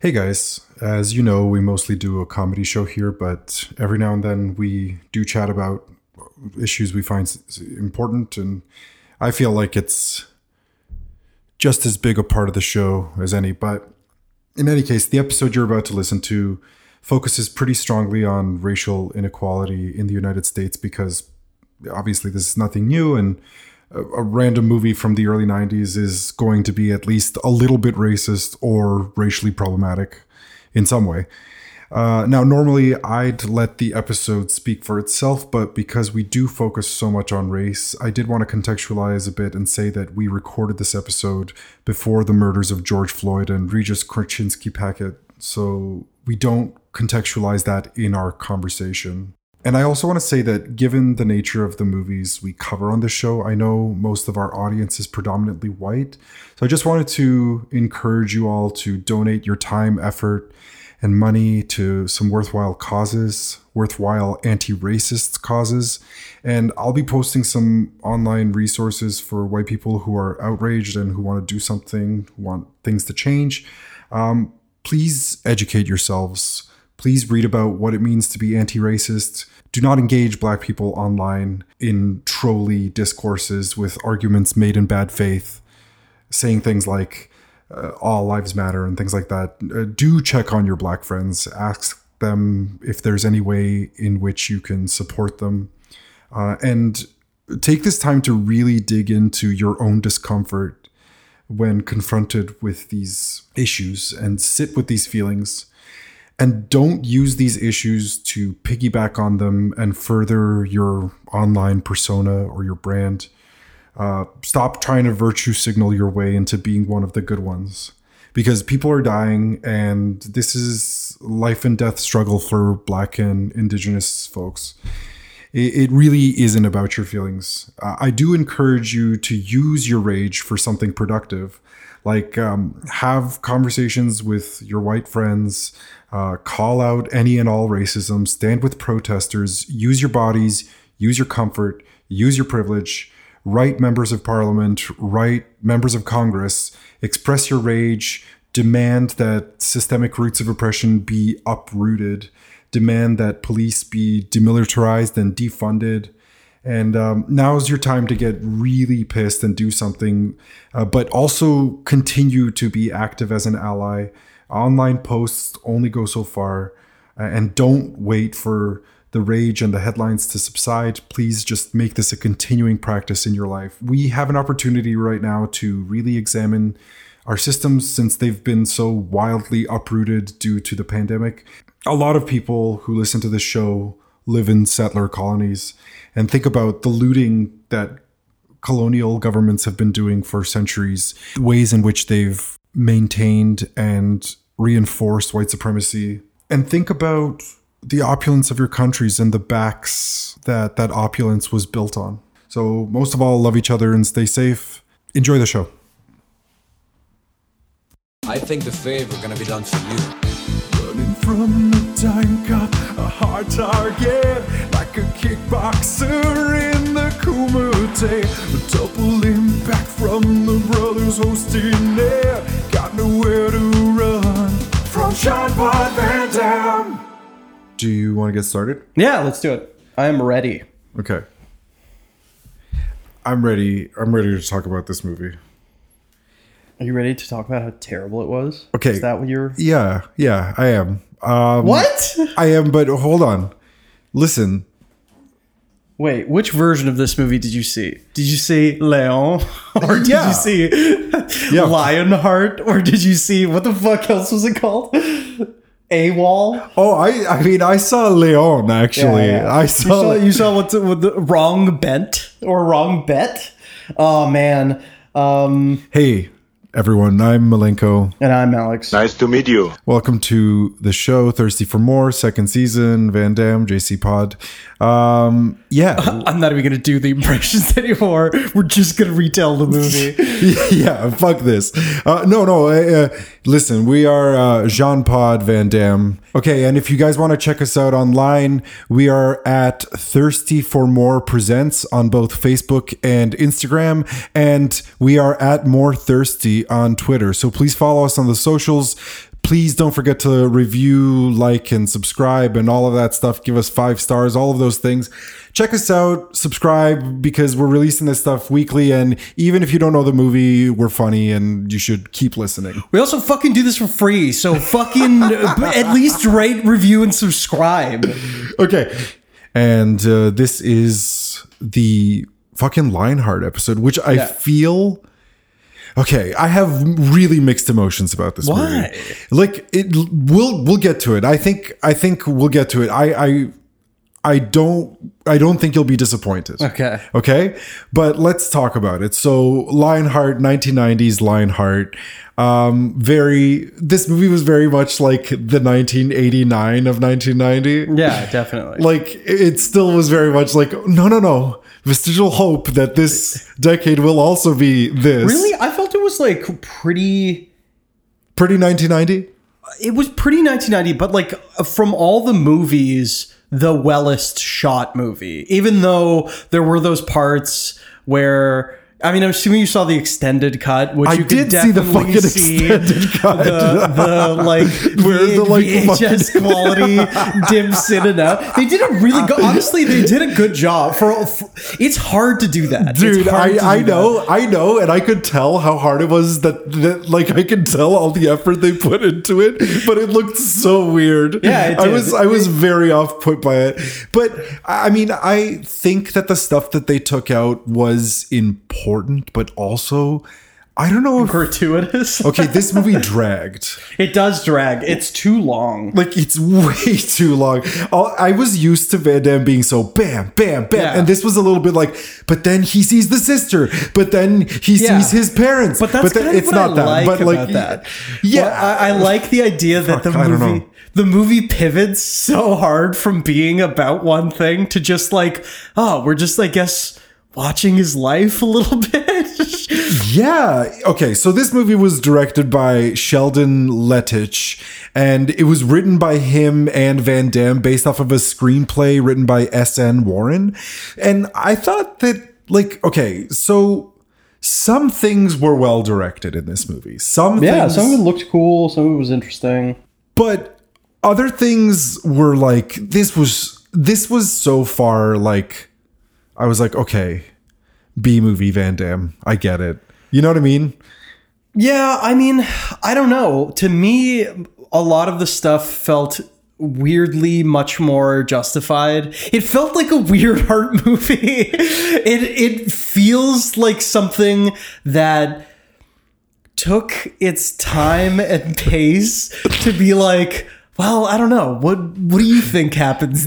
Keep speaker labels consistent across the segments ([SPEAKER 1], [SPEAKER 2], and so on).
[SPEAKER 1] Hey guys, as you know, we mostly do a comedy show here, but every now and then we do chat about issues we find s- s- important, and I feel like it's just as big a part of the show as any. But in any case, the episode you're about to listen to focuses pretty strongly on racial inequality in the United States because obviously this is nothing new and a, a random movie from the early 90s is going to be at least a little bit racist or racially problematic in some way. Uh, now, normally I'd let the episode speak for itself, but because we do focus so much on race, I did want to contextualize a bit and say that we recorded this episode before the murders of George Floyd and Regis Korchinski Packett, so we don't contextualize that in our conversation. And I also want to say that given the nature of the movies we cover on this show, I know most of our audience is predominantly white. So I just wanted to encourage you all to donate your time, effort, and money to some worthwhile causes, worthwhile anti racist causes. And I'll be posting some online resources for white people who are outraged and who want to do something, who want things to change. Um, please educate yourselves. Please read about what it means to be anti racist. Do not engage black people online in trolly discourses with arguments made in bad faith, saying things like, uh, all lives matter and things like that. Uh, do check on your black friends. Ask them if there's any way in which you can support them. Uh, and take this time to really dig into your own discomfort when confronted with these issues and sit with these feelings. And don't use these issues to piggyback on them and further your online persona or your brand uh, stop trying to virtue signal your way into being one of the good ones because people are dying and this is life and death struggle for black and indigenous folks it, it really isn't about your feelings uh, i do encourage you to use your rage for something productive like um, have conversations with your white friends uh, call out any and all racism stand with protesters use your bodies use your comfort use your privilege write members of parliament, write members of Congress, express your rage, demand that systemic roots of oppression be uprooted, demand that police be demilitarized and defunded. And um, now is your time to get really pissed and do something, uh, but also continue to be active as an ally. Online posts only go so far, uh, and don't wait for the rage and the headlines to subside, please just make this a continuing practice in your life. We have an opportunity right now to really examine our systems since they've been so wildly uprooted due to the pandemic. A lot of people who listen to this show live in settler colonies and think about the looting that colonial governments have been doing for centuries, ways in which they've maintained and reinforced white supremacy. And think about the opulence of your countries and the backs that that opulence was built on. So, most of all, love each other and stay safe. Enjoy the show.
[SPEAKER 2] I think the favor gonna be done for you.
[SPEAKER 1] Running from the time cop, a hard target, like a kickboxer in the Kumite. A double impact from the brothers hosting it. Got nowhere to run from Sean Bob Van Dam. Do you want to get started?
[SPEAKER 3] Yeah, let's do it. I'm ready.
[SPEAKER 1] Okay. I'm ready. I'm ready to talk about this movie.
[SPEAKER 3] Are you ready to talk about how terrible it was?
[SPEAKER 1] Okay.
[SPEAKER 3] Is that what you're.
[SPEAKER 1] Yeah, yeah, I am. Um,
[SPEAKER 3] What?
[SPEAKER 1] I am, but hold on. Listen,
[SPEAKER 3] Wait, which version of this movie did you see? Did you see Leon? Or did
[SPEAKER 1] Yeah.
[SPEAKER 3] you see Lionheart? Or did you see. What the fuck else was it called? AWOL?
[SPEAKER 1] Oh, I I mean I saw Leon actually.
[SPEAKER 3] Oh, Yeah, yeah.
[SPEAKER 1] I
[SPEAKER 3] You
[SPEAKER 1] saw,
[SPEAKER 3] you saw what's what the wrong bent or wrong bet? Oh, man. Um,
[SPEAKER 1] Hey everyone, I'm Malenko.
[SPEAKER 3] and I'm Alex.
[SPEAKER 4] Nice to meet you.
[SPEAKER 1] Welcome to the show Thirsty for More, second season, Van Dam, JC Pod. Um yeah.
[SPEAKER 3] I'm not even going to do the impressions anymore. We're just going to retell the movie.
[SPEAKER 1] yeah, fuck this. Uh, no, no. I, uh, listen, we are uh, Jean Pod Van Dam. Okay, and if you guys want to check us out online, we are at Thirsty for More Presents on both Facebook and Instagram, and we are at More Thirsty on Twitter. So please follow us on the socials. Please don't forget to review, like, and subscribe, and all of that stuff. Give us five stars, all of those things. Check us out, subscribe, because we're releasing this stuff weekly. And even if you don't know the movie, we're funny and you should keep listening.
[SPEAKER 3] We also fucking do this for free, so fucking at least rate, review, and subscribe.
[SPEAKER 1] Okay. And uh, this is the fucking Lionheart episode, which I
[SPEAKER 3] Yeah.
[SPEAKER 1] feel. Okay, I have really mixed emotions about this
[SPEAKER 3] Why?
[SPEAKER 1] movie. Like it we'll we'll get to it. I think I think we'll get to it. I I I don't I don't think you'll be disappointed.
[SPEAKER 3] Okay.
[SPEAKER 1] Okay? But let's talk about it. So Lionheart 1990s Lionheart um very this movie was very much like the 1989 of 1990
[SPEAKER 3] Yeah, definitely.
[SPEAKER 1] like it still was very much like no no no vestigial hope that this decade will also be this
[SPEAKER 3] really, I felt it was like pretty.
[SPEAKER 1] pretty 1990
[SPEAKER 3] It was pretty 1990, but like from all the movies, the wellest shot movie. Even though there were those parts where. I mean, I'm assuming you saw the extended cut, which
[SPEAKER 1] I
[SPEAKER 3] you could
[SPEAKER 1] did see the
[SPEAKER 3] definitely
[SPEAKER 1] fucking
[SPEAKER 3] see
[SPEAKER 1] extended cut.
[SPEAKER 3] The, the like,
[SPEAKER 1] Where the, like,
[SPEAKER 3] VHS quality dips in and out. They did a really good. Honestly, they did a good job. For, for it's hard to do that, It's
[SPEAKER 1] dude
[SPEAKER 3] hard to do
[SPEAKER 1] i i
[SPEAKER 3] that.
[SPEAKER 1] know i know and i could tell how hard it was that, that like i could tell all the effort they put into it but it looked so weird
[SPEAKER 3] Yeah, it
[SPEAKER 1] i
[SPEAKER 3] did.
[SPEAKER 1] was i was very off put by it but i I mean i think that the stuff that they took out was important but also i don't know if
[SPEAKER 3] gratuitous.
[SPEAKER 1] okay this movie dragged
[SPEAKER 3] It does drag. It's too long.
[SPEAKER 1] Like it's way too long. All- I was used to Van Damme being so bam, bam, bam,
[SPEAKER 3] Yeah.
[SPEAKER 1] and this was a little bit like. But then he sees the sister. But then he
[SPEAKER 3] Yeah.
[SPEAKER 1] sees his parents.
[SPEAKER 3] But that's
[SPEAKER 1] then-
[SPEAKER 3] kind of what I like about that.
[SPEAKER 1] Yeah,
[SPEAKER 3] Well, I, I like the idea that
[SPEAKER 1] Fuck, I
[SPEAKER 3] the
[SPEAKER 1] don't
[SPEAKER 3] movie
[SPEAKER 1] know.
[SPEAKER 3] the movie pivots so hard from being about one thing to just like, oh, we're just I guess watching his life a little bit.
[SPEAKER 1] yeah. Okay, so this movie was directed by Sheldon Lettich, and it was written by him and Van Damme based off of a screenplay written by S. N. Warren, and I thought that like okay, so. Some things were well directed in this movie. Some things,
[SPEAKER 3] looked cool. Some of it was interesting.
[SPEAKER 1] but other things were like this was this was so far like i was like okay b movie van damme i get it you know what i mean
[SPEAKER 3] Yeah, I mean, I don't know. To me, a lot of the stuff felt weirdly much more justified. It felt like a weird heart movie. it it feels like something that took its time and pace to be like, well, I don't know. What what do you think happens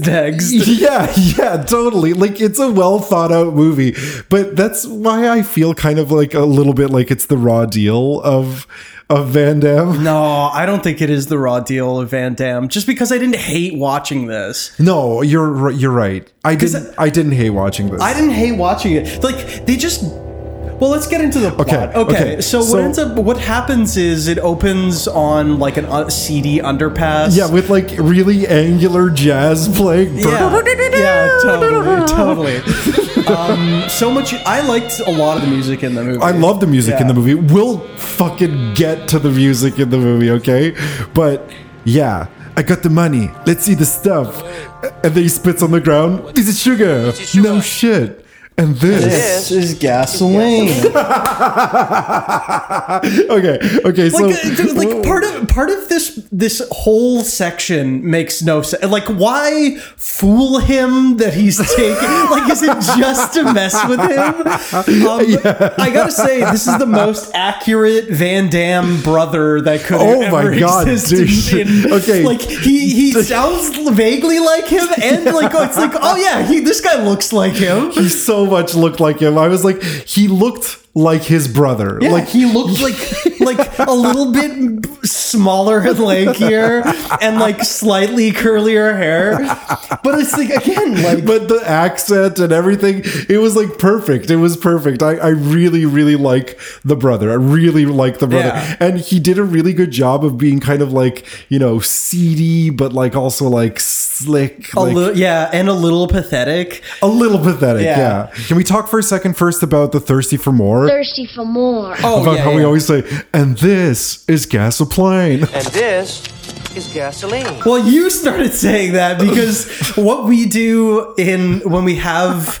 [SPEAKER 3] next?
[SPEAKER 1] yeah yeah totally like it's a well thought out movie but that's why i feel kind of like a little bit like it's the raw deal of of van damme
[SPEAKER 3] No, I don't think it is the raw deal of Van Damme. Just because I didn't hate watching this.
[SPEAKER 1] no you're ri- you're right i didn't i didn't hate watching this
[SPEAKER 3] I didn't hate watching it. Like they just. Well, let's get into the plot.
[SPEAKER 1] Okay,
[SPEAKER 3] Okay.
[SPEAKER 1] okay,
[SPEAKER 3] So,
[SPEAKER 1] so-
[SPEAKER 3] what ends up what happens is it opens on like an uh, seedy underpass.
[SPEAKER 1] yeah with like really angular jazz playing
[SPEAKER 3] Yeah, yeah totally, totally. um, so much. I liked a lot of the music in the movie.
[SPEAKER 1] I love the music in
[SPEAKER 3] Yeah.
[SPEAKER 1] the movie. We'll fucking get to the music in the movie, okay? But yeah, I got the money. Let's see the stuff. And then he spits on the ground. This is sugar. No shit. And this.
[SPEAKER 3] This is gasoline.
[SPEAKER 1] Okay, okay, so.
[SPEAKER 3] like, uh, dude, like part of part of this this whole section makes no sense. Like, why fool him that he's taking? like, is it just to mess with him? Um, I gotta say, this is the most accurate Van Damme brother that could have
[SPEAKER 1] Oh my
[SPEAKER 3] ever
[SPEAKER 1] God,
[SPEAKER 3] existed.
[SPEAKER 1] dude.
[SPEAKER 3] in-
[SPEAKER 1] Okay.
[SPEAKER 3] like he he sounds vaguely like him, and like oh, it's like oh yeah, he this guy looks like him.
[SPEAKER 1] He so much looked like him. I was like, he looked like his brother.
[SPEAKER 3] Yeah,
[SPEAKER 1] Like,
[SPEAKER 3] he looked like like a little bit smaller and lankier, and like slightly curlier hair. But it's like again, like
[SPEAKER 1] but the accent and everything, it was like perfect. It was perfect. I, I really, really like the brother. I really like the brother.
[SPEAKER 3] Yeah.
[SPEAKER 1] And he did a really good job of being kind of like, you know, seedy, but like also like s- slick,
[SPEAKER 3] a
[SPEAKER 1] like,
[SPEAKER 3] little, yeah, and a little pathetic.
[SPEAKER 1] a little pathetic.
[SPEAKER 3] Yeah.
[SPEAKER 1] Yeah. Can we talk for a second first about the thirsty for more?
[SPEAKER 4] thirsty for more.
[SPEAKER 3] Oh,
[SPEAKER 1] about
[SPEAKER 3] yeah,
[SPEAKER 1] how
[SPEAKER 3] yeah.
[SPEAKER 1] we always say, and this is gasoline.
[SPEAKER 5] And this is gasoline.
[SPEAKER 3] Well, you started saying that because what we do in when we have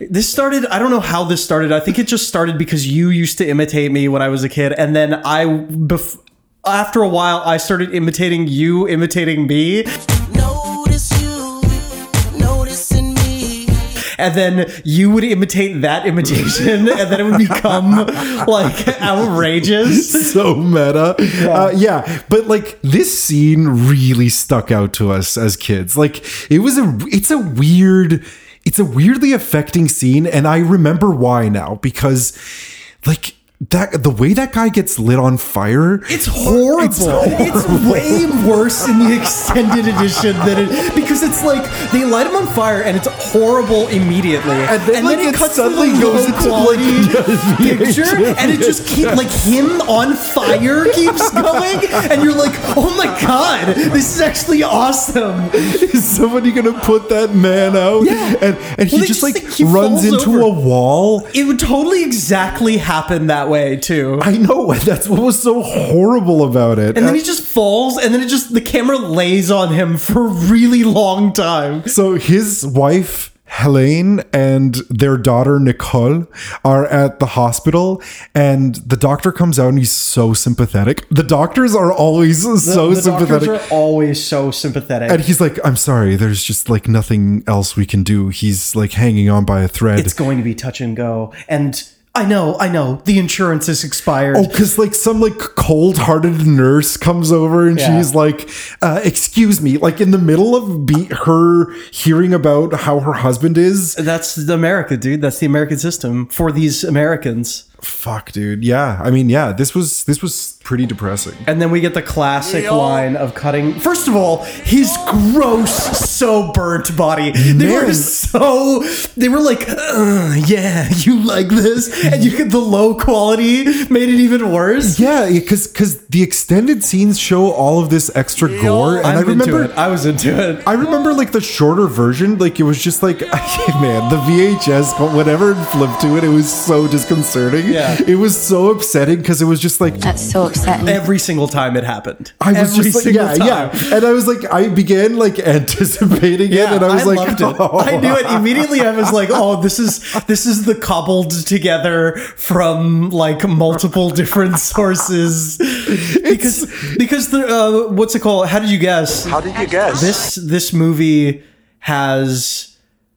[SPEAKER 3] this started, I don't know how this started. I think it just started because you used to imitate me when I was a kid, and then I bef- after a while I started imitating you, imitating me,
[SPEAKER 6] Notice you, noticing me.
[SPEAKER 3] and then you would imitate that imitation, and then it would become like outrageous.
[SPEAKER 1] so meta. Yeah. Uh, yeah, but like this scene really stuck out to us as kids. Like it was a it's a weird it's a weirdly affecting scene and I remember why now because like that the way that guy gets lit on fire
[SPEAKER 3] It's horrible. It's, way worse in the extended edition than it because it's like they light him on fire and it's horrible immediately, and
[SPEAKER 1] then, like, it suddenly goes into, like, yeah, the
[SPEAKER 3] picture,
[SPEAKER 1] extended-
[SPEAKER 3] and it just keep like him on fire keeps going, and you're like, oh my god, this is actually awesome.
[SPEAKER 1] is somebody gonna put that man out?
[SPEAKER 3] Yeah.
[SPEAKER 1] And and he
[SPEAKER 3] Well, they
[SPEAKER 1] just
[SPEAKER 3] just
[SPEAKER 1] like
[SPEAKER 3] think he
[SPEAKER 1] runs
[SPEAKER 3] falls
[SPEAKER 1] into
[SPEAKER 3] over.
[SPEAKER 1] a wall.
[SPEAKER 3] It would totally exactly happen that way too.
[SPEAKER 1] I know, and that's what was so horrible about it.
[SPEAKER 3] And then he just falls, and then it just the camera lays on him for a really long time.
[SPEAKER 1] So his wife Helene and their daughter Nicole are at the hospital, and the doctor comes out and he's so sympathetic. The doctors are always so
[SPEAKER 3] the
[SPEAKER 1] sympathetic.
[SPEAKER 3] doctors are always so sympathetic.
[SPEAKER 1] and he's like, I'm sorry, there's just like nothing else we can do. He's like hanging on by a thread.
[SPEAKER 3] it's going to be touch and go. And I know, I know, the insurance is expired.
[SPEAKER 1] Oh, because like some like cold-hearted nurse comes over and
[SPEAKER 3] Yeah.
[SPEAKER 1] she's like, uh, "Excuse me," like in the middle of be- her hearing about how her husband is.
[SPEAKER 3] That's the America, dude. That's the American system for these Americans.
[SPEAKER 1] Fuck, dude. Yeah, I mean, yeah. This was this was pretty depressing.
[SPEAKER 3] And then we get the classic line of cutting. First of all, his gross, so burnt body. They were
[SPEAKER 1] Man.
[SPEAKER 3] so. They were like, "Ugh, yeah, you like this, and you could the low quality made it even worse.
[SPEAKER 1] Yeah, because because the extended scenes show all of this extra gore, and
[SPEAKER 3] I'm
[SPEAKER 1] i
[SPEAKER 3] into
[SPEAKER 1] remember
[SPEAKER 3] it. I was into it.
[SPEAKER 1] I remember like the shorter version, like it was just like man, the VHS, but whatever it flipped to it, it was so disconcerting.
[SPEAKER 3] Yeah.
[SPEAKER 1] it was so upsetting because it was just like
[SPEAKER 7] That's so upsetting.
[SPEAKER 3] Every single time it happened.
[SPEAKER 1] I was
[SPEAKER 3] Every
[SPEAKER 1] just like,
[SPEAKER 3] single
[SPEAKER 1] yeah,
[SPEAKER 3] time.
[SPEAKER 1] yeah, and I was like, I began like anticipating it, and I was like,
[SPEAKER 3] loved it.
[SPEAKER 1] oh.
[SPEAKER 3] I knew it immediately. I was like, oh, this is this is the cobbled together from like multiple different sources. because because the uh, what's it called? How did you guess?
[SPEAKER 5] How did you guess?
[SPEAKER 3] This this movie has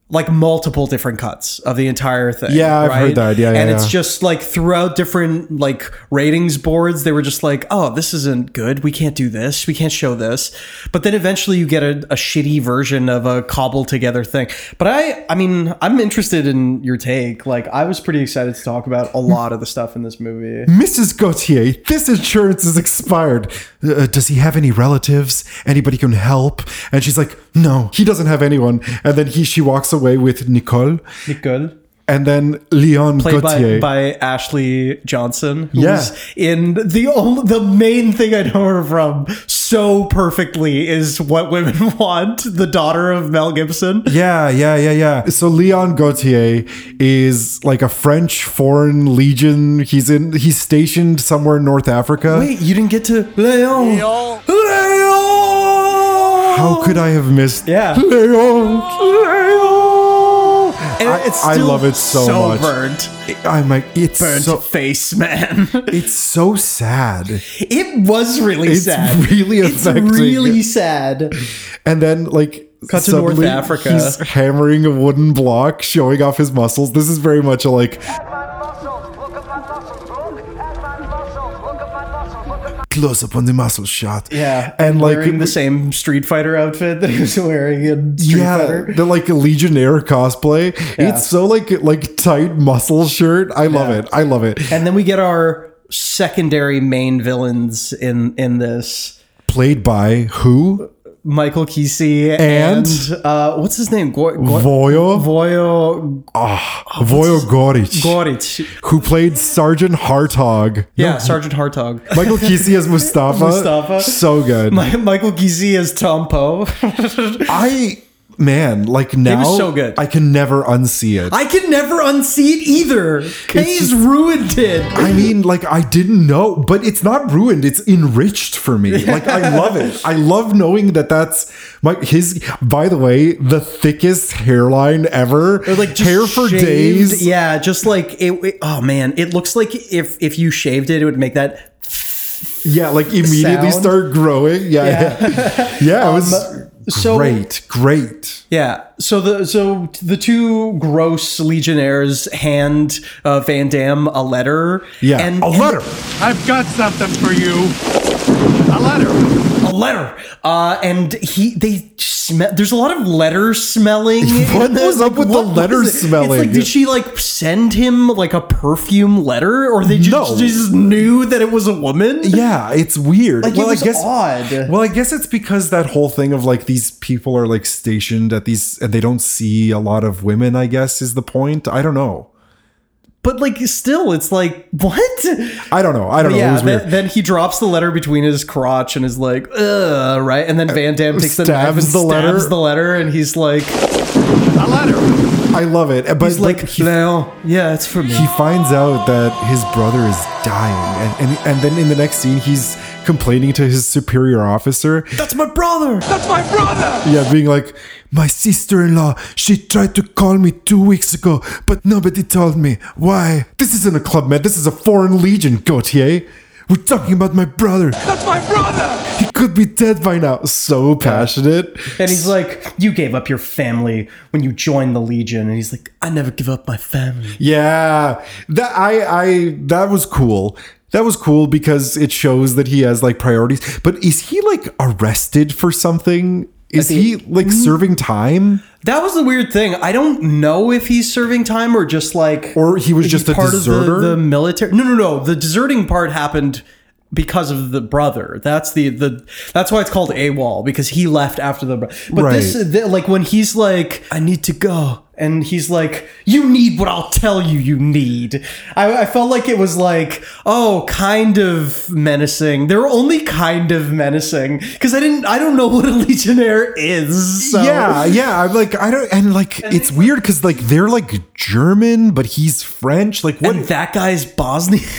[SPEAKER 3] like multiple different cuts of the entire thing.
[SPEAKER 1] Yeah, I've
[SPEAKER 3] right?
[SPEAKER 1] heard that. Yeah,
[SPEAKER 3] and
[SPEAKER 1] yeah,
[SPEAKER 3] it's
[SPEAKER 1] yeah.
[SPEAKER 3] just like throughout different like ratings boards, they were just like, "Oh, this isn't good. We can't do this. We can't show this." But then eventually, you get a, a shitty version of a cobbled together thing. But I, I mean, I'm interested in your take. Like, I was pretty excited to talk about a lot of the stuff in this movie.
[SPEAKER 1] Mrs. Gautier, this insurance is expired. Uh, does he have any relatives? Anybody can help? And she's like, no, he doesn't have anyone. And then he she walks away with Nicole,
[SPEAKER 3] Nicole.
[SPEAKER 1] and then Leon
[SPEAKER 3] played by,
[SPEAKER 1] Gautier.
[SPEAKER 3] by Ashley Johnson, who
[SPEAKER 1] Yeah.
[SPEAKER 3] was in the only, the main thing I know her from so perfectly is what women want, the daughter of Mel Gibson.
[SPEAKER 1] yeah, yeah, yeah, yeah. So Leon Gautier is like a French foreign legion. He's in. He's stationed somewhere in North Africa.
[SPEAKER 3] Wait, you didn't get to Leon. Leon!
[SPEAKER 1] How could I have missed?
[SPEAKER 3] Yeah.
[SPEAKER 1] Leon, Leon.
[SPEAKER 3] And
[SPEAKER 1] I,
[SPEAKER 3] it's
[SPEAKER 1] I
[SPEAKER 3] still
[SPEAKER 1] love it so, much.
[SPEAKER 3] burnt,
[SPEAKER 1] I'm like, it's
[SPEAKER 3] burnt
[SPEAKER 1] so
[SPEAKER 3] face, man.
[SPEAKER 1] it's so sad.
[SPEAKER 3] it was really
[SPEAKER 1] It's
[SPEAKER 3] sad.
[SPEAKER 1] really
[SPEAKER 3] it's
[SPEAKER 1] affecting.
[SPEAKER 3] really sad.
[SPEAKER 1] And then like
[SPEAKER 3] Cut to North Africa.
[SPEAKER 1] he's hammering a wooden block, showing off his muscles. This is very much a like
[SPEAKER 8] Look at my muscles, look at my muscles, look at my muscles, look at my muscles, look at my
[SPEAKER 1] close up on the muscle shot.
[SPEAKER 3] Yeah,
[SPEAKER 1] and like
[SPEAKER 3] wearing the same Street Fighter outfit that he was wearing in Street
[SPEAKER 1] yeah,
[SPEAKER 3] Fighter.
[SPEAKER 1] the like Legionnaire cosplay.
[SPEAKER 3] Yeah.
[SPEAKER 1] It's so like like tight muscle shirt. I love it. I love it.
[SPEAKER 3] And then we get our secondary main villains in in this
[SPEAKER 1] Played by who?
[SPEAKER 3] Michael Kesey
[SPEAKER 1] And?
[SPEAKER 3] and, uh, what's his name? Go- Go-
[SPEAKER 1] Voyo
[SPEAKER 3] Voyo
[SPEAKER 1] Voyo Goric,
[SPEAKER 3] Goric.
[SPEAKER 1] who played Sergeant Hartog.
[SPEAKER 3] Yeah, Sergeant Hartog.
[SPEAKER 1] Michael Kesey as Mustafa.
[SPEAKER 3] Mustafa.
[SPEAKER 1] So good.
[SPEAKER 3] Mi- Michael Kesey as Tom Poe.
[SPEAKER 1] I man, like now
[SPEAKER 3] so good.
[SPEAKER 1] I can never unsee it.
[SPEAKER 3] I can never unsee it either. Kay's
[SPEAKER 1] just-
[SPEAKER 3] ruined it.
[SPEAKER 1] I mean, like I didn't know, but it's not ruined. It's enriched for me. Like I love it. I love knowing that that's my his. By the way, the thickest hairline ever.
[SPEAKER 3] Or, like just
[SPEAKER 1] hair for
[SPEAKER 3] shaved-
[SPEAKER 1] days.
[SPEAKER 3] Yeah, just like it, it- Oh man, it looks like if if you shaved it, it would make that.
[SPEAKER 1] Yeah, like immediately
[SPEAKER 3] Sound. Um,
[SPEAKER 1] start growing. Yeah, yeah. yeah. it was
[SPEAKER 3] so-
[SPEAKER 1] great, great.
[SPEAKER 3] Yeah. So the so the two gross legionnaires hand uh, Van Damme a letter.
[SPEAKER 1] Yeah,
[SPEAKER 3] and
[SPEAKER 1] a
[SPEAKER 3] and-
[SPEAKER 1] letter.
[SPEAKER 4] I've got something for you. A letter.
[SPEAKER 3] a letter. Uh, and he they smell. There's a lot of letter smelling.
[SPEAKER 1] What
[SPEAKER 3] in the-
[SPEAKER 1] was up with the
[SPEAKER 3] what was
[SPEAKER 1] letter
[SPEAKER 3] it? It's
[SPEAKER 1] smelling?
[SPEAKER 3] like, did she like send him like a perfume letter, or they just,
[SPEAKER 1] No.
[SPEAKER 3] they just knew that it was a woman?
[SPEAKER 1] Yeah, it's weird.
[SPEAKER 3] Like, it
[SPEAKER 1] well,
[SPEAKER 3] was
[SPEAKER 1] I guess
[SPEAKER 3] odd.
[SPEAKER 1] Well, I guess it's because that whole thing of like these people are like stationed at these and they don't see a lot of women. I guess is the point. I don't know.
[SPEAKER 3] But like, still, it's like what?
[SPEAKER 1] I don't know. I don't know. it
[SPEAKER 3] Oh, Yeah,
[SPEAKER 1] was
[SPEAKER 3] then,
[SPEAKER 1] weird.
[SPEAKER 3] then he drops the letter between his crotch and is like, ugh, right? And then Van Damme takes the knife and
[SPEAKER 1] Stabs the
[SPEAKER 3] stabs
[SPEAKER 1] letter.
[SPEAKER 3] the letter, and he's like,
[SPEAKER 4] A letter.
[SPEAKER 1] I love it. But
[SPEAKER 3] he's like,
[SPEAKER 1] he,
[SPEAKER 3] "No, yeah, it's for me.
[SPEAKER 1] he finds out that his brother is dying, and, and and then in the next scene he's complaining to his superior officer.
[SPEAKER 3] That's my brother.
[SPEAKER 4] That's my brother.
[SPEAKER 1] Yeah, being like, my sister-in-law, she tried to call me two weeks ago, but nobody told me. Why? This isn't a club, man. This is a foreign legion, Gautier. We're talking about my brother.
[SPEAKER 4] That's my brother.
[SPEAKER 1] He could be dead by now. So passionate.
[SPEAKER 3] And he's like, "You gave up your family when you joined the Legion." And he's like, "I never give up my family."
[SPEAKER 1] Yeah, that I I that was cool. That was cool because it shows that he has like priorities. But is he like arrested for something? Is he like
[SPEAKER 3] Mm-hmm.
[SPEAKER 1] serving time,
[SPEAKER 3] That was the weird thing. I don't know if he's serving time or just like,
[SPEAKER 1] or he was
[SPEAKER 3] he's
[SPEAKER 1] just a
[SPEAKER 3] part
[SPEAKER 1] deserter?
[SPEAKER 3] of the, the military. No, no, no. The deserting part happened because of the brother. That's the the. That's why it's called AWOL because he left after the brother. But this,
[SPEAKER 1] Right.
[SPEAKER 3] th- like, when he's like, "I need to go." And he's like, "You need what I'll tell you. You need." I, I felt like it was like, oh, kind of menacing. They're only kind of menacing because I didn't. I don't know what a legionnaire is. So.
[SPEAKER 1] Yeah, yeah. I'm like, I don't, and like, it's weird because like they're like German, but he's French. Like, what
[SPEAKER 3] And that guy's Bosnian.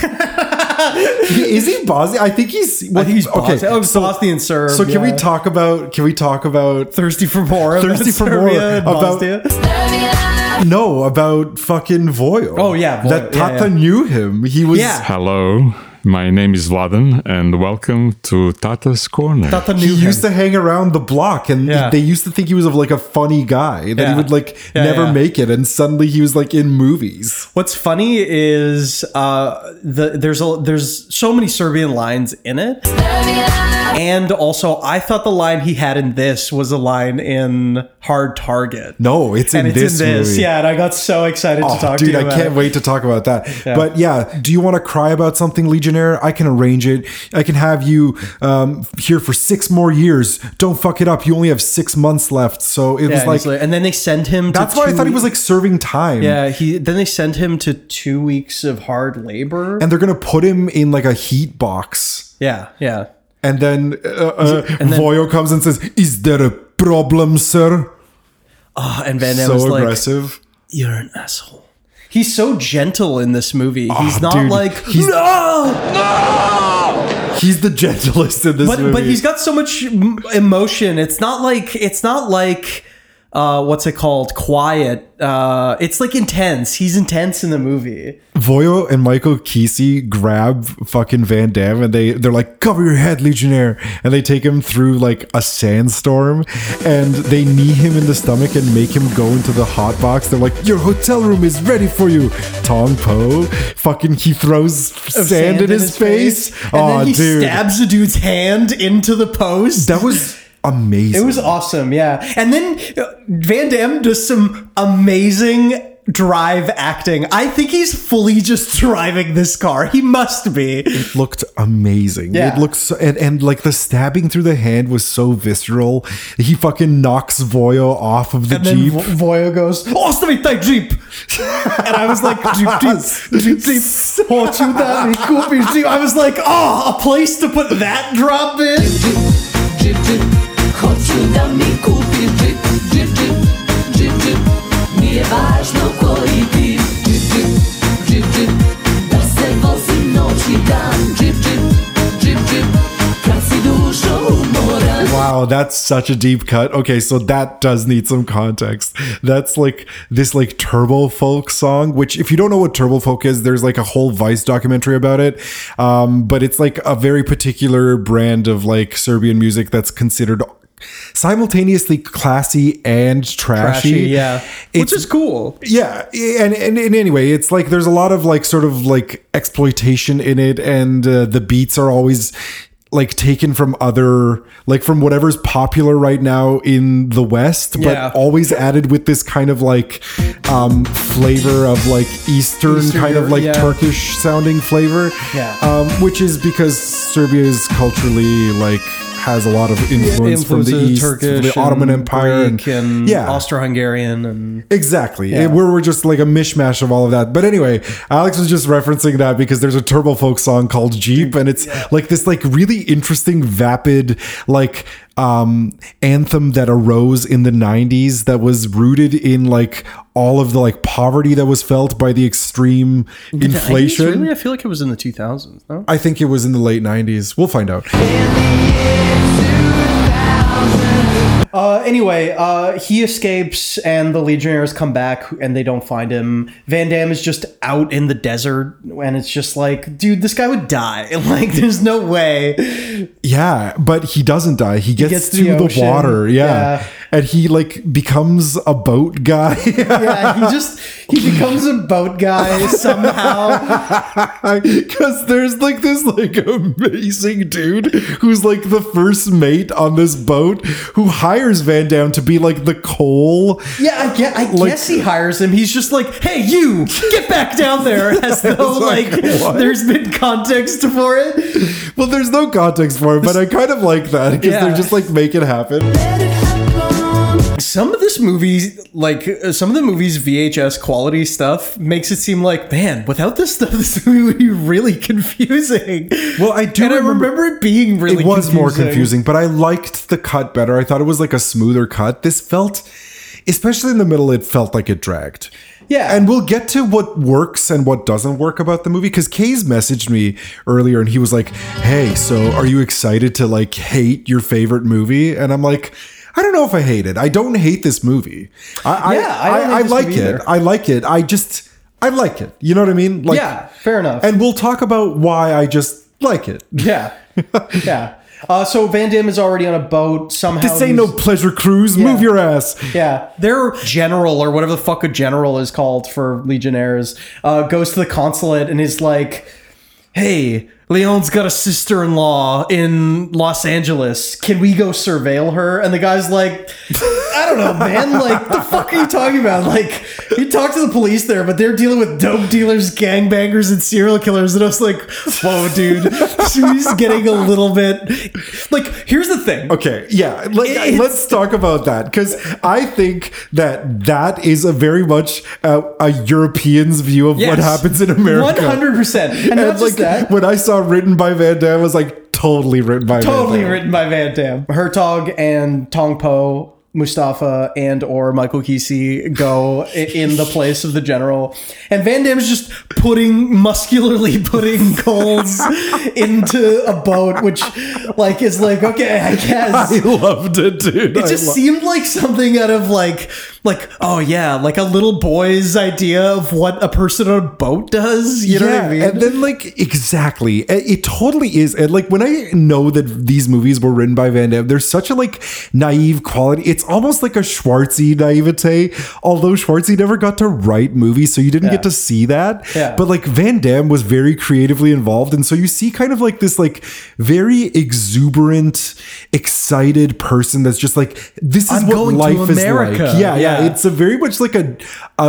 [SPEAKER 1] is he Bosnian? I think he's.
[SPEAKER 3] I think he's Bosnian. Oh, Bosnian Serb.
[SPEAKER 1] So can we
[SPEAKER 3] yeah.
[SPEAKER 1] talk about? Can we talk about?
[SPEAKER 3] thirsty for more.
[SPEAKER 1] Thirsty for more
[SPEAKER 3] Serbia and
[SPEAKER 1] about-
[SPEAKER 3] Bosnia.
[SPEAKER 1] No, about fucking Voyo.
[SPEAKER 3] Oh, yeah, Voyo.
[SPEAKER 1] that
[SPEAKER 3] Yeah,
[SPEAKER 1] Tata
[SPEAKER 3] yeah.
[SPEAKER 1] knew him. He was.
[SPEAKER 3] Yeah.
[SPEAKER 7] Hello, my name is Vladan, and welcome to Tata's Corner.
[SPEAKER 3] Not the
[SPEAKER 1] He
[SPEAKER 3] new
[SPEAKER 1] used
[SPEAKER 3] him.
[SPEAKER 1] to hang around the block, and
[SPEAKER 3] Yeah.
[SPEAKER 1] they used to think he was of like a funny guy that he
[SPEAKER 3] Yeah.
[SPEAKER 1] would like
[SPEAKER 3] Yeah,
[SPEAKER 1] never
[SPEAKER 3] yeah.
[SPEAKER 1] make it, and suddenly he was like in movies.
[SPEAKER 3] What's funny is uh, the there's a there's so many Serbian lines in it, and also I thought the line he had in this was a line in Hard Target.
[SPEAKER 1] No, it's in
[SPEAKER 3] and it's
[SPEAKER 1] this
[SPEAKER 3] in this,
[SPEAKER 1] movie.
[SPEAKER 3] yeah. And I got so excited
[SPEAKER 1] Oh,
[SPEAKER 3] to talk
[SPEAKER 1] dude,
[SPEAKER 3] to you.
[SPEAKER 1] I
[SPEAKER 3] about
[SPEAKER 1] can't
[SPEAKER 3] it.
[SPEAKER 1] wait to talk about that. But yeah, do you want to cry about something, Legionnaire? I can arrange it. I can have you um, here for six more years. Don't fuck it up. You only have six months left. So it
[SPEAKER 3] Yeah, and,
[SPEAKER 1] was
[SPEAKER 3] he's
[SPEAKER 1] like,
[SPEAKER 3] like- and then they send him.
[SPEAKER 1] that's
[SPEAKER 3] to
[SPEAKER 1] why I
[SPEAKER 3] two
[SPEAKER 1] thought he
[SPEAKER 3] we-
[SPEAKER 1] was like serving time.
[SPEAKER 3] Yeah, he then they send him to two weeks of hard labor.
[SPEAKER 1] And they're going to put him in like a heat box.
[SPEAKER 3] yeah, yeah.
[SPEAKER 1] And then, uh, uh,
[SPEAKER 3] and then-
[SPEAKER 1] Voyo comes and says, Is there a problem, sir?
[SPEAKER 3] Uh, and Van Damme was
[SPEAKER 1] so
[SPEAKER 3] like,
[SPEAKER 1] aggressive.
[SPEAKER 3] you're an asshole. He's so gentle in this movie. he's
[SPEAKER 1] Oh,
[SPEAKER 3] not
[SPEAKER 1] dude,
[SPEAKER 3] like
[SPEAKER 1] he's-
[SPEAKER 3] no,
[SPEAKER 1] He's the gentlest in this
[SPEAKER 3] but
[SPEAKER 1] movie.
[SPEAKER 3] but he's got so much m- emotion. It's not like it's not like uh, what's it called? Quiet. Uh, it's like intense. He's intense in the movie.
[SPEAKER 1] Voyo and Michael Kesey grab fucking Van Damme and they they're like cover your head legionnaire and they take him through like a sandstorm and they knee him in the stomach and make him go into the hot box they're like your hotel room is ready for you Tong Po fucking he throws sand, in, his, face,
[SPEAKER 3] and
[SPEAKER 1] oh
[SPEAKER 3] then he
[SPEAKER 1] dude
[SPEAKER 3] stabs the dude's hand into the post.
[SPEAKER 1] that was amazing
[SPEAKER 3] It was awesome, yeah. And then uh, Van Damme does some amazing drive acting. I think he's fully just driving this car. He must be.
[SPEAKER 1] looked amazing.
[SPEAKER 3] Yeah.
[SPEAKER 1] It looks and and like the stabbing through the hand was so visceral. He fucking knocks Voyo off of the
[SPEAKER 3] And then
[SPEAKER 1] jeep.
[SPEAKER 3] Vo- Voyo goes, "Ostavi taj jeep," and I was like, "Jeep, jeep, jeep, jeep, Oh, hoću da mi kupiš jeep." I was like, "Oh, a place to put that drop in."
[SPEAKER 1] Wow, that's such a deep cut. Okay, so that does need some context. That's like this like turbo folk song, which if you don't know what turbo folk is, there's like a whole Vice documentary about it. Um, but it's like a very particular brand of like Serbian music that's considered simultaneously classy and trashy.
[SPEAKER 3] Trashy, yeah,
[SPEAKER 1] It's
[SPEAKER 3] which is cool.
[SPEAKER 1] yeah and, and and anyway it's like there's a lot of like sort of like exploitation in it and uh, the beats are always like taken from other like from whatever's popular right now in the west but
[SPEAKER 3] Yeah.
[SPEAKER 1] always added with this kind of like um flavor of like eastern,
[SPEAKER 3] Eastern
[SPEAKER 1] kind of
[SPEAKER 3] Europe,
[SPEAKER 1] like
[SPEAKER 3] yeah.
[SPEAKER 1] turkish sounding flavor
[SPEAKER 3] Yeah.
[SPEAKER 1] um which is because serbia is culturally like has a lot of influence from the
[SPEAKER 3] Influences
[SPEAKER 1] east
[SPEAKER 3] Turkish,
[SPEAKER 1] the ottoman
[SPEAKER 3] and
[SPEAKER 1] empire
[SPEAKER 3] Greek and,
[SPEAKER 1] yeah
[SPEAKER 3] Austro-Hungarian, and
[SPEAKER 1] Exactly. It- we're, we're just like a mishmash of all of that. But anyway, Alex was just referencing that because there's a turbo folk song called Jeep and it's like this like really interesting vapid like um anthem that arose in the 90s that was rooted in like all of the like poverty that was felt by the extreme inflation.
[SPEAKER 3] Really, I feel like it was in the 2000s. No?
[SPEAKER 1] I think it was in the late 90s. We'll find out.
[SPEAKER 3] Uh, anyway, uh, he escapes, and the Legionnaires come back, and they don't find him. Van Damme is just out in the desert, and it's just like, dude, this guy would die. Like, there's no way.
[SPEAKER 1] Yeah, but he doesn't die. He gets,
[SPEAKER 3] gets
[SPEAKER 1] to
[SPEAKER 3] the
[SPEAKER 1] the,
[SPEAKER 3] ocean.
[SPEAKER 1] water. Yeah.
[SPEAKER 3] Yeah.
[SPEAKER 1] And he like becomes a boat guy.
[SPEAKER 3] Yeah, he just he becomes a boat guy somehow.
[SPEAKER 1] Because there's like this like amazing dude who's like the first mate on this boat who hires Van Damme to be like the coal.
[SPEAKER 3] Yeah, I guess, I
[SPEAKER 1] Like-
[SPEAKER 3] guess he hires him. He's just like, "Hey, you, get back down there," as though like,
[SPEAKER 1] like, what?
[SPEAKER 3] there's been context for it.
[SPEAKER 1] Well, there's no context for it, but I kind of like that because
[SPEAKER 3] Yeah.
[SPEAKER 1] they're just like make it happen.
[SPEAKER 3] Some of this movie, like uh, some of the movie's VHS quality stuff, makes it seem like, man, without this stuff, this movie would be really confusing.
[SPEAKER 1] Well, I do
[SPEAKER 3] and I
[SPEAKER 1] remember-
[SPEAKER 3] remember it being really.
[SPEAKER 1] it was more confusing, but I liked the cut better. I thought it was like a smoother cut. This felt, especially in the middle, it felt like it dragged.
[SPEAKER 3] Yeah.
[SPEAKER 1] And we'll get to what works and what doesn't work about the movie because Kay's messaged me earlier and he was like, Hey, so are you excited to like hate your favorite movie? And I'm like, I don't know if I hate it. I don't hate this movie. I, I,
[SPEAKER 3] Yeah, I
[SPEAKER 1] I,
[SPEAKER 3] don't hate
[SPEAKER 1] I,
[SPEAKER 3] this
[SPEAKER 1] like
[SPEAKER 3] movie
[SPEAKER 1] it.
[SPEAKER 3] either.
[SPEAKER 1] I like it. I just, I like it. You know what I mean? Like,
[SPEAKER 3] yeah, fair enough.
[SPEAKER 1] And we'll talk about why I just like it.
[SPEAKER 3] Yeah, yeah. Uh, so Van Damme is already on a boat somehow.
[SPEAKER 1] This ain't no
[SPEAKER 3] he's-
[SPEAKER 1] pleasure cruise. Move your ass.
[SPEAKER 3] Yeah, their general or whatever the fuck a general is called for legionnaires uh, goes to the consulate and is like, "Hey, Leon's got a sister-in-law in Los Angeles. Can we go surveil her?" And the guy's like, "I don't know, man. Like, the fuck are you talking about? Like, you talk to the police there, but they're dealing with dope dealers, gangbangers, and serial killers." And I was like, "Whoa, dude, she's getting a little bit like." Here's the thing.
[SPEAKER 1] Okay, yeah. Let,
[SPEAKER 3] It's-
[SPEAKER 1] let's talk about that because I think that that is a very much uh, a European's view of what
[SPEAKER 3] Yes.
[SPEAKER 1] happens in America.
[SPEAKER 3] 100%. And,
[SPEAKER 1] And
[SPEAKER 3] not
[SPEAKER 1] like
[SPEAKER 3] just that.
[SPEAKER 1] when I saw written by Van Damme, I was like totally written by
[SPEAKER 3] totally
[SPEAKER 1] Van Damme.
[SPEAKER 3] written by Van Damme. Hertog and Tongpo, Mustafa and or Michael Kesey go i- in the place of the general, and Van Damme's just putting muscularly putting coals into a boat, which like is like okay, I guess.
[SPEAKER 1] I loved it, dude.
[SPEAKER 3] it
[SPEAKER 1] I
[SPEAKER 3] just
[SPEAKER 1] lo-
[SPEAKER 3] seemed like something out of like like oh yeah like a little boy's idea of what a person on a boat does you know what i mean
[SPEAKER 1] And then, like, exactly. It, it totally is. And, like, when I know that these movies were written by Van Damme, there's such a, like, naive quality. It's almost like a Schwartzy naivete, although Schwartzy never got to write movies, so you didn't
[SPEAKER 3] Yeah.
[SPEAKER 1] get to see that.
[SPEAKER 3] Yeah.
[SPEAKER 1] But, like, Van Damme was very creatively involved. And so you see kind of, like, this, like, very exuberant, excited person that's just like, this is
[SPEAKER 3] I'm
[SPEAKER 1] what
[SPEAKER 3] going to
[SPEAKER 1] life is
[SPEAKER 3] America.
[SPEAKER 1] like. Yeah, yeah,
[SPEAKER 3] Yeah, Yeah.
[SPEAKER 1] It's a very much like a, a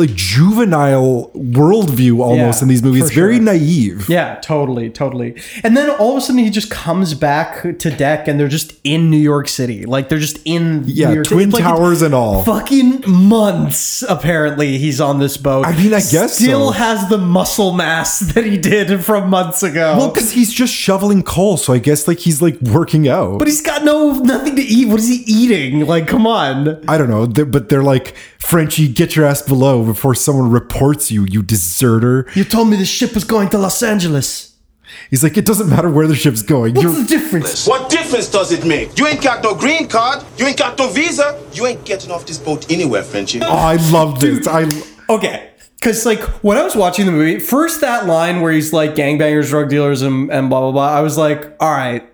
[SPEAKER 1] like juvenile worldview almost
[SPEAKER 3] Yeah,
[SPEAKER 1] in these movies.
[SPEAKER 3] for
[SPEAKER 1] It's very
[SPEAKER 3] sure.
[SPEAKER 1] naive.
[SPEAKER 3] Yeah, totally, totally. And then all of a sudden he just comes back to deck and they're just in New York City. Like they're just in
[SPEAKER 1] Yeah,
[SPEAKER 3] New York City.
[SPEAKER 1] Twin
[SPEAKER 3] It's like
[SPEAKER 1] Towers and all.
[SPEAKER 3] Fucking months apparently he's on this boat.
[SPEAKER 1] I mean, I guess
[SPEAKER 3] still
[SPEAKER 1] so.
[SPEAKER 3] has the muscle mass that he did from months ago.
[SPEAKER 1] Well, because he's just shoveling coal, so I guess like he's like working out.
[SPEAKER 3] but he's got no nothing to eat. What is he eating? Like, come on.
[SPEAKER 1] I don't know, they're, but they're like Frenchie, get your ass below before someone reports you, you deserter.
[SPEAKER 3] You told me the ship was going to Los Angeles.
[SPEAKER 1] He's like, it doesn't matter where the ship's going.
[SPEAKER 3] What's
[SPEAKER 1] You're
[SPEAKER 3] the difference?
[SPEAKER 9] What difference does it make? You ain't got no green card. You ain't got no visa. You ain't getting off this boat anywhere, Frenchie.
[SPEAKER 1] Oh, I love this. I
[SPEAKER 3] Okay. Because, like, when I was watching the movie, first that line where he's like gangbangers, drug dealers, and, and blah, blah, blah, I was like, all right,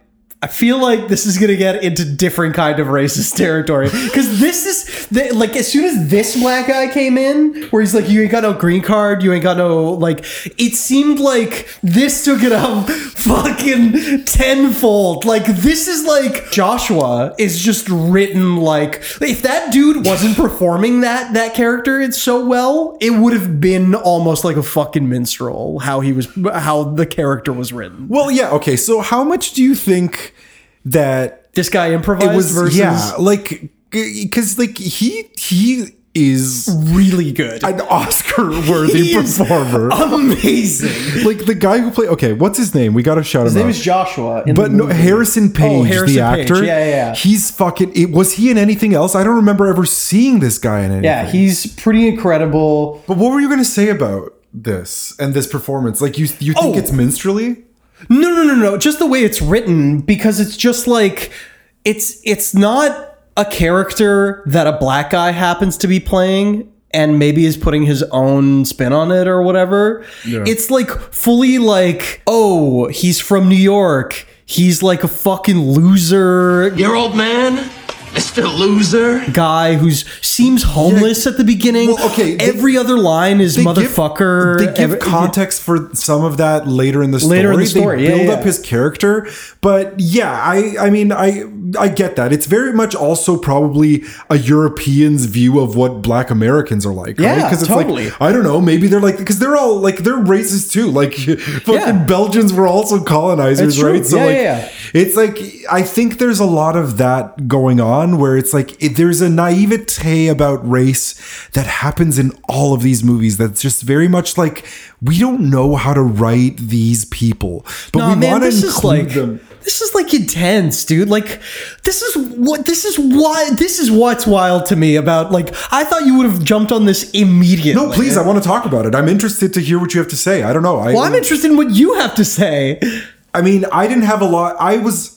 [SPEAKER 3] I feel like this is going to get into different kind of racist territory. Because this is, the, like, as soon as this black guy came in, where he's like, you ain't got no green card, you ain't got no, like, it seemed like this took it up fucking tenfold. Like, this is like Joshua is just written like, if that dude wasn't performing that, that character it so well, it would have been almost like a fucking minstrel, how he was, how the character was written.
[SPEAKER 1] well, yeah, okay. So how much do you think that
[SPEAKER 3] This guy improvised
[SPEAKER 1] it was
[SPEAKER 3] versus
[SPEAKER 1] yeah like because like he he is
[SPEAKER 3] really good.
[SPEAKER 1] an oscar worthy
[SPEAKER 3] He is
[SPEAKER 1] performer
[SPEAKER 3] amazing.
[SPEAKER 1] like the guy who played okay what's his name we gotta shout
[SPEAKER 3] His
[SPEAKER 1] him
[SPEAKER 3] name
[SPEAKER 1] out
[SPEAKER 3] is Joshua. in
[SPEAKER 1] but
[SPEAKER 3] the
[SPEAKER 1] no
[SPEAKER 3] movie.
[SPEAKER 1] harrison page
[SPEAKER 3] Oh, Harrison
[SPEAKER 1] the
[SPEAKER 3] Page.
[SPEAKER 1] actor
[SPEAKER 3] Yeah, yeah, yeah.
[SPEAKER 1] he's fucking it, was he in anything else i don't remember ever seeing this guy in anything
[SPEAKER 3] Yeah, he's pretty incredible.
[SPEAKER 1] but what were you gonna say about this and this performance like you you think
[SPEAKER 3] Oh.
[SPEAKER 1] it's minstrelly
[SPEAKER 3] No, no, no, no. Just the way it's written, because it's just like it's it's not a character that a black guy happens to be playing and maybe is putting his own spin on it or whatever. It's like fully like, oh, he's from New York. He's like a fucking loser
[SPEAKER 10] Your old man, Mr. Loser.
[SPEAKER 3] guy who's seems homeless at the beginning.
[SPEAKER 1] Well, okay, they-
[SPEAKER 3] every other line is
[SPEAKER 1] They give-
[SPEAKER 3] motherfucker.
[SPEAKER 1] they give
[SPEAKER 3] Every-
[SPEAKER 1] context for some of that later in the story.
[SPEAKER 3] Later in the story,
[SPEAKER 1] they
[SPEAKER 3] yeah,
[SPEAKER 1] build
[SPEAKER 3] yeah.
[SPEAKER 1] up his character, but yeah, I I mean I I get that. It's very much also probably a European's view of what Black Americans are like. right?
[SPEAKER 3] Yeah,
[SPEAKER 1] it's
[SPEAKER 3] totally.
[SPEAKER 1] like I don't know. Maybe they're like because they're all like they're racist too. Like fucking
[SPEAKER 3] Yeah.
[SPEAKER 1] Belgians were also colonizers,
[SPEAKER 3] It's true.
[SPEAKER 1] right? So
[SPEAKER 3] Yeah,
[SPEAKER 1] like
[SPEAKER 3] yeah, yeah.
[SPEAKER 1] it's like I think there's a lot of that going on where it's like it, there's a naivete about race that happens in all of these movies that's just very much like we don't know how to write these people, but
[SPEAKER 3] Nah,
[SPEAKER 1] we
[SPEAKER 3] man,
[SPEAKER 1] want to
[SPEAKER 3] this
[SPEAKER 1] include
[SPEAKER 3] is like
[SPEAKER 1] them.
[SPEAKER 3] this is like intense, dude. Like this is what this is why this is what's wild to me about. Like I thought you would have jumped on this immediately.
[SPEAKER 1] No, please, I want to talk about it. I'm interested to hear what you have to say. I don't know. I,
[SPEAKER 3] Well, I'm interested in what you have to say.
[SPEAKER 1] I mean, I didn't have a lot. I was.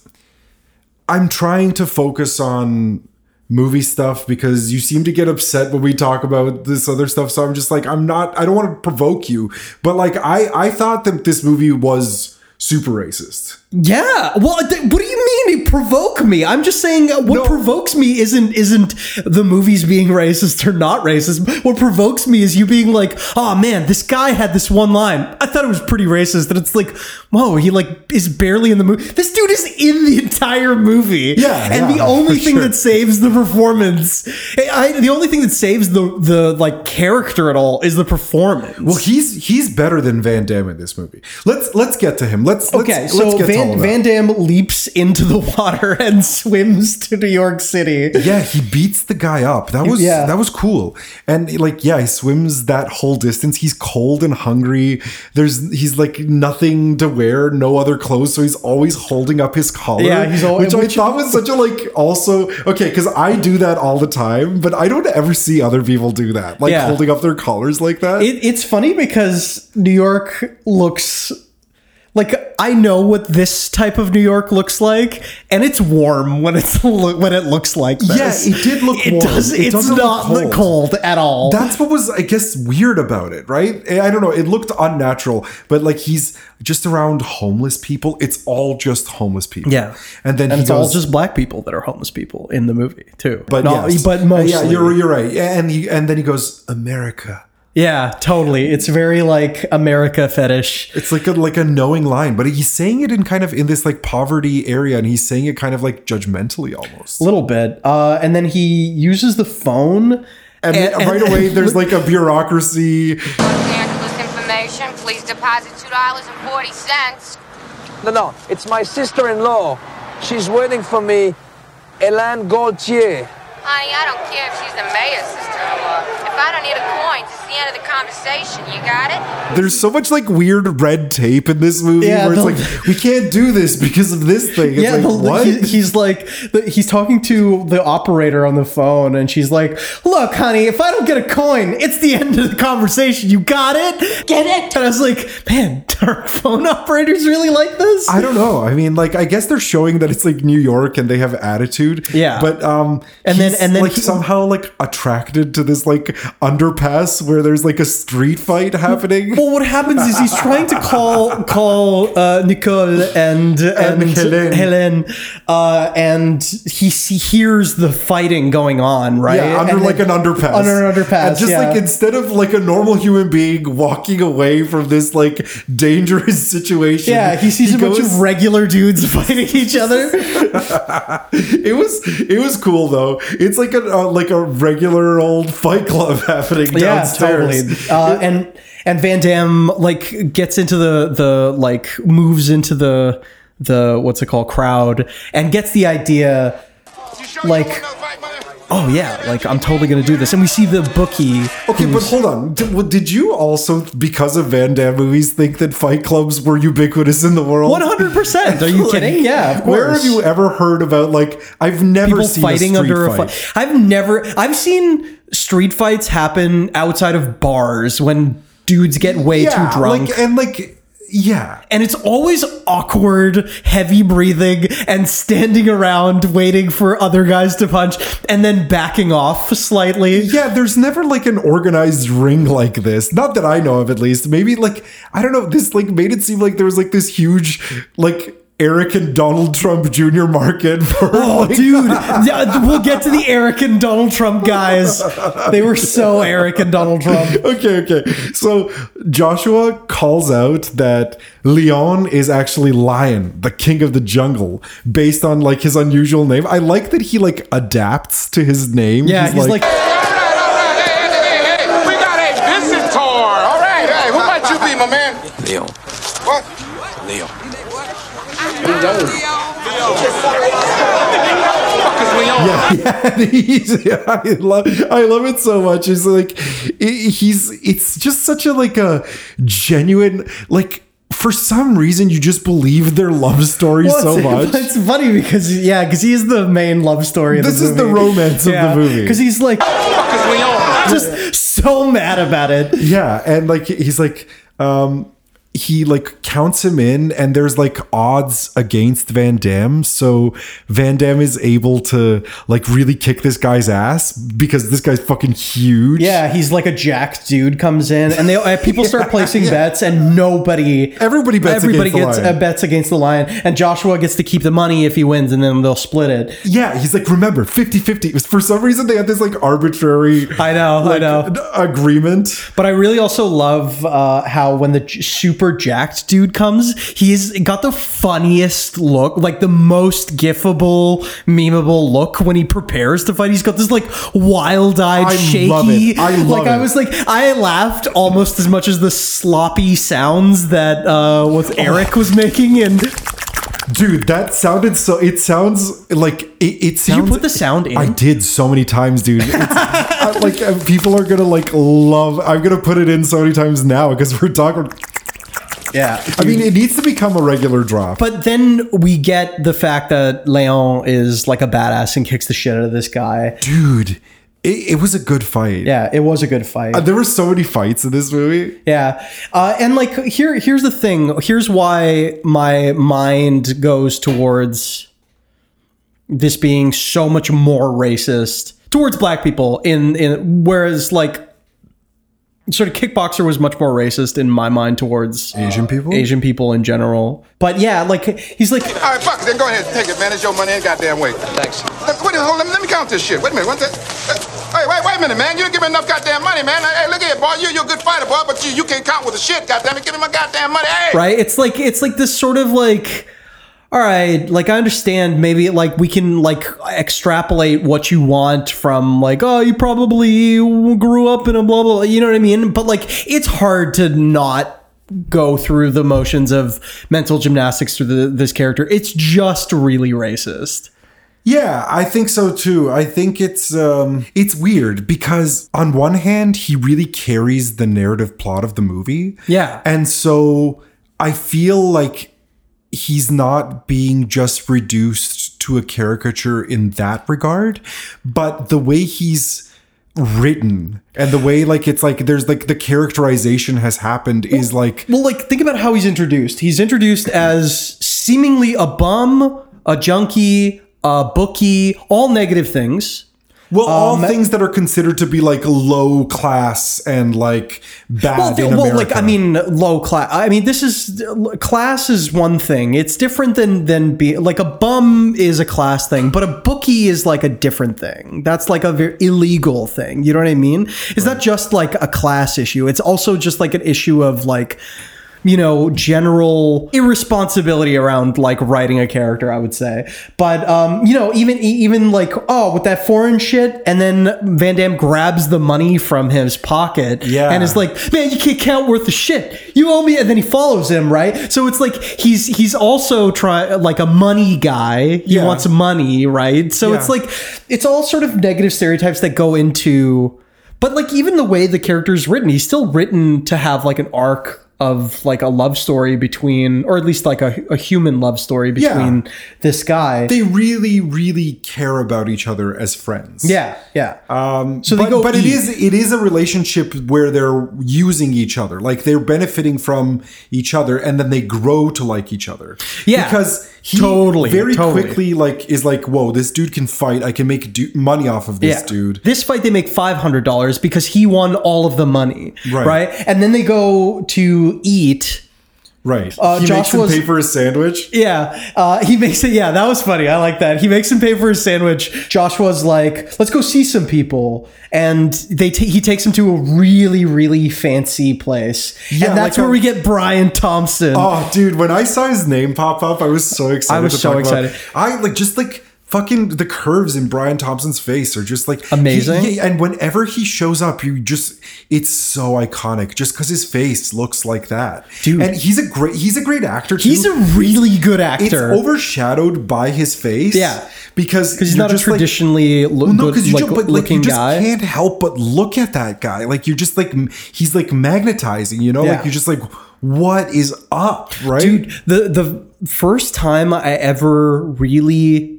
[SPEAKER 1] I'm trying to focus on movie stuff because you seem to get upset when we talk about this other stuff. So I'm just like, I'm not. I don't want to provoke you, but like, I I thought that this movie was super racist.
[SPEAKER 3] Yeah. Well, th- what do you mean? It provoke me. I'm just saying uh, what
[SPEAKER 1] No.
[SPEAKER 3] provokes me isn't isn't the movies being racist or not racist. What provokes me is you being like, "Oh man, this guy had this one line. I thought it was pretty racist." And it's like, "Whoa, he like is barely in the movie. This dude is in the entire movie."
[SPEAKER 1] Yeah,
[SPEAKER 3] And the
[SPEAKER 1] yeah,
[SPEAKER 3] only
[SPEAKER 1] for
[SPEAKER 3] thing
[SPEAKER 1] sure.
[SPEAKER 3] that saves the performance, I, I- the only thing that saves the the like character at all is the performance.
[SPEAKER 1] Well, he's he's better than Van Damme in this movie. Let's let's get to him. Let's
[SPEAKER 3] Okay,
[SPEAKER 1] let's,
[SPEAKER 3] so
[SPEAKER 1] let's get to all
[SPEAKER 3] Van,
[SPEAKER 1] of that.
[SPEAKER 3] Van Damme leaps into the water and swims to New York City.
[SPEAKER 1] Yeah, he beats the guy up. That was
[SPEAKER 3] Yeah.
[SPEAKER 1] that was cool. And like, yeah, he swims that whole distance. He's cold and hungry. There's he's like nothing to wear, no other clothes, so he's always holding up his collar.
[SPEAKER 3] Yeah, he's al-
[SPEAKER 1] which,
[SPEAKER 3] which-
[SPEAKER 1] I thought was such a like also okay, because I do that all the time, but I don't ever see other people do that, like
[SPEAKER 3] Yeah.
[SPEAKER 1] holding up their collars like that.
[SPEAKER 3] It, it's funny because New York looks like I know what this type of New York looks like, and it's warm when it's lo- when it looks like this.
[SPEAKER 1] Yeah, it did look
[SPEAKER 3] It
[SPEAKER 1] warm.
[SPEAKER 3] does.
[SPEAKER 1] It
[SPEAKER 3] it's
[SPEAKER 1] doesn't look
[SPEAKER 3] not the
[SPEAKER 1] cold.
[SPEAKER 3] cold at all.
[SPEAKER 1] That's what was, I guess, weird about it, right? Eh, I don't know. It looked unnatural, but like he's just around homeless people. It's all just homeless people.
[SPEAKER 3] Yeah.
[SPEAKER 1] and then
[SPEAKER 3] and
[SPEAKER 1] he
[SPEAKER 3] it's
[SPEAKER 1] goes,
[SPEAKER 3] all just black people that are homeless people in the movie too.
[SPEAKER 1] but
[SPEAKER 3] Not-
[SPEAKER 1] yes.
[SPEAKER 3] but
[SPEAKER 1] Uh,
[SPEAKER 3] mostly.
[SPEAKER 1] yeah, you're you're right. And he and then he goes, America,
[SPEAKER 3] Yeah, totally. It's very like America fetish.
[SPEAKER 1] It's like a like a knowing line, but he's saying it in kind of in this like poverty area, and he's saying it kind of like judgmentally almost.
[SPEAKER 3] A little bit. Uh, and then he uses the phone.
[SPEAKER 1] And,
[SPEAKER 3] and-
[SPEAKER 1] right
[SPEAKER 3] and-
[SPEAKER 1] away, there's like a bureaucracy.
[SPEAKER 11] Miraculous information. Please deposit two dollars and forty cents.
[SPEAKER 5] No, no, it's my sister-in-law. She's waiting for me, Elan Gaultier.
[SPEAKER 11] Honey, I don't care if she's the mayor's sister-in-law. If I don't need a coin, it's the end of the conversation. You got it?
[SPEAKER 1] There's so much like weird red tape in this movie
[SPEAKER 3] Yeah,
[SPEAKER 1] where it's
[SPEAKER 3] the-
[SPEAKER 1] like we can't do this because of this thing. It's
[SPEAKER 3] yeah,
[SPEAKER 1] like
[SPEAKER 3] the-
[SPEAKER 1] what?
[SPEAKER 3] he- he's like the, he's talking to the operator on the phone, and she's like, "Look, honey, if I don't get a coin, it's the end of the conversation. You got it? Get it?" And I was like, "Man, are phone operators really like this?"
[SPEAKER 1] I don't know. I mean, like, I guess they're showing that it's like New York and they have attitude.
[SPEAKER 3] Yeah.
[SPEAKER 1] But um,
[SPEAKER 3] And then-
[SPEAKER 1] he's,
[SPEAKER 3] and then
[SPEAKER 1] like
[SPEAKER 3] he-
[SPEAKER 1] somehow like attracted to this like underpass where there's like a street fight happening.
[SPEAKER 3] well, what happens is he's trying to call call uh, Nicole and and,
[SPEAKER 1] Helen.
[SPEAKER 3] Helen, uh, and he see, hears the fighting going on, right?
[SPEAKER 1] Yeah, under
[SPEAKER 3] And
[SPEAKER 1] like
[SPEAKER 3] then-
[SPEAKER 1] an underpass.
[SPEAKER 3] Under an underpass.
[SPEAKER 1] And just
[SPEAKER 3] yeah.
[SPEAKER 1] like instead of like a normal human being walking away from this like dangerous situation.
[SPEAKER 3] yeah, he sees a bunch
[SPEAKER 1] goes-
[SPEAKER 3] of regular dudes fighting each other.
[SPEAKER 1] It was it was cool though. It's like a uh, like a regular old fight club happening downstairs.
[SPEAKER 3] Yeah, totally. Uh, and and Van Damme like gets into the the like moves into the the what's it called crowd and gets the idea like oh yeah like I'm totally gonna do this and we see the bookie
[SPEAKER 1] Okay, but hold on. Did, well, did you also, because of Van Damme movies, think that fight clubs were ubiquitous in the world?
[SPEAKER 3] 100 percent are you kidding yeah of
[SPEAKER 1] Where have
[SPEAKER 3] course.
[SPEAKER 1] you ever heard about like I've never
[SPEAKER 3] people
[SPEAKER 1] seen
[SPEAKER 3] fighting
[SPEAKER 1] a
[SPEAKER 3] under
[SPEAKER 1] under
[SPEAKER 3] a
[SPEAKER 1] fight.
[SPEAKER 3] fight I've never I've seen street fights happen outside of bars when dudes get way
[SPEAKER 1] Yeah,
[SPEAKER 3] too drunk
[SPEAKER 1] like and like yeah.
[SPEAKER 3] and it's always awkward, heavy breathing, and standing around waiting for other guys to punch, and then backing off slightly.
[SPEAKER 1] Yeah, there's never like an organized ring like this. Not that I know of, at least. Maybe like I don't know. This like made it seem like there was like this huge like Eric and Donald Trump Jr. market for
[SPEAKER 3] Oh,
[SPEAKER 1] like,
[SPEAKER 3] dude, Yeah, we'll get to the Eric and Donald Trump guys. They were so Eric and Donald Trump.
[SPEAKER 1] okay, okay. So Joshua calls out that Leon is actually Lion, the king of the jungle, based on like his unusual name. I like that he like adapts to his name.
[SPEAKER 3] Yeah, he's, like,
[SPEAKER 4] We got a business tour. All right, hey, who might you be, my man?
[SPEAKER 2] Leon.
[SPEAKER 4] What?
[SPEAKER 2] Leon.
[SPEAKER 1] yeah, yeah. and he's- I love, I love it so much. It's like it- he's, it's just such a like a genuine like. For some reason, you just believe their love story
[SPEAKER 3] Well,
[SPEAKER 1] so much.
[SPEAKER 3] it's, it's funny because yeah, because he's the main love story. Of
[SPEAKER 1] This is the romance of the movie.
[SPEAKER 3] because he's like just so mad about it.
[SPEAKER 1] Yeah, and like he's like um he like counts him in and there's like odds against Van Damme. So Van Damme is able to like really kick this guy's ass because this guy's fucking huge.
[SPEAKER 3] Yeah, he's like a jacked dude comes in, and they uh, people start placing bets, and nobody,
[SPEAKER 1] Everybody bets
[SPEAKER 3] everybody
[SPEAKER 1] against
[SPEAKER 3] gets
[SPEAKER 1] the lion.
[SPEAKER 3] uh, bets against the lion, and Joshua gets to keep the money if he wins, and then they'll split it.
[SPEAKER 1] Yeah, he's like, remember, 50-50. For some reason they had this like arbitrary
[SPEAKER 3] I know, I
[SPEAKER 1] like,
[SPEAKER 3] know,
[SPEAKER 1] d- agreement.
[SPEAKER 3] but I really also love uh, how when the j- super jacked dude comes, he's got the funniest look, like the most gifable, memeable look when he prepares to fight. He's got this like wild-eyed,
[SPEAKER 1] I
[SPEAKER 3] shaky.
[SPEAKER 1] love it. I love
[SPEAKER 3] like I
[SPEAKER 1] it.
[SPEAKER 3] was like I laughed almost as much as the sloppy sounds that uh
[SPEAKER 1] Oh.
[SPEAKER 3] was Eric was making and
[SPEAKER 1] Dude, that sounded so it sounds like it, it
[SPEAKER 3] did
[SPEAKER 1] sounds
[SPEAKER 3] you put the sound in?
[SPEAKER 1] I did so many times, dude. It's, I- like uh, people are gonna like love. I'm gonna put it in so many times now because we're talking.
[SPEAKER 3] Yeah.
[SPEAKER 1] I mean, it needs to become a regular drop.
[SPEAKER 3] But then we get the fact that Leon is like a badass and kicks the shit out of this guy.
[SPEAKER 1] dude, it, it was a good fight.
[SPEAKER 3] Yeah, it was a good fight.
[SPEAKER 1] Uh, There were so many fights in this movie.
[SPEAKER 3] Yeah, uh, and like here, here's the thing. Here's why my mind goes towards this being so much more racist towards black people. In in whereas like sort of kickboxer was much more racist in my mind towards
[SPEAKER 1] Asian people?
[SPEAKER 3] Asian people in general. But yeah, like he's like
[SPEAKER 4] All right, fuck. it, Then go ahead, take it, man. It's your money, any goddamn way.
[SPEAKER 2] Thanks.
[SPEAKER 4] Look, wait, hold on. Let me count this shit. Wait a minute. One sec. Uh,
[SPEAKER 9] Hey, wait, wait a minute, man. You didn't give me enough goddamn money, man. Hey, look here, boy. You, you're a good fighter, boy, but you, you can't count with a shit, goddamn it. Give me my goddamn money. Hey!
[SPEAKER 3] right it's like it's like this sort of like all right like i understand maybe like we can like extrapolate what you want from like oh you probably grew up in a blah blah blah, you know what i mean but like it's hard to not go through the motions of mental gymnastics through the, this character it's just really racist
[SPEAKER 1] Yeah, I think so too. I think it's um it's weird because on one hand he really carries the narrative plot of the movie.
[SPEAKER 3] Yeah.
[SPEAKER 1] And so I feel like he's not being just reduced to a caricature in that regard, but the way he's written and the way like it's like there's like the characterization has happened is like
[SPEAKER 3] Well, like think about how he's introduced. He's introduced as seemingly a bum, a junkie, a bookie, all negative things.
[SPEAKER 1] Well, all
[SPEAKER 3] um,
[SPEAKER 1] things that are considered to be like low class and like bad
[SPEAKER 3] Well,
[SPEAKER 1] in
[SPEAKER 3] th-
[SPEAKER 1] America.
[SPEAKER 3] well like I mean, low class. I mean, this is class is one thing. It's different than than being like a bum is a class thing, but a bookie is like a different thing. That's like a very illegal thing. You know what I mean? It's not just like a class issue. It's also just like an issue of like you know general irresponsibility around like writing a character i would say but um you know even even like oh with that foreign shit and then van damme grabs the money from his pocket
[SPEAKER 1] Yeah.
[SPEAKER 3] and is like man you can't count worth of shit you owe me and then he follows him right so it's like he's he's also trying like a money guy he
[SPEAKER 1] Yeah.
[SPEAKER 3] wants money right so it's
[SPEAKER 1] Yeah.
[SPEAKER 3] like it's all sort of negative stereotypes that go into but like even the way the character's written, he's still written to have like an arc of like a love story between, or at least like a, a human love story
[SPEAKER 1] Yeah.
[SPEAKER 3] between this guy.
[SPEAKER 1] they really, really care about each other as friends.
[SPEAKER 3] yeah, yeah. Um, so
[SPEAKER 1] But,
[SPEAKER 3] they go,
[SPEAKER 1] but it
[SPEAKER 3] eat.
[SPEAKER 1] is it is a relationship where they're using each other, like they're benefiting from each other, and then they grow to like each other.
[SPEAKER 3] Yeah.
[SPEAKER 1] because he
[SPEAKER 3] Totally,
[SPEAKER 1] very
[SPEAKER 3] totally.
[SPEAKER 1] quickly like is like, whoa, this dude can fight. I can make du- money off of this
[SPEAKER 3] Yeah.
[SPEAKER 1] dude.
[SPEAKER 3] This fight they make five hundred dollars because he won all of the money,
[SPEAKER 1] Right.
[SPEAKER 3] And then they go to eat.
[SPEAKER 1] Right.
[SPEAKER 3] Uh,
[SPEAKER 1] he makes him
[SPEAKER 3] Joshua's-
[SPEAKER 1] pay for his sandwich.
[SPEAKER 3] Yeah, uh, he makes it. Yeah, that was funny. I like that. He makes him pay for his sandwich. Joshua's like, "Let's go see some people," and they ta- he takes him to a really really fancy place,
[SPEAKER 1] Yeah,
[SPEAKER 3] and that's
[SPEAKER 1] like
[SPEAKER 3] where
[SPEAKER 1] a-
[SPEAKER 3] we get Brian Thompson.
[SPEAKER 1] Oh, dude, when I saw his name pop up, I was so excited.
[SPEAKER 3] I was
[SPEAKER 1] to
[SPEAKER 3] so
[SPEAKER 1] talk about-
[SPEAKER 3] excited.
[SPEAKER 1] I like just like fucking the curves in Brian Thompson's face are just like
[SPEAKER 3] Amazing.
[SPEAKER 1] He- he- and whenever he shows up, you just it's so iconic just because his face looks like that,
[SPEAKER 3] Dude.
[SPEAKER 1] And he's a great he's a great actor. Too.
[SPEAKER 3] He's a really good actor.
[SPEAKER 1] it's overshadowed by his face,
[SPEAKER 3] Yeah.
[SPEAKER 1] because
[SPEAKER 3] because he's
[SPEAKER 1] you're
[SPEAKER 3] not a
[SPEAKER 1] just, like-
[SPEAKER 3] traditionally lo-
[SPEAKER 1] well, no,
[SPEAKER 3] good,
[SPEAKER 1] because you
[SPEAKER 3] like,
[SPEAKER 1] just, but, like,
[SPEAKER 3] looking
[SPEAKER 1] you just
[SPEAKER 3] guy.
[SPEAKER 1] can't help but look at that guy. Like you're just like m- he's like magnetizing, you know?
[SPEAKER 3] Yeah.
[SPEAKER 1] Like you're just like, what is up, right?
[SPEAKER 3] Dude, the the first time I ever really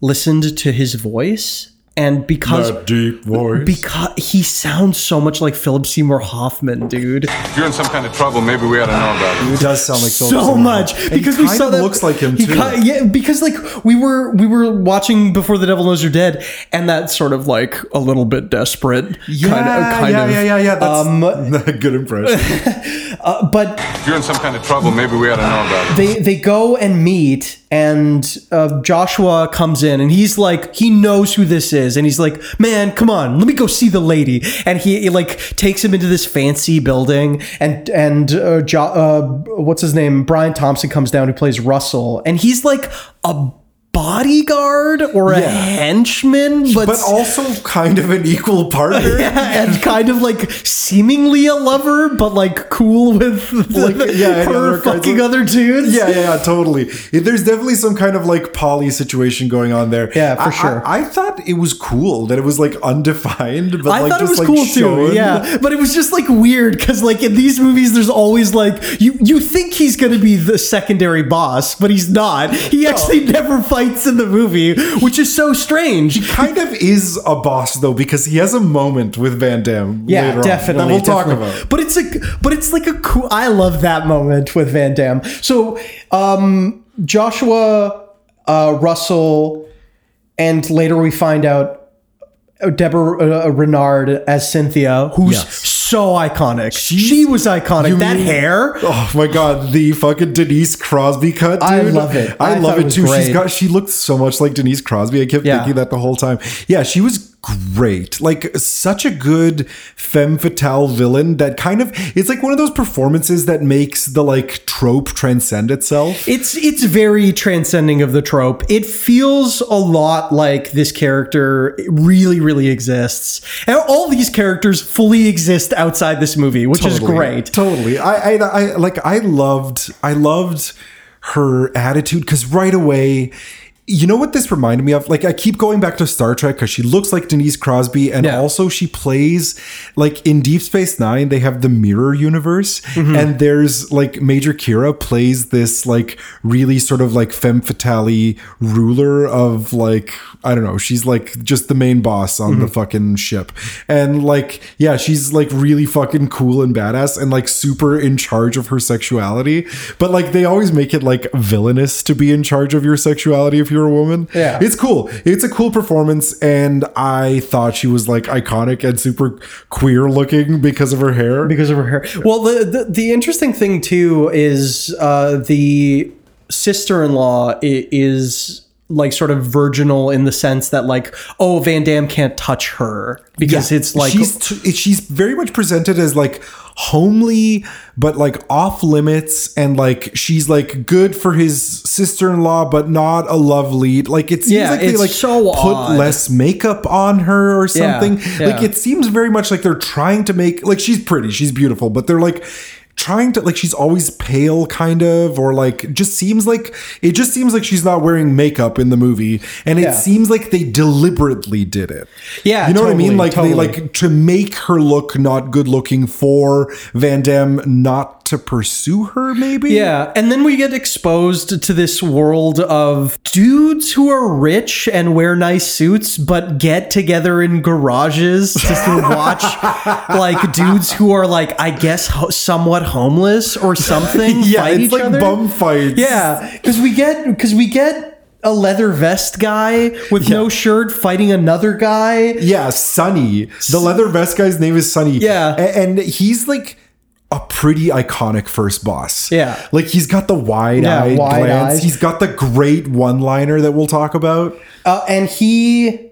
[SPEAKER 3] listened to his voice, and because
[SPEAKER 1] deep voice.
[SPEAKER 3] because he sounds so much like Philip Seymour Hoffman, dude.
[SPEAKER 12] If you're in some kind of trouble, maybe we ought to know about it.
[SPEAKER 1] It does sound like Philip
[SPEAKER 3] so
[SPEAKER 1] Seymour.
[SPEAKER 3] much
[SPEAKER 1] And
[SPEAKER 3] because
[SPEAKER 1] he
[SPEAKER 3] we
[SPEAKER 1] kind
[SPEAKER 3] saw
[SPEAKER 1] of
[SPEAKER 3] that
[SPEAKER 1] looks like him
[SPEAKER 3] he
[SPEAKER 1] too.
[SPEAKER 3] ki- yeah, because like we were we were watching before the devil knows you're dead, and that sort of like a little bit desperate
[SPEAKER 1] yeah,
[SPEAKER 3] kind of kind
[SPEAKER 1] yeah,
[SPEAKER 3] of. um,
[SPEAKER 1] yeah, yeah, yeah. That's um, not a good impression.
[SPEAKER 3] But
[SPEAKER 12] If you're in some kind of trouble, maybe we ought to know about it.
[SPEAKER 3] they they go and meet and uh, joshua comes in and he's like he knows who this is and he's like man come on let me go see the lady and he, he, like takes him into this fancy building and and uh, jo- uh, what's his name brian thompson comes down who plays russell and he's like a bodyguard or a
[SPEAKER 1] Yeah.
[SPEAKER 3] henchman but,
[SPEAKER 1] but also kind of an equal partner.
[SPEAKER 3] yeah, and kind of like seemingly a lover, but like cool with like,
[SPEAKER 1] yeah, and
[SPEAKER 3] her
[SPEAKER 1] other kinds
[SPEAKER 3] fucking
[SPEAKER 1] of-
[SPEAKER 3] other dudes.
[SPEAKER 1] Yeah, yeah, yeah, totally. There's definitely some kind of like poly situation going on there.
[SPEAKER 3] Yeah, for
[SPEAKER 1] I- I-
[SPEAKER 3] sure.
[SPEAKER 1] I, thought it was cool that it was like undefined, but
[SPEAKER 3] I
[SPEAKER 1] like
[SPEAKER 3] thought it
[SPEAKER 1] just
[SPEAKER 3] was
[SPEAKER 1] like
[SPEAKER 3] cool
[SPEAKER 1] shown.
[SPEAKER 3] too. Yeah, but it was just like weird because like in these movies, there's always like you you think he's gonna be the secondary boss, but he's not. He actually never fights in the movie, which is so strange.
[SPEAKER 1] Kind of is a boss though because he has a moment with Van Damme.
[SPEAKER 3] Yeah,
[SPEAKER 1] later on
[SPEAKER 3] definitely.
[SPEAKER 1] that we'll
[SPEAKER 3] definitely.
[SPEAKER 1] talk about.
[SPEAKER 3] But it's like, but it's like a cool. I love that moment with Van Damme. So, um, Joshua, uh, Russell, and later we find out uh, Deborah uh, Renard as Cynthia, who's
[SPEAKER 1] Yes.
[SPEAKER 3] so iconic. she was iconic.
[SPEAKER 1] You
[SPEAKER 3] That
[SPEAKER 1] mean-
[SPEAKER 3] hair.
[SPEAKER 1] Oh my god, the fucking Denise Crosby cut, dude.
[SPEAKER 3] I love it.
[SPEAKER 1] I,
[SPEAKER 3] I thought
[SPEAKER 1] love
[SPEAKER 3] it
[SPEAKER 1] it
[SPEAKER 3] was
[SPEAKER 1] too. She's
[SPEAKER 3] great.
[SPEAKER 1] got she looked so much like Denise Crosby. I kept
[SPEAKER 3] Yeah.
[SPEAKER 1] thinking that the whole time. Yeah, she was great. Like such a good femme fatale villain that kind of it's like one of those performances that makes the like trope transcend itself.
[SPEAKER 3] It's it's very transcending of the trope. It feels a lot like this character really really exists. And all these characters fully exist outside this movie, which is
[SPEAKER 1] Totally.
[SPEAKER 3] great.
[SPEAKER 1] Totally. I, I I like I loved I loved her attitude cuz right away you know what this reminded me of? Like I keep going back to Star Trek cuz she looks like Denise Crosby and also she plays like in Deep Space 9 they have the mirror universe
[SPEAKER 3] Mm-hmm.
[SPEAKER 13] Mhm.
[SPEAKER 1] and there's like Major Kira plays this like really sort of like femme fatale ruler of like I don't know, she's like just the main boss on the
[SPEAKER 3] Mm-hmm.
[SPEAKER 13] Mhm.
[SPEAKER 1] fucking ship. And like yeah, she's like really fucking cool and badass and like super in charge of her sexuality, but like they always make it like villainous to be in charge of your sexuality if you're a woman.
[SPEAKER 13] Yeah.
[SPEAKER 1] It's cool. It's a cool performance and I thought she was like iconic and super queer looking because of her hair.
[SPEAKER 3] Because of her hair. Well, the, the the interesting thing too is uh, the sister-in-law i- is like sort of virginal in the sense that like oh Van Damme can't touch her because
[SPEAKER 1] Yeah.
[SPEAKER 3] it's like
[SPEAKER 1] she's t- she's very much presented as like homely but like off limits and like she's like good for his sister-in-law but not a love lead like it seems
[SPEAKER 13] Yeah,
[SPEAKER 1] like they
[SPEAKER 13] it's
[SPEAKER 1] like
[SPEAKER 13] so
[SPEAKER 1] put
[SPEAKER 13] odd.
[SPEAKER 1] less makeup on her or
[SPEAKER 13] Yeah,
[SPEAKER 1] something like
[SPEAKER 13] yeah.
[SPEAKER 1] it seems very much like they're trying to make like she's pretty she's beautiful but they're like trying to like she's always pale kind of or like just seems like it just seems like she's not wearing makeup in the movie and it
[SPEAKER 13] Yeah.
[SPEAKER 1] seems like they deliberately did it
[SPEAKER 13] Yeah,
[SPEAKER 1] you know what I mean?
[SPEAKER 13] totally,
[SPEAKER 1] Like
[SPEAKER 13] totally.
[SPEAKER 1] they like to make her look not good looking for Van Damme not to pursue her, maybe.
[SPEAKER 3] Yeah, and then we get exposed to this world of dudes who are rich and wear nice suits, but get together in garages just to watch like dudes who are like, I guess, ho- somewhat homeless or something.
[SPEAKER 13] Yeah,
[SPEAKER 3] fight
[SPEAKER 13] it's
[SPEAKER 3] each
[SPEAKER 13] like
[SPEAKER 3] other.
[SPEAKER 13] bum
[SPEAKER 1] fights.
[SPEAKER 3] Yeah, because we get because we get. A leather vest guy with no shirt fighting another guy.
[SPEAKER 1] Yeah, Sonny. The leather vest guy's name is Sonny. Yeah, and, he's like a pretty iconic first boss.
[SPEAKER 3] Yeah.
[SPEAKER 1] like he's got the wide eyed
[SPEAKER 3] Yeah, wide
[SPEAKER 1] glance.
[SPEAKER 3] eyes.
[SPEAKER 1] He's got the great one liner that we'll talk about.
[SPEAKER 3] Uh, and he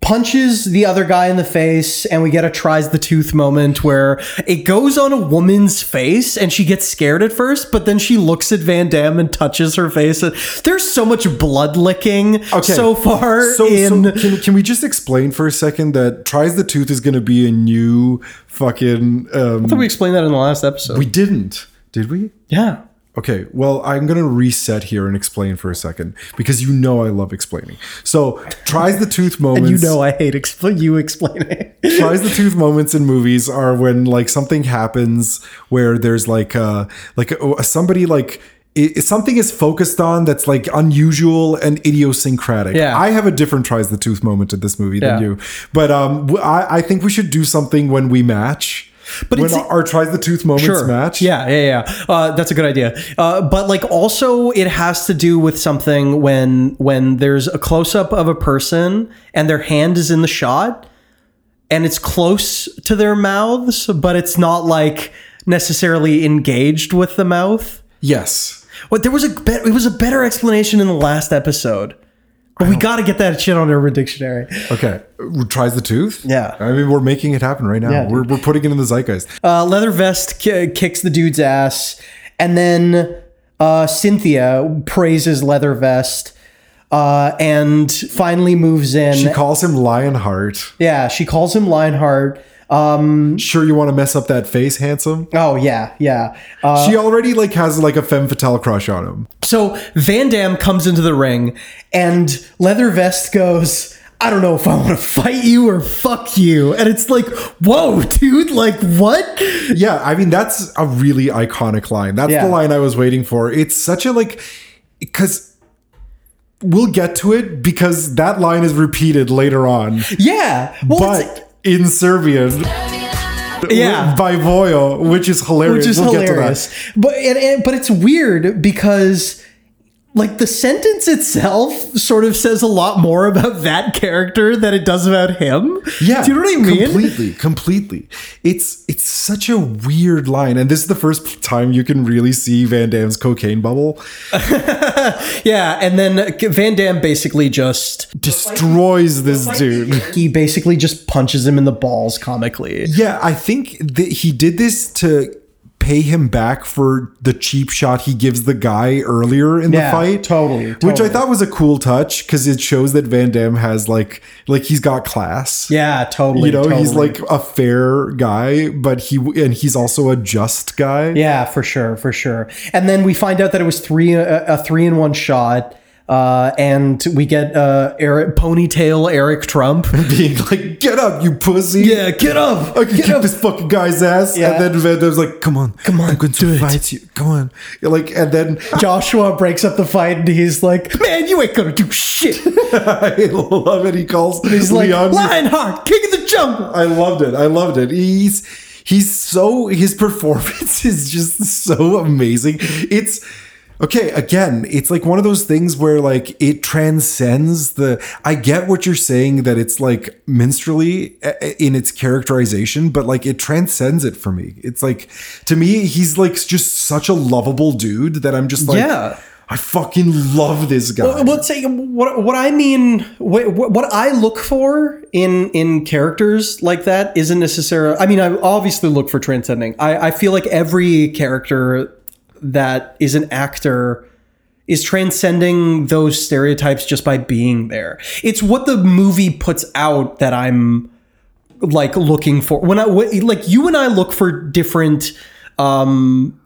[SPEAKER 3] punches the other guy in the face, and we get a tries the tooth moment where it goes on a woman's face, and she gets scared at first, but then she looks at Van Damme and touches her face. And There's so much blood licking so far
[SPEAKER 1] So- so
[SPEAKER 3] in.
[SPEAKER 1] can, can we just explain for a second that tries the tooth is going to be a new fucking. Um,
[SPEAKER 3] I thought we explained that in the last episode.
[SPEAKER 1] We didn't, did we?
[SPEAKER 3] Yeah.
[SPEAKER 1] Okay, well, I'm going to reset here and explain for a second because you know I love explaining. So, tries the tooth moments.
[SPEAKER 3] and you know I hate expl- you explaining.
[SPEAKER 1] tries the tooth moments in movies are when like something happens where there's like uh like uh, somebody like i something is focused on that's like unusual and idiosyncratic.
[SPEAKER 13] Yeah.
[SPEAKER 1] I have a different tries the tooth moment in this movie than
[SPEAKER 13] Yeah.
[SPEAKER 1] you, but um, w- I, I think we should do something when we match.
[SPEAKER 3] But
[SPEAKER 1] when
[SPEAKER 3] it's-
[SPEAKER 1] our, our tries the tooth moments match.
[SPEAKER 3] Yeah, yeah, yeah. Uh, that's a good idea. Uh, but like, also, it has to do with something when when there's a close up of a person and their hand is in the shot, and it's close to their mouths, but it's not like necessarily engaged with the mouth.
[SPEAKER 1] Yes.
[SPEAKER 3] What there was a bet. It was a better explanation in the last episode. But we got to get that shit on Urban Dictionary.
[SPEAKER 1] Okay. Tries the tooth.
[SPEAKER 3] Yeah.
[SPEAKER 1] I mean, we're making it happen right now.
[SPEAKER 3] Yeah, dude.
[SPEAKER 1] we're, we're putting it in the zeitgeist.
[SPEAKER 3] Uh, leather vest ki- kicks the dude's ass, and then uh, Cynthia praises leather vest, uh, and finally moves in.
[SPEAKER 1] She calls him Lionheart.
[SPEAKER 3] yeah, she calls him Lionheart. Um,
[SPEAKER 1] Sure, you want to mess up that face, handsome?
[SPEAKER 3] Oh yeah, yeah. Uh,
[SPEAKER 1] she already like has like a femme fatale crush on him.
[SPEAKER 3] so Van Dam comes into the ring, and leather vest goes. I don't know if I want to fight you or fuck you. And it's like, whoa, dude, like what?
[SPEAKER 1] Yeah, I mean that's a really iconic line. That's
[SPEAKER 13] Yeah.
[SPEAKER 1] the line I was waiting for. It's such a like cuz we'll get to it because that line is repeated later on.
[SPEAKER 3] Yeah.
[SPEAKER 1] but in Serbian
[SPEAKER 3] Yeah.
[SPEAKER 1] by Voyo, which is hilarious.
[SPEAKER 3] Which is
[SPEAKER 1] We'll get to that.
[SPEAKER 3] hilarious. But and, and- but it's weird because like the sentence itself sort of says a lot more about that character than it does about him.
[SPEAKER 1] Yeah,
[SPEAKER 3] do you know what I mean?
[SPEAKER 1] Completely, completely. It's it's such a weird line, and this is the first time you can really see Van Damme's cocaine bubble
[SPEAKER 3] Yeah, and then Van Damme basically just
[SPEAKER 1] destroys this dude.
[SPEAKER 3] He basically just punches him in the balls comically.
[SPEAKER 1] Yeah, I think that he did this to pay him back for the cheap shot he gives the guy earlier in the
[SPEAKER 3] Yeah,
[SPEAKER 1] fight.
[SPEAKER 3] totally,
[SPEAKER 1] Which I
[SPEAKER 3] totally.
[SPEAKER 1] thought was a cool touch because it shows that Van Damme has like like he's got class.
[SPEAKER 3] Yeah, totally.
[SPEAKER 1] you know, he's
[SPEAKER 3] totally.
[SPEAKER 1] like a fair guy, but he and he's also a just guy.
[SPEAKER 3] Yeah, for sure, for sure. And then we find out that it was three uh, a, a three in one shot. Uh, and we get uh, Eric, ponytail Eric Trump.
[SPEAKER 1] Being like, get up, you pussy.
[SPEAKER 3] Yeah, get up.
[SPEAKER 1] I can
[SPEAKER 3] Get
[SPEAKER 1] kick
[SPEAKER 3] up.
[SPEAKER 1] this fucking guy's ass.
[SPEAKER 3] Yeah.
[SPEAKER 1] And then Van Damme's like, come on, come on, I'm going to fight you. Come on. Like, and then
[SPEAKER 3] Joshua breaks up the fight and he's like, "Man, you ain't gonna do shit."
[SPEAKER 1] I love it. He calls
[SPEAKER 3] He's like,
[SPEAKER 1] Leon
[SPEAKER 3] "Lionheart, king of the jungle."
[SPEAKER 1] I loved it. I loved it. He's he's so his performance is just so amazing. It's okay, again, it's like one of those things where like it transcends the I get what you're saying that it's like minstrelly uh, in its characterization, but like it transcends it for me. It's like to me he's like just such a lovable dude that I'm just like
[SPEAKER 3] Yeah.
[SPEAKER 1] I fucking love this guy.
[SPEAKER 3] Well, let's say what what I mean, what, what I look for in in characters like that isn't necessarily. I mean, I obviously look for transcending. I, I feel like every character that is an actor is transcending those stereotypes just by being there. It's what the movie puts out that I'm like looking for. When I wh- like you and I look for different um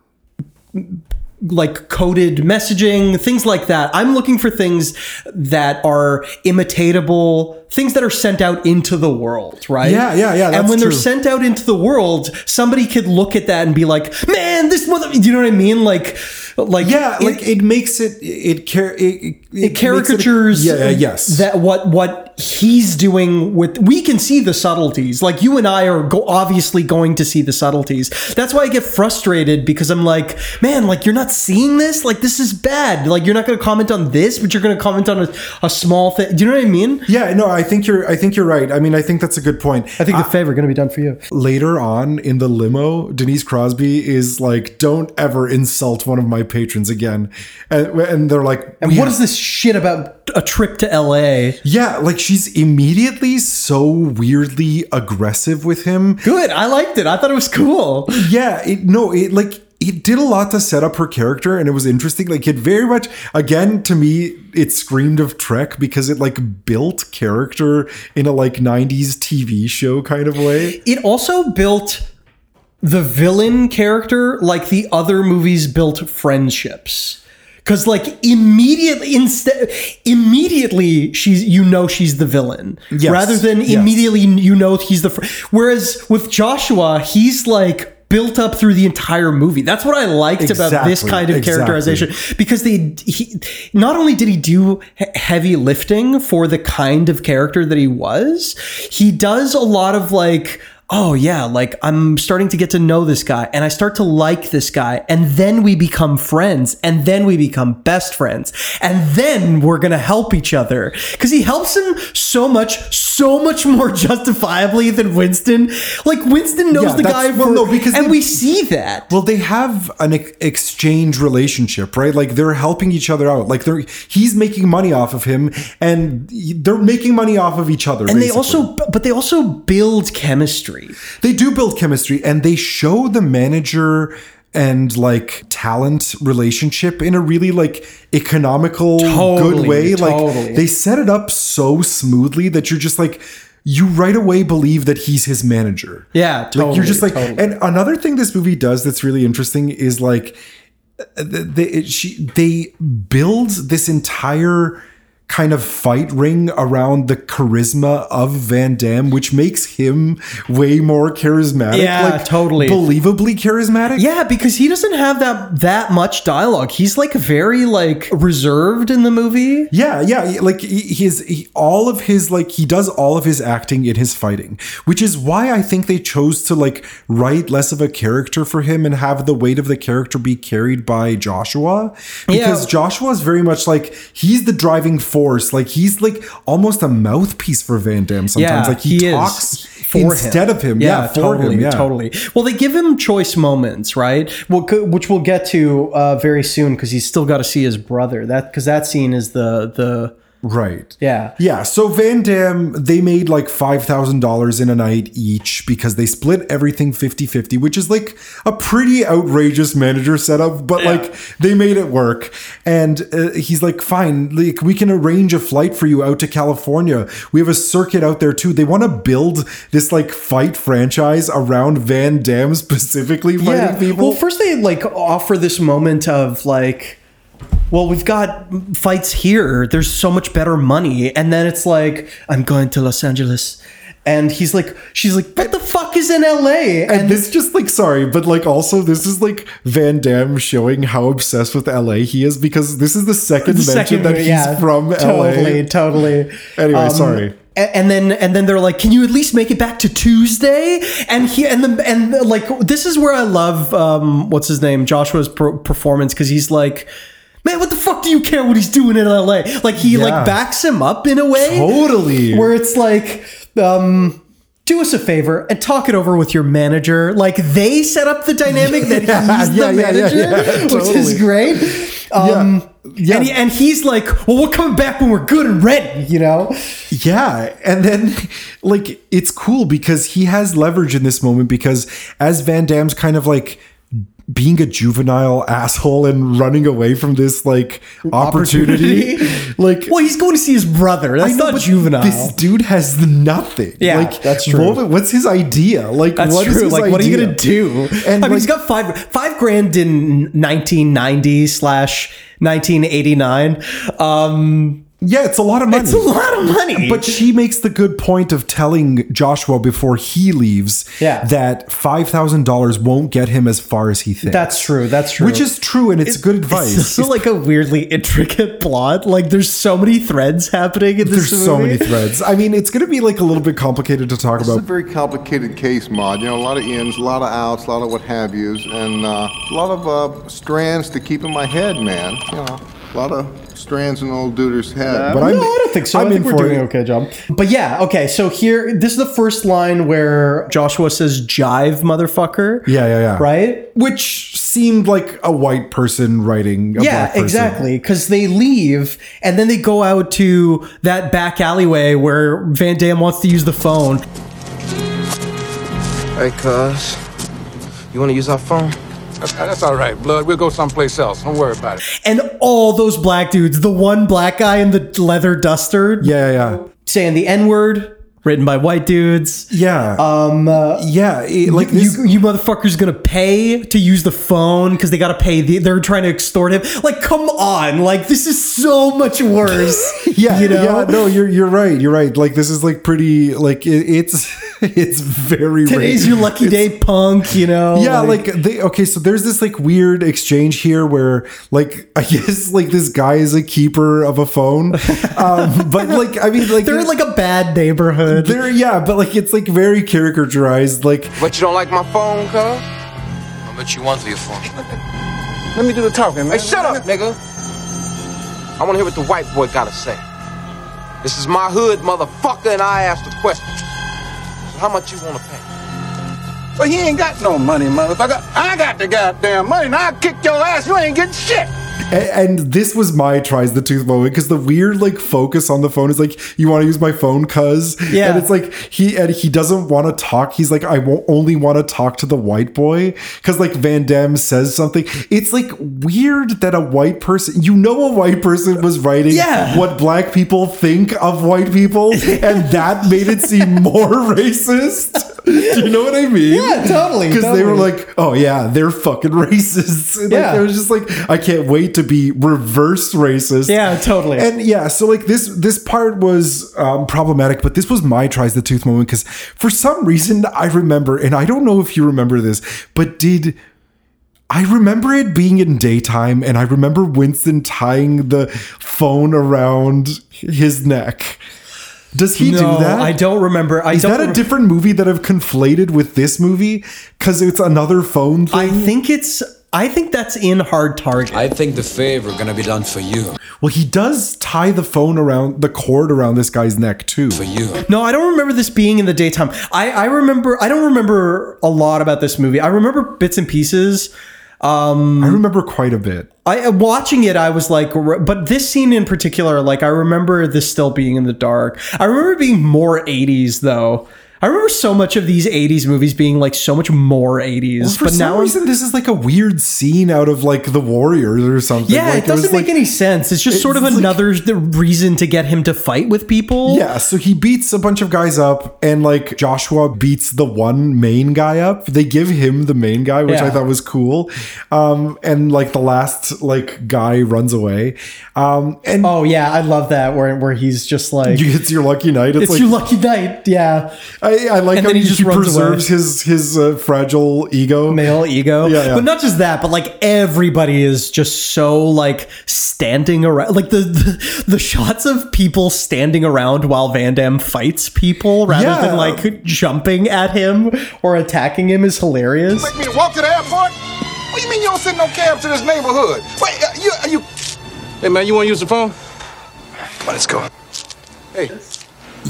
[SPEAKER 3] like coded messaging, things like that. I'm looking for things that are imitatable, things that are sent out into the world, right?
[SPEAKER 1] Yeah, yeah, yeah,
[SPEAKER 3] and
[SPEAKER 1] that's
[SPEAKER 3] when they're
[SPEAKER 1] true.
[SPEAKER 3] sent out into the world, somebody could look at that and be like, "Man, this mother," you know what I mean? Like, like
[SPEAKER 1] yeah,
[SPEAKER 3] it-
[SPEAKER 1] like it makes it it care it, it,
[SPEAKER 3] it
[SPEAKER 1] makes
[SPEAKER 3] caricatures
[SPEAKER 1] yeah, yes.
[SPEAKER 3] that what what he's doing with we can see the subtleties like you and i are go, obviously going to see the subtleties that's why i get frustrated because i'm like man like you're not seeing this like this is bad like you're not going to comment on this but you're going to comment on a, a small thing do you know what i mean
[SPEAKER 1] Yeah, no, I think you're I think you're right. I mean, I think that's a good point.
[SPEAKER 3] i think the favor going to be done for you
[SPEAKER 1] Later on in the limo, Denise Crosby is like, "Don't ever insult one of my patrons again," and, and they're like,
[SPEAKER 3] and
[SPEAKER 1] "We
[SPEAKER 3] what
[SPEAKER 1] have-
[SPEAKER 3] is this shit about a trip to la
[SPEAKER 1] Yeah, like she's immediately so weirdly aggressive with him.
[SPEAKER 3] good i liked it i thought it was cool
[SPEAKER 1] Yeah, it no, it like it did a lot to set up her character and it was interesting. Like it very much again to me it screamed of Trek because it like built character in a like 90s TV show kind of way.
[SPEAKER 3] it also built the villain character like the other movies built friendships because like immediately instead immediately she's you know she's the villain
[SPEAKER 1] Yes.
[SPEAKER 3] rather than
[SPEAKER 1] Yes.
[SPEAKER 3] immediately you know he's the fr- whereas with joshua he's like built up through the entire movie that's what i liked about this
[SPEAKER 1] Exactly.
[SPEAKER 3] kind of
[SPEAKER 1] Exactly.
[SPEAKER 3] characterization because they he, not only did he do he- heavy lifting for the kind of character that he was he does a lot of like oh yeah like i'm starting to get to know this guy and i start to like this guy and then we become friends and then we become best friends and then we're gonna help each other because he helps him so much so much more justifiably than winston like winston knows
[SPEAKER 1] Yeah,
[SPEAKER 3] the
[SPEAKER 1] that's-
[SPEAKER 3] guy
[SPEAKER 1] well,
[SPEAKER 3] for-
[SPEAKER 1] no, because
[SPEAKER 3] and
[SPEAKER 1] they-
[SPEAKER 3] we see that
[SPEAKER 1] Well, they have an ex- exchange relationship, right? Like they're helping each other out. Like they're he's making money off of him, and they're making money off of each other.
[SPEAKER 3] and they
[SPEAKER 1] basically.
[SPEAKER 3] also but they also build chemistry
[SPEAKER 1] they do build chemistry, and they show the manager and like talent relationship in a really like economical good
[SPEAKER 3] Totally,
[SPEAKER 1] way.
[SPEAKER 3] totally.
[SPEAKER 1] Like they set it up so smoothly that you're just like you right away believe that he's his manager.
[SPEAKER 3] yeah
[SPEAKER 1] like you're just like
[SPEAKER 3] totally.
[SPEAKER 1] and another thing this movie does that's really interesting is like they, she, they build this entire kind of fight ring around the charisma of Van Damme, which makes him way more charismatic.
[SPEAKER 3] Yeah, totally.
[SPEAKER 1] Believably charismatic.
[SPEAKER 3] Yeah, because he doesn't have that that much dialogue. He's like very like reserved in the movie.
[SPEAKER 1] Yeah, yeah. Like he, his he, all of his like he does all of his acting in his fighting, which is why I think they chose to like write less of a character for him and have the weight of the character be carried by Joshua, because
[SPEAKER 3] Yeah.
[SPEAKER 1] Joshua is very much like he's the driving force. Like he's like almost a mouthpiece for Van Damme sometimes.
[SPEAKER 3] Yeah,
[SPEAKER 1] like he,
[SPEAKER 3] is
[SPEAKER 1] talks
[SPEAKER 3] for him.
[SPEAKER 1] instead of him. Yeah, for
[SPEAKER 3] totally,
[SPEAKER 1] him. Yeah.
[SPEAKER 3] totally. Well, they give him choice moments, right? Well, c- which we'll get to uh, very soon because he's still got to see his brother. That because that scene is the the
[SPEAKER 1] Right.
[SPEAKER 3] yeah
[SPEAKER 1] Yeah, so Van Damme, they made like $5,000 in a night each because they split everything 50 50, which is like a pretty outrageous manager setup, but like they made it work. And uh, he's like, fine, like we can arrange a flight for you out to California. We have a circuit out there too. They want to build this like fight franchise around Van Damme specifically fighting people.
[SPEAKER 3] Well, first they like offer this moment of like, well, we've got fights here. There's so much better money, and then it's like, I'm going to Los Angeles, and he's like, she's like, what the fuck is in L.A.
[SPEAKER 1] and, this just like sorry, but like also this is like Van Damme showing how obsessed with LA he is because this is the second
[SPEAKER 3] the
[SPEAKER 1] mention
[SPEAKER 3] second
[SPEAKER 1] that
[SPEAKER 3] movie,
[SPEAKER 1] he's
[SPEAKER 3] yeah,
[SPEAKER 1] from
[SPEAKER 3] totally,
[SPEAKER 1] LA.
[SPEAKER 3] Totally, Um,
[SPEAKER 1] Anyway, sorry.
[SPEAKER 3] a- And then and then they're like, "Can you at least make it back to Tuesday?" And he and the and the, like this is where I love um what's his name Joshua's per- performance because he's like, "Man, what the fuck do you care what he's doing in L.A.?" Like he
[SPEAKER 1] Yeah.
[SPEAKER 3] like backs him up in a way,
[SPEAKER 1] Totally.
[SPEAKER 3] where it's like, um. Do us a favor and talk it over with your manager. Like they set up the dynamic that he's
[SPEAKER 1] Yeah,
[SPEAKER 3] the
[SPEAKER 1] yeah, yeah,
[SPEAKER 3] manager,
[SPEAKER 1] yeah,
[SPEAKER 3] which
[SPEAKER 1] totally.
[SPEAKER 3] is great. Um,
[SPEAKER 1] Yeah.
[SPEAKER 3] And, he, and he's like, well, we're coming back when we're good and ready, you know?
[SPEAKER 1] Yeah, and then like it's cool because he has leverage in this moment because as Van Damme's kind of like being a juvenile asshole and running away from this like opportunity, like
[SPEAKER 3] Well, he's going to see his brother. That's
[SPEAKER 1] I know,
[SPEAKER 3] not
[SPEAKER 1] but
[SPEAKER 3] juvenile.
[SPEAKER 1] This dude has nothing.
[SPEAKER 3] Yeah,
[SPEAKER 1] like,
[SPEAKER 3] that's true.
[SPEAKER 1] what- what's his idea? Like,
[SPEAKER 3] That's
[SPEAKER 1] what is
[SPEAKER 3] true.
[SPEAKER 1] his
[SPEAKER 3] Like, what are you
[SPEAKER 1] idea?
[SPEAKER 3] going to do? I
[SPEAKER 1] And
[SPEAKER 3] mean,
[SPEAKER 1] like,
[SPEAKER 3] he's got five five grand in 1990 slash 1989. Um,
[SPEAKER 1] yeah, it's a lot of money.
[SPEAKER 3] it's a lot of money.
[SPEAKER 1] But she makes the good point of telling Joshua before he leaves
[SPEAKER 3] Yeah.
[SPEAKER 1] that five thousand dollars won't get him as far as he thinks.
[SPEAKER 3] that's true. That's true.
[SPEAKER 1] which is true, and it's, good advice.
[SPEAKER 3] It's also like a weirdly intricate plot. Like there's so many threads happening in this
[SPEAKER 1] There's so
[SPEAKER 3] movie.
[SPEAKER 1] many threads. I mean, it's going to be like a little bit complicated to talk
[SPEAKER 13] It's a
[SPEAKER 1] about.
[SPEAKER 13] very complicated case, Maud. You know, a lot of ins, a lot of outs, a lot of what have yous, and uh, a lot of uh, strands to keep in my head, man. You know, a lot of strands in old Duder's head.
[SPEAKER 1] But I'm,
[SPEAKER 3] no, I don't think so. i
[SPEAKER 1] I'm
[SPEAKER 3] think
[SPEAKER 1] in
[SPEAKER 3] we're
[SPEAKER 1] for
[SPEAKER 3] doing
[SPEAKER 1] it.
[SPEAKER 3] okay, John. But yeah, okay. So here, this is the first line where Joshua says "jive, motherfucker."
[SPEAKER 1] Yeah, yeah, yeah.
[SPEAKER 3] Right.
[SPEAKER 1] Which seemed like a white person writing. A black
[SPEAKER 3] yeah,
[SPEAKER 1] person.
[SPEAKER 3] exactly. Because they leave and then they go out to that back alleyway where Van Damme wants to use the phone.
[SPEAKER 5] Hey, cuz. You want to use our phone?
[SPEAKER 12] That's, that's all right, Blood. We'll go someplace else. Don't worry about it.
[SPEAKER 3] And all those black dudes, the one black guy in the leather duster
[SPEAKER 1] Yeah, yeah, yeah.
[SPEAKER 3] saying the N word, written by white dudes. uh,
[SPEAKER 1] Yeah. Um. yeah. it- like
[SPEAKER 3] you,
[SPEAKER 1] this,
[SPEAKER 3] you motherfuckers gonna pay to use the phone because they gotta pay the, they're trying to extort him like come on like this is so much worse
[SPEAKER 1] yeah.
[SPEAKER 3] you know
[SPEAKER 1] Yeah. No, you're you're right. You're right. Like this is like pretty. Like it, it's it's very.
[SPEAKER 3] today's
[SPEAKER 1] rare.
[SPEAKER 3] your lucky day punk you know
[SPEAKER 1] Yeah, like, they okay, so there's this like weird exchange here where like I guess like this guy is a keeper of a phone. Um but like I mean like
[SPEAKER 3] they're in like a bad neighborhood
[SPEAKER 1] they're yeah, but like it's like very caricaturized. Like
[SPEAKER 5] But you don't like my phone, cuz? How much you want for your phone? Let me do the talking, man. Hey, shut up, nigga. I want to hear what the white boy got to say. This is my hood, motherfucker, and I asked a question. So how much you want to pay?
[SPEAKER 4] But he ain't got no money, motherfucker. I got the goddamn money, and I'll kick your ass. You ain't getting shit.
[SPEAKER 1] a- and, this was my tries the tooth moment because the weird like focus on the phone is like you want to use my phone cuz
[SPEAKER 3] Yeah.
[SPEAKER 1] and it's like he and he doesn't want to talk he's like I won't only want to talk to the white boy cuz like Van Damme says something it's like weird that a white person you know a white person was writing
[SPEAKER 3] Yeah.
[SPEAKER 1] what black people think of white people and that made it seem more racist Do you know what I mean?
[SPEAKER 3] Yeah, totally,
[SPEAKER 1] Because they were
[SPEAKER 3] totally.
[SPEAKER 1] like, "Oh yeah, they're fucking racists." And, like,
[SPEAKER 3] Yeah.
[SPEAKER 1] I was just like, "I can't wait to be reverse racist."
[SPEAKER 3] Yeah, totally.
[SPEAKER 1] And yeah, so like this this part was um, problematic, but this was my tries the tooth moment because for some reason I remember, and I don't know if you remember this, but did I remember it being in daytime, and I remember Winston tying the phone around his neck. Does he
[SPEAKER 3] No,
[SPEAKER 1] do that?
[SPEAKER 3] I don't remember. I
[SPEAKER 1] Is
[SPEAKER 3] don't
[SPEAKER 1] that a
[SPEAKER 3] rem-
[SPEAKER 1] different movie that I've conflated with this movie? Because it's another phone thing.
[SPEAKER 3] I think it's. I think that's in Hard Target.
[SPEAKER 2] I think the favor gonna be done for you.
[SPEAKER 1] Well, he does tie the phone around the cord around this guy's neck too. For
[SPEAKER 2] you.
[SPEAKER 3] No, I don't remember this being in the daytime. I, I remember. I don't remember a lot about this movie. I remember bits and pieces. Um,
[SPEAKER 1] I remember quite a bit.
[SPEAKER 3] I uh, watching it. I was like, r- but this scene in particular, like I remember this still being in the dark. I remember it being more '80s though. I remember so much of these '80s movies being like so much more '80s.
[SPEAKER 1] Well, for
[SPEAKER 3] but
[SPEAKER 1] some
[SPEAKER 3] now,
[SPEAKER 1] reason, this is like a weird scene out of like The Warriors or something.
[SPEAKER 3] yeah,
[SPEAKER 1] Like,
[SPEAKER 3] it doesn't
[SPEAKER 1] was,
[SPEAKER 3] make
[SPEAKER 1] like-
[SPEAKER 3] any sense. It's just
[SPEAKER 1] it's
[SPEAKER 3] sort of
[SPEAKER 1] like-
[SPEAKER 3] another the reason to get him to fight with people.
[SPEAKER 1] Yeah, so he beats a bunch of guys up, and like Joshua beats the one main guy up. They give him the main guy, which I
[SPEAKER 3] Yeah.
[SPEAKER 1] thought was cool. Um, and like the last like guy runs away. Um, and
[SPEAKER 3] oh yeah, I love that where where he's just like.
[SPEAKER 1] you, it's your lucky night. It's,
[SPEAKER 3] it's
[SPEAKER 1] like
[SPEAKER 3] your lucky night, yeah.
[SPEAKER 1] I, I like
[SPEAKER 3] And
[SPEAKER 1] how
[SPEAKER 3] then
[SPEAKER 1] he,
[SPEAKER 3] he just runs
[SPEAKER 1] preserves his his uh, fragile ego.
[SPEAKER 3] male ego.
[SPEAKER 1] Yeah, yeah.
[SPEAKER 3] But not just that, but like everybody is just so like standing around like the, the the shots of people standing around while Van Damme fights people rather
[SPEAKER 9] Yeah.
[SPEAKER 3] than like jumping at him or attacking him is hilarious.
[SPEAKER 9] Make me to walk to the airport? What do you mean you don't send no cab to this neighborhood? Wait, uh, you, are you.
[SPEAKER 5] Hey, man, you want to use the phone? let's go. Hey.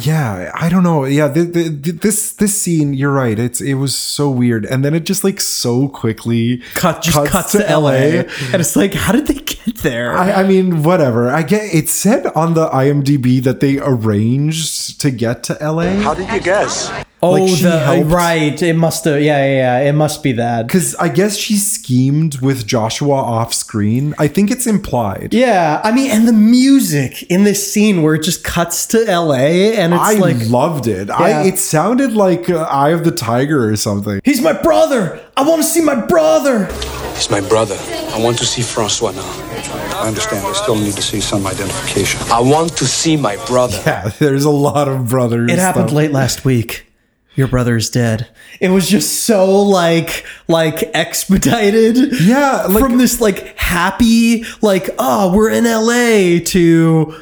[SPEAKER 1] Yeah, I don't know. Yeah, th th th this this scene, you're right. It's it was so weird, and then it just like so quickly
[SPEAKER 3] Cut just cuts, to, LA. And it's like, how did they get there?
[SPEAKER 1] I, I mean, whatever. I get it said on the IMDb that they arranged to get to LA. How
[SPEAKER 14] did you guess?
[SPEAKER 3] Oh,
[SPEAKER 1] Like, she
[SPEAKER 3] the,
[SPEAKER 1] helped.
[SPEAKER 3] right. It must have. Yeah, yeah, yeah. It must be that.
[SPEAKER 1] Because I guess she schemed with Joshua off screen. I think it's implied.
[SPEAKER 3] Yeah, I mean, and the music in this scene where it just cuts to LA and it's
[SPEAKER 1] I
[SPEAKER 3] like,
[SPEAKER 1] loved it. I
[SPEAKER 3] Yeah.
[SPEAKER 1] it sounded like uh, Eye of the Tiger or something.
[SPEAKER 3] he's my brother. I want to see my brother.
[SPEAKER 2] He's my brother. I want to see Francois now. I understand. I still need to see some identification. I want to see my brother.
[SPEAKER 1] Yeah, there's a lot of brothers.
[SPEAKER 3] It happened
[SPEAKER 1] stuff.
[SPEAKER 3] late last week. Your brother is dead. It was just so like like expedited.
[SPEAKER 1] Yeah,
[SPEAKER 3] from this like happy like oh we're in L.A. to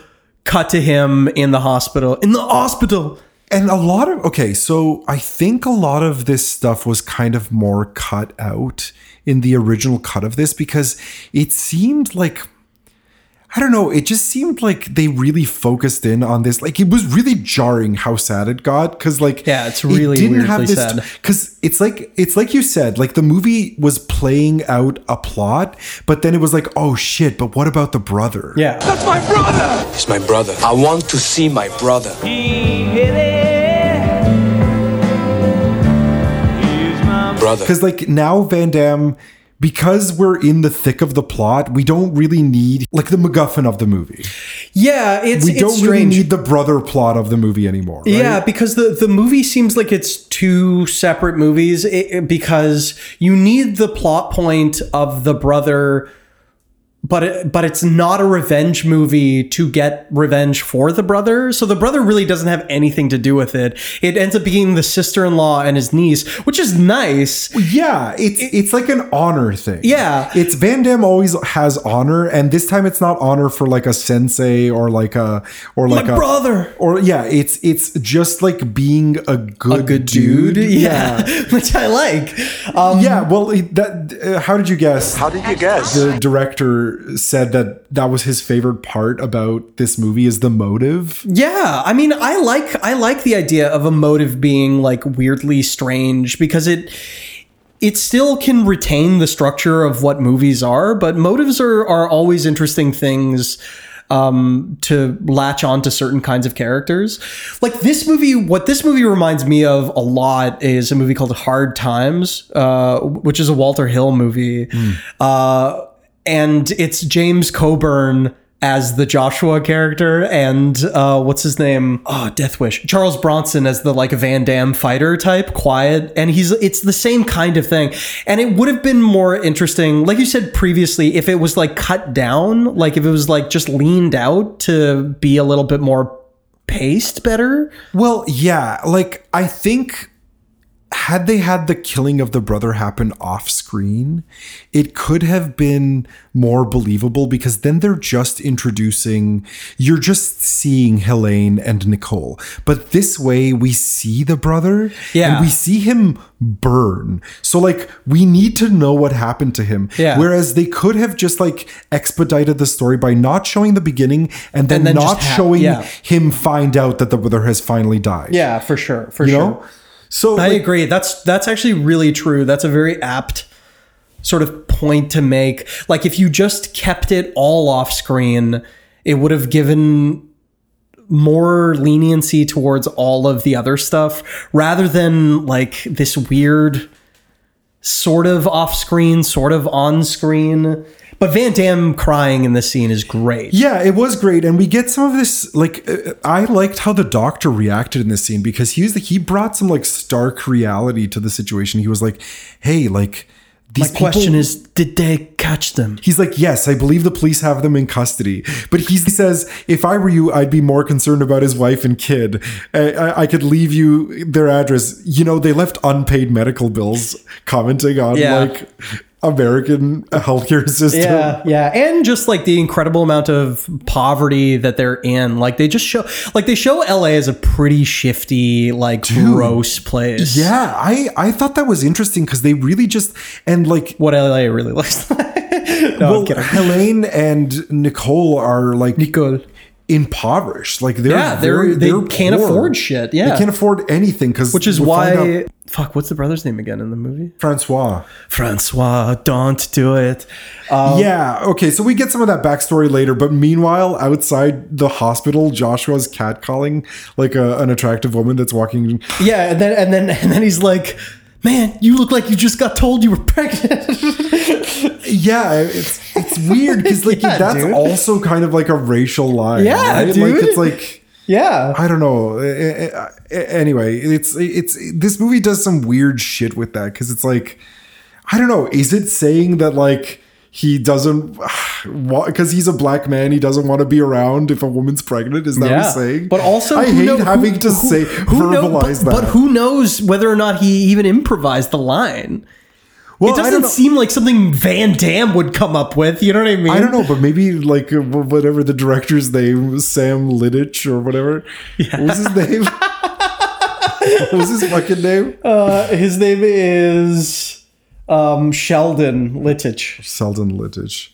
[SPEAKER 3] cut to him in the hospital in the hospital.
[SPEAKER 1] And a lot of okay, so I think a lot of this stuff was kind of more cut out in the original cut of this because it seemed like I don't know, it just seemed like they really focused in on this. Like it was really jarring how sad it got cuz like
[SPEAKER 3] Yeah, it's really weirdly sad.
[SPEAKER 1] cuz it's like it's like you said, like the movie was playing out a plot, but then it was like, "Oh shit, but what about the brother?"
[SPEAKER 3] Yeah.
[SPEAKER 2] That's my brother! He's my brother. I want to see my brother. Brother.
[SPEAKER 1] Because like now Van Damme, because we're in the thick of the plot, we don't really need like the MacGuffin of the movie.
[SPEAKER 3] Yeah, it's
[SPEAKER 1] we
[SPEAKER 3] it's
[SPEAKER 1] don't
[SPEAKER 3] strange.
[SPEAKER 1] really need the brother plot of the movie anymore. right?
[SPEAKER 3] Yeah, because the, the movie seems like it's two separate movies i i- because you need the plot point of the brother, but it, but it's not a revenge movie to get revenge for the brother. So the brother really doesn't have anything to do with it. It ends up being the sister in law and his niece, which is nice.
[SPEAKER 1] Yeah, it's it's like an honor thing.
[SPEAKER 3] Yeah.
[SPEAKER 1] It's Van Damme always has honor, and this time it's not honor for like a sensei or like a or
[SPEAKER 3] My
[SPEAKER 1] like a
[SPEAKER 3] brother.
[SPEAKER 1] Or yeah, it's it's just like being a good, dude.
[SPEAKER 3] Dude, yeah, which I like. Um,
[SPEAKER 1] yeah, well, it- that uh, how did you guess? How
[SPEAKER 14] did you guess?
[SPEAKER 1] The director said that that was his favorite part about this movie is the motive.
[SPEAKER 3] Yeah, I mean, I like I like the idea of a motive being like weirdly strange because it it still can retain the structure of what movies are, but motives are are always interesting things um to latch on to certain kinds of characters. Like this movie what this movie reminds me of a lot is a movie called Hard Times, uh which is a Walter Hill movie. Uh and it's James Coburn as the Joshua character and uh, what's his name? Oh, Death Wish. Charles Bronson as the like Van Damme fighter type, quiet. And he's it's the same kind of thing. And it would have been more interesting, like you said previously, if it was like cut down, like if it was like just leaned out to be a little bit more paced better.
[SPEAKER 1] Well, yeah, like I think had they had the killing of the brother happen off screen, it could have been more believable because then they're just introducing, you're just seeing Helene and Nicole. But this way, we see the brother
[SPEAKER 3] Yeah.
[SPEAKER 1] and we see him burn. So, like, we need to know what happened to him.
[SPEAKER 3] Yeah.
[SPEAKER 1] Whereas they could have just like expedited the story by not showing the beginning and then,
[SPEAKER 3] then just
[SPEAKER 1] not
[SPEAKER 3] ha-
[SPEAKER 1] showing
[SPEAKER 3] yeah.
[SPEAKER 1] him find out that the brother has finally died.
[SPEAKER 3] Yeah, for sure. For
[SPEAKER 1] You
[SPEAKER 3] sure.
[SPEAKER 1] know? So
[SPEAKER 3] I
[SPEAKER 1] like,
[SPEAKER 3] agree. That's that's actually really true. That's a very apt sort of point to make. Like if you just kept it all off screen, it would have given more leniency towards all of the other stuff rather than like this weird sort of off screen, sort of on screen. But Van Damme crying in this scene is great.
[SPEAKER 1] Yeah, it was great, and we get some of this. Like, uh, I liked how the doctor reacted in this scene because he was the, he brought some like stark reality to the situation. He was like, "Hey, like these
[SPEAKER 3] My question
[SPEAKER 1] people-
[SPEAKER 3] is, did they catch them?
[SPEAKER 1] He's like, yes, I believe the police have them in custody. But he says, if I were you, I'd be more concerned about his wife and kid. I, I, I could leave you their address. You know, they left unpaid medical bills, commenting on
[SPEAKER 3] Yeah.
[SPEAKER 1] like American healthcare system.
[SPEAKER 3] Yeah, yeah, and just like the incredible amount of poverty that they're in. Like they just show, like they show LA as a pretty shifty, like gross place.
[SPEAKER 1] Yeah, I I thought that was interesting because they really just and like
[SPEAKER 3] what LA really looks like.
[SPEAKER 1] well, Helene and Nicole are like Nicole impoverished. Like they're
[SPEAKER 3] Yeah, they're-
[SPEAKER 1] very-
[SPEAKER 3] they
[SPEAKER 1] they're
[SPEAKER 3] can't
[SPEAKER 1] poor.
[SPEAKER 3] afford shit, yeah.
[SPEAKER 1] they can't afford anything because
[SPEAKER 3] which is why. Fuck, what's the brother's name again in the movie?
[SPEAKER 1] Francois.
[SPEAKER 3] Francois, don't do it. Um,
[SPEAKER 1] yeah. Okay. So we get some of that backstory later, but meanwhile, outside the hospital, Joshua's catcalling like a, an attractive woman that's walking.
[SPEAKER 3] yeah, and then and then and then he's like, "Man, you look like you just got told you were pregnant."
[SPEAKER 1] Yeah, it's it's weird because like
[SPEAKER 3] Yeah,
[SPEAKER 1] that's
[SPEAKER 3] dude.
[SPEAKER 1] also kind of like a racial line.
[SPEAKER 3] Yeah,
[SPEAKER 1] right?
[SPEAKER 3] dude.
[SPEAKER 1] Like it's like.
[SPEAKER 3] yeah,
[SPEAKER 1] I don't know. Eh, eh, eh, Anyway, it's it's this movie does some weird shit with that because it's like, I don't know. Is it saying that like he doesn't want because he's a black man, he doesn't want to be around if a woman's pregnant? Is that what
[SPEAKER 3] yeah.
[SPEAKER 1] he's saying?
[SPEAKER 3] But also,
[SPEAKER 1] I
[SPEAKER 3] who
[SPEAKER 1] hate
[SPEAKER 3] know- who-
[SPEAKER 1] having to
[SPEAKER 3] who-
[SPEAKER 1] say
[SPEAKER 3] who know-
[SPEAKER 1] verbalize
[SPEAKER 3] but-
[SPEAKER 1] that.
[SPEAKER 3] But who knows whether or not he even improvised the line?
[SPEAKER 1] Well,
[SPEAKER 3] it
[SPEAKER 1] I don't
[SPEAKER 3] doesn't
[SPEAKER 1] know.
[SPEAKER 3] seem like something Van Damme would come up with. You know what I mean?
[SPEAKER 1] I don't know, but maybe like uh, wh- whatever the director's name, was, Sam Liddich or whatever. What was his name? what was his fucking name?
[SPEAKER 3] Uh, his name is um, Sheldon Littich.
[SPEAKER 1] Seldon Liddich.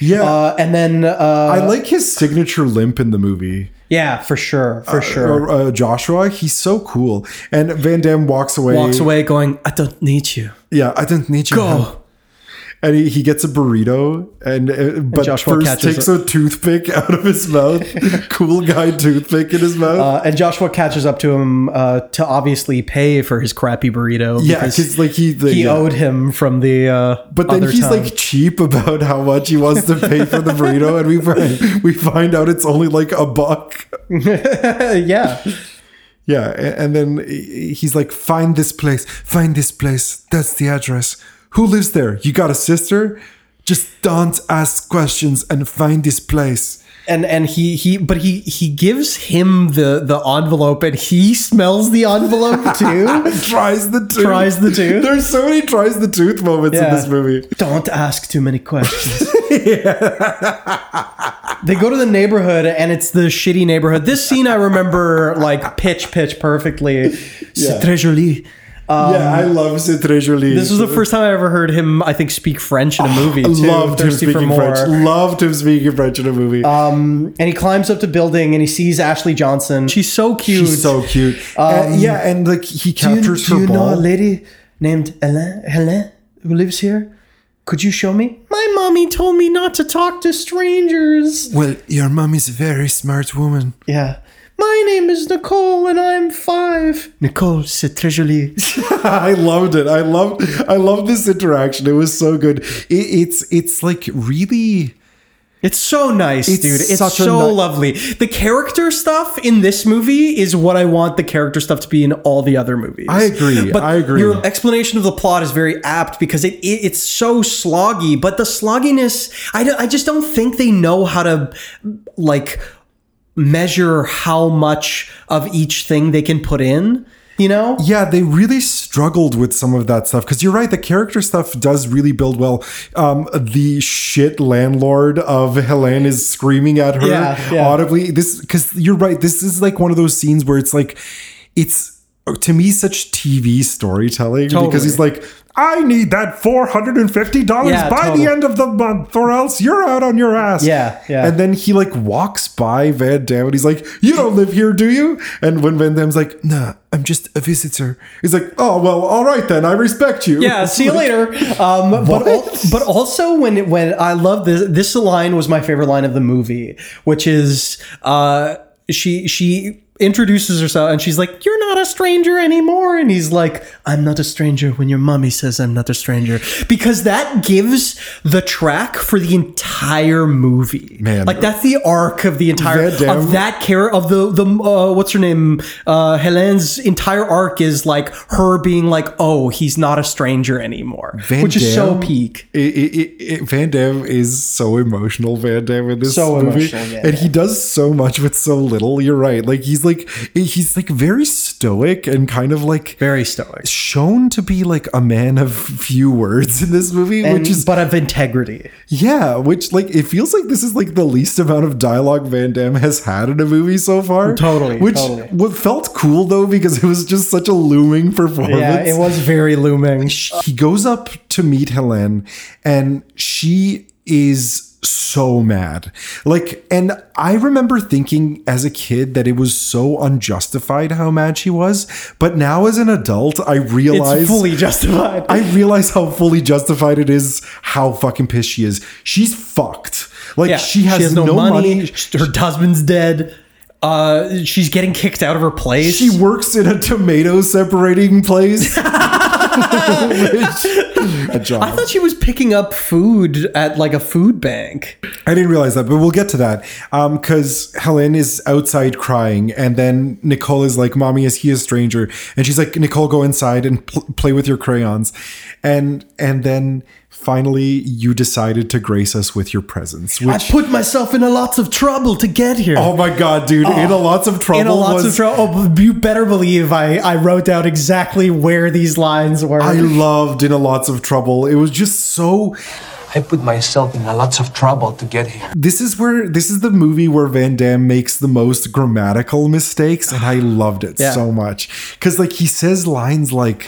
[SPEAKER 1] Yeah.
[SPEAKER 3] Uh, and then uh,
[SPEAKER 1] I like his signature limp in the movie.
[SPEAKER 3] yeah, for sure, for sure.
[SPEAKER 1] Uh, uh, Joshua, he's so cool. And Van Damme walks away.
[SPEAKER 3] Walks away going, "I don't need you."
[SPEAKER 1] Yeah, I don't need you.
[SPEAKER 3] Go.
[SPEAKER 1] And he, he gets a burrito, and uh, but
[SPEAKER 3] Joshua
[SPEAKER 1] first
[SPEAKER 3] catches
[SPEAKER 1] takes
[SPEAKER 3] it.
[SPEAKER 1] a toothpick out of his mouth. cool guy toothpick in his mouth.
[SPEAKER 3] Uh, and Joshua catches up to him uh, to obviously pay for his crappy burrito.
[SPEAKER 1] yeah,
[SPEAKER 3] because
[SPEAKER 1] because like he, the,
[SPEAKER 3] he
[SPEAKER 1] yeah.
[SPEAKER 3] owed him from the. Uh,
[SPEAKER 1] But then
[SPEAKER 3] other
[SPEAKER 1] he's
[SPEAKER 3] time.
[SPEAKER 1] like cheap about how much he wants to pay for the burrito, and we find, we find out it's only like a buck.
[SPEAKER 3] yeah.
[SPEAKER 1] Yeah, a- and then he- he's like, "Find this place. Find this place. That's the address. Who lives there? You got a sister? Just don't ask questions and find this place."
[SPEAKER 3] and and he he but he he gives him the the envelope and he smells the envelope too
[SPEAKER 1] Tries the tooth.
[SPEAKER 3] Tries the tooth.
[SPEAKER 1] There's so many tries the tooth moments
[SPEAKER 3] Yeah.
[SPEAKER 1] in this movie.
[SPEAKER 3] don't ask too many questions they go to the neighborhood and it's the shitty neighborhood this scene i remember like pitch pitch perfectly C'est très joli.
[SPEAKER 1] yeah, I love C'est très joli.
[SPEAKER 3] Um, this was the first time i ever heard him i think speak french in a movie too.
[SPEAKER 1] Oh, Loved him
[SPEAKER 3] Thirsty for
[SPEAKER 1] speaking
[SPEAKER 3] more. Uh,
[SPEAKER 1] French. Loved him speaking French in a movie.
[SPEAKER 3] and he climbs up the building and he sees ashley johnson she's so cute
[SPEAKER 1] She's so cute. And- yeah, and like he
[SPEAKER 3] Um, Do you,
[SPEAKER 1] captures
[SPEAKER 3] do you
[SPEAKER 1] her
[SPEAKER 3] know a
[SPEAKER 1] ball.
[SPEAKER 3] lady named Helen, Helen who lives here? Could you show me? My mommy told me not to talk to strangers.
[SPEAKER 1] well, your mom is a very smart woman.
[SPEAKER 3] Yeah. My name is Nicole and I'm five. Nicole, c'est très joli.
[SPEAKER 1] I loved it. I love I love this interaction. It was so good. It, it's it's like really
[SPEAKER 3] It's so nice,
[SPEAKER 14] It's
[SPEAKER 3] dude. It's
[SPEAKER 14] such a
[SPEAKER 3] so
[SPEAKER 14] ni-
[SPEAKER 3] lovely. The character stuff in this movie is what I want the character stuff to be in all the other movies.
[SPEAKER 1] I agree,
[SPEAKER 3] But
[SPEAKER 1] I agree.
[SPEAKER 3] Your explanation of the plot is very apt because it, it it's so sloggy, but the slogginess, I, don't- I just don't think they know how to like measure how much of each thing they can put in. You know?
[SPEAKER 1] Yeah, they really struggled with some of that stuff because you're right. The character stuff does really build well. Um, the shit landlord of Helene is screaming at her
[SPEAKER 3] Yeah, yeah.
[SPEAKER 1] audibly. This because you're right. This is like one of those scenes where it's like, it's to me such TV storytelling because
[SPEAKER 3] Totally.
[SPEAKER 1] he's like, I need that four hundred and fifty dollars
[SPEAKER 3] Yeah,
[SPEAKER 1] by
[SPEAKER 3] totally.
[SPEAKER 1] the end of the month, or else you're out on your ass.
[SPEAKER 3] Yeah, yeah.
[SPEAKER 1] And then he like walks by Van Damme and he's like, You don't live here, do you? And when Van Damme's like, Nah, I'm just a visitor, he's like, Oh, well, all right then. I respect you.
[SPEAKER 3] Yeah, see you
[SPEAKER 1] Like,
[SPEAKER 3] later. Um, but al- but also when when I love this this line was my favorite line of the movie, which is uh, she she introduces herself and she's like, "You're not a stranger anymore," and he's like, "I'm not a stranger when your mommy says I'm not a stranger," because that gives the track for the entire movie.
[SPEAKER 1] Man.
[SPEAKER 3] like that's the arc of the entire
[SPEAKER 1] Van Damme-
[SPEAKER 3] of that care of the the uh, what's her name uh, Helene's entire arc is like her being like oh he's not a stranger anymore
[SPEAKER 1] Van
[SPEAKER 3] which is so
[SPEAKER 1] Damme-
[SPEAKER 3] peak
[SPEAKER 1] i- i- i- i- Van Damme is so emotional. Van Damme in this
[SPEAKER 3] So
[SPEAKER 1] movie,
[SPEAKER 3] emotional, yeah,
[SPEAKER 1] and he does so much with so little. You're right. Like he's like he's like very stoic and kind of like
[SPEAKER 3] very stoic,
[SPEAKER 1] shown to be like a man of few words in this movie,
[SPEAKER 3] And-
[SPEAKER 1] which is
[SPEAKER 3] but of integrity.
[SPEAKER 1] Yeah, which like it feels like this is like the least amount of dialogue Van Damme has had in a movie so far.
[SPEAKER 3] Totally,
[SPEAKER 1] Which
[SPEAKER 3] totally.
[SPEAKER 1] what felt cool though because it was just such a looming performance.
[SPEAKER 3] yeah it Uh, was very looming
[SPEAKER 1] He goes up to meet Helen and she is so mad. Like and I remember thinking as a kid that it was so unjustified how mad she was, but now as an adult I realize
[SPEAKER 3] it's fully justified
[SPEAKER 1] I realize how fully justified it is how fucking pissed she is. She's fucked. Like
[SPEAKER 3] Yeah,
[SPEAKER 1] she, has no, money.
[SPEAKER 3] her husband's dead uh, she's getting kicked out of her place
[SPEAKER 1] She works in a tomato separating place. Which- a job.
[SPEAKER 3] I thought she was picking up food at like a food bank
[SPEAKER 1] I didn't realize that, but we'll get to that. Um, cause Helen is outside crying, and then Nicole is like, Mommy, is he a stranger? And she's like, Nicole, go inside and pl- play with your crayons. And and then finally you decided to grace us with your presence. Which
[SPEAKER 3] I put myself in a lots of trouble to get here
[SPEAKER 1] Oh my god, dude!
[SPEAKER 3] Oh.
[SPEAKER 1] in a lots of trouble.
[SPEAKER 3] in a lots of
[SPEAKER 1] was-
[SPEAKER 3] trouble. Oh, you better believe I, I wrote down exactly where these lines were.
[SPEAKER 1] I loved in a lots of trouble. It was just so.
[SPEAKER 2] I put myself in a lots of trouble to get here.
[SPEAKER 1] This is where this is the movie where Van Damme makes the most grammatical mistakes, and I loved it
[SPEAKER 2] Yeah.
[SPEAKER 1] so much because like he says lines like,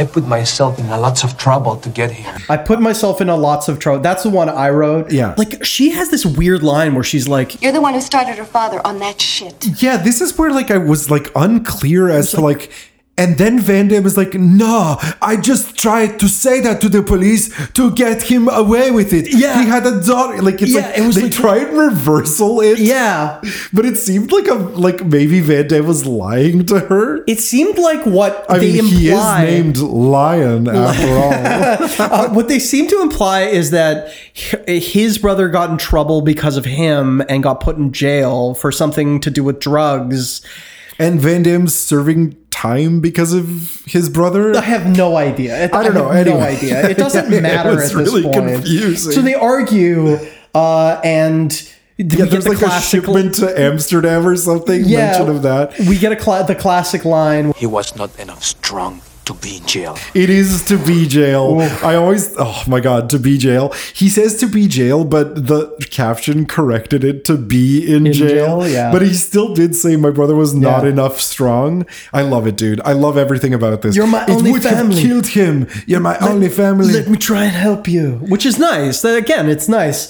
[SPEAKER 2] I put myself in a lots of trouble to get here.
[SPEAKER 3] I put myself in a lots of trouble. That's the one I wrote. Yeah. Like she has this weird line where she's like,
[SPEAKER 15] You're the one who started her father on that shit.
[SPEAKER 1] "Yeah, this is where like I was like unclear as to like." And then Van Damme is like, "No, I just tried to say that to the police to get him away with it.
[SPEAKER 3] Yeah.
[SPEAKER 1] he had a daughter. Like it's
[SPEAKER 3] Yeah,
[SPEAKER 1] like
[SPEAKER 3] it was
[SPEAKER 1] they
[SPEAKER 3] like-
[SPEAKER 1] tried reversal it.
[SPEAKER 3] Yeah,
[SPEAKER 1] but it seemed like a like maybe Van Damme was lying to her.
[SPEAKER 3] It seemed like what
[SPEAKER 1] I
[SPEAKER 3] they
[SPEAKER 1] mean, he is
[SPEAKER 3] imply-
[SPEAKER 1] named Lion after all.
[SPEAKER 3] Uh, what they seem to imply is that h- his brother got in trouble because of him and got put in jail for something to do with drugs.
[SPEAKER 1] And Van Damme's serving time because of his brother.
[SPEAKER 3] I have no idea.
[SPEAKER 1] I don't know.
[SPEAKER 3] have
[SPEAKER 1] Anyway.
[SPEAKER 3] No idea. It doesn't
[SPEAKER 1] Yeah,
[SPEAKER 3] matter
[SPEAKER 1] it's
[SPEAKER 3] at this
[SPEAKER 1] really
[SPEAKER 3] point.
[SPEAKER 1] confusing.
[SPEAKER 3] So they argue, uh, and
[SPEAKER 1] Yeah, there's like a shipment to Amsterdam or something.
[SPEAKER 3] Yeah.
[SPEAKER 1] Mention of that.
[SPEAKER 3] We get a cla the classic line.
[SPEAKER 2] He was not enough strong to be in jail.
[SPEAKER 1] It is to be jail. I always, oh my god, to be jail. He says to be jail, but the caption corrected it to be in, jail.
[SPEAKER 3] jail, yeah.
[SPEAKER 1] But he still did say my brother was not
[SPEAKER 3] Yeah.
[SPEAKER 1] enough strong. I love it, dude. I love everything about this.
[SPEAKER 3] You're my
[SPEAKER 1] it
[SPEAKER 3] only
[SPEAKER 1] would
[SPEAKER 3] family.
[SPEAKER 1] Have killed him. You're my only family.
[SPEAKER 3] Let me try and help you, which is nice. That- Again, it's nice.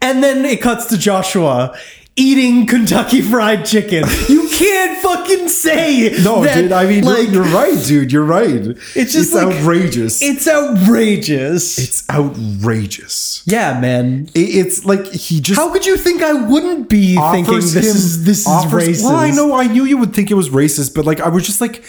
[SPEAKER 3] And then it cuts to Joshua eating Kentucky Fried Chicken. You can't fucking say
[SPEAKER 1] no,
[SPEAKER 3] that,
[SPEAKER 1] dude. I mean, you're-
[SPEAKER 3] like
[SPEAKER 1] you're right, dude. You're right.
[SPEAKER 3] It's just like-
[SPEAKER 1] outrageous.
[SPEAKER 3] it's outrageous.
[SPEAKER 1] It's outrageous.
[SPEAKER 3] Yeah, man.
[SPEAKER 1] It's like he just.
[SPEAKER 3] How could you think I wouldn't be
[SPEAKER 1] offers
[SPEAKER 3] thinking this
[SPEAKER 1] him-
[SPEAKER 3] is this
[SPEAKER 1] offers-
[SPEAKER 3] is racist?
[SPEAKER 1] Well, I know I knew you would think it was racist, but like I was just like,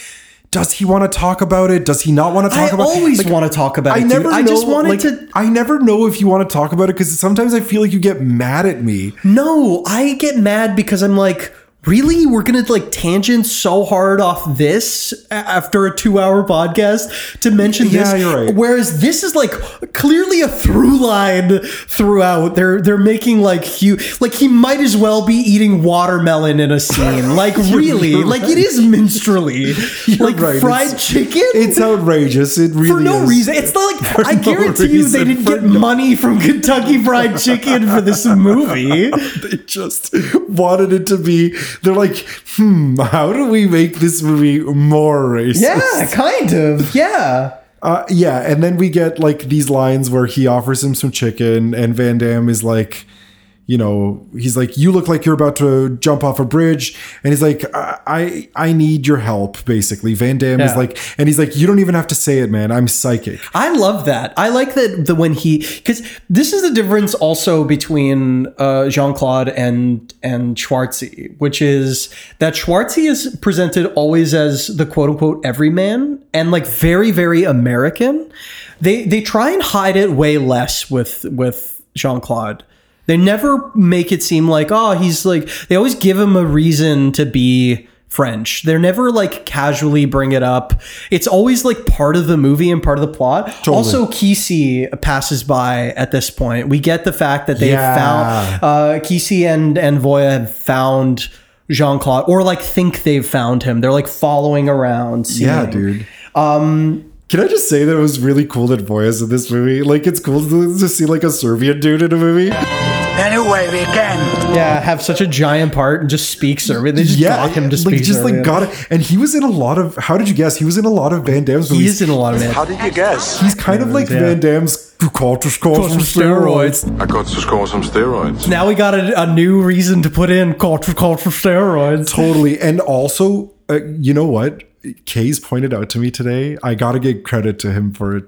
[SPEAKER 1] does he want to talk about it? Does he not want to talk
[SPEAKER 3] I
[SPEAKER 1] about it?
[SPEAKER 3] always want to talk about it, dude. I just wanted to-
[SPEAKER 1] I never know if you want to talk about it because sometimes I feel like you get mad at me.
[SPEAKER 3] No, I get mad because I'm like, really? We're going to like tangent so hard off this a- after a two hour podcast to mention this.
[SPEAKER 1] Yeah, you're right.
[SPEAKER 3] Whereas this is like clearly a through line throughout. They're, they're making like you, like he might as well be eating watermelon in a scene. Like really,
[SPEAKER 1] You're
[SPEAKER 3] like
[SPEAKER 1] right.
[SPEAKER 3] it is minstrally like
[SPEAKER 1] right,
[SPEAKER 3] fried
[SPEAKER 1] it's-
[SPEAKER 3] chicken.
[SPEAKER 1] It's outrageous. It really
[SPEAKER 3] for no
[SPEAKER 1] is.
[SPEAKER 3] reason. It's not like I
[SPEAKER 1] no
[SPEAKER 3] guarantee you they
[SPEAKER 1] reason,
[SPEAKER 3] didn't
[SPEAKER 1] for
[SPEAKER 3] get money from Kentucky Fried Chicken for this movie.
[SPEAKER 1] they just wanted it to be. They're like, hmm, how do we make this movie more racist?
[SPEAKER 3] Yeah, kind of. Yeah.
[SPEAKER 1] Uh, yeah, and then we get like these lines where he offers him some chicken, and Van Damme is like, you know, he's like, "You look like you're about to jump off a bridge," and he's like, "I, I, I need your help." Basically, Van Damme is
[SPEAKER 3] Yeah.
[SPEAKER 1] like, and he's like, "You don't even have to say it, man. I'm psychic."
[SPEAKER 3] I love that. I like that the when he because this is the difference also between uh, Jean Claude and and Schwartzy, which is that Schwartzy is presented always as the quote unquote everyman and like very very American. They they try and hide it way less with with Jean Claude. They never make it seem like oh he's like they always give him a reason to be French. They're never like casually bring it up. It's always like part of the movie and part of the plot. Also, Kesey passes by at this point. We get the fact that they
[SPEAKER 1] Yeah.
[SPEAKER 3] found uh, Kesey and and Voya have found Jean Claude, or like think they've found him. They're like following around. Seeing.
[SPEAKER 1] Yeah, dude.
[SPEAKER 3] Um,
[SPEAKER 1] Can I just say that it was really cool that Voya's in this movie? Like, it's cool to, to see like a Serbian dude in a movie.
[SPEAKER 3] Anyway, we can. Yeah, have such a giant part and just speak Serbian. They just got him to speak
[SPEAKER 1] like just like
[SPEAKER 3] Serbian.
[SPEAKER 1] got it. And he was in a lot of. How did you guess? He was in a lot of Van Damme's
[SPEAKER 3] He
[SPEAKER 1] movies.
[SPEAKER 3] is in a lot of it.
[SPEAKER 1] did you guess? He's kind of like
[SPEAKER 3] Yeah.
[SPEAKER 1] Van Damme's culture score from steroids.
[SPEAKER 14] I got to score some steroids.
[SPEAKER 3] Now we got a, a new reason to put in culture, culture steroids.
[SPEAKER 1] Totally. And also, uh, you know what? Kays pointed out to me today. I gotta give credit to him for it.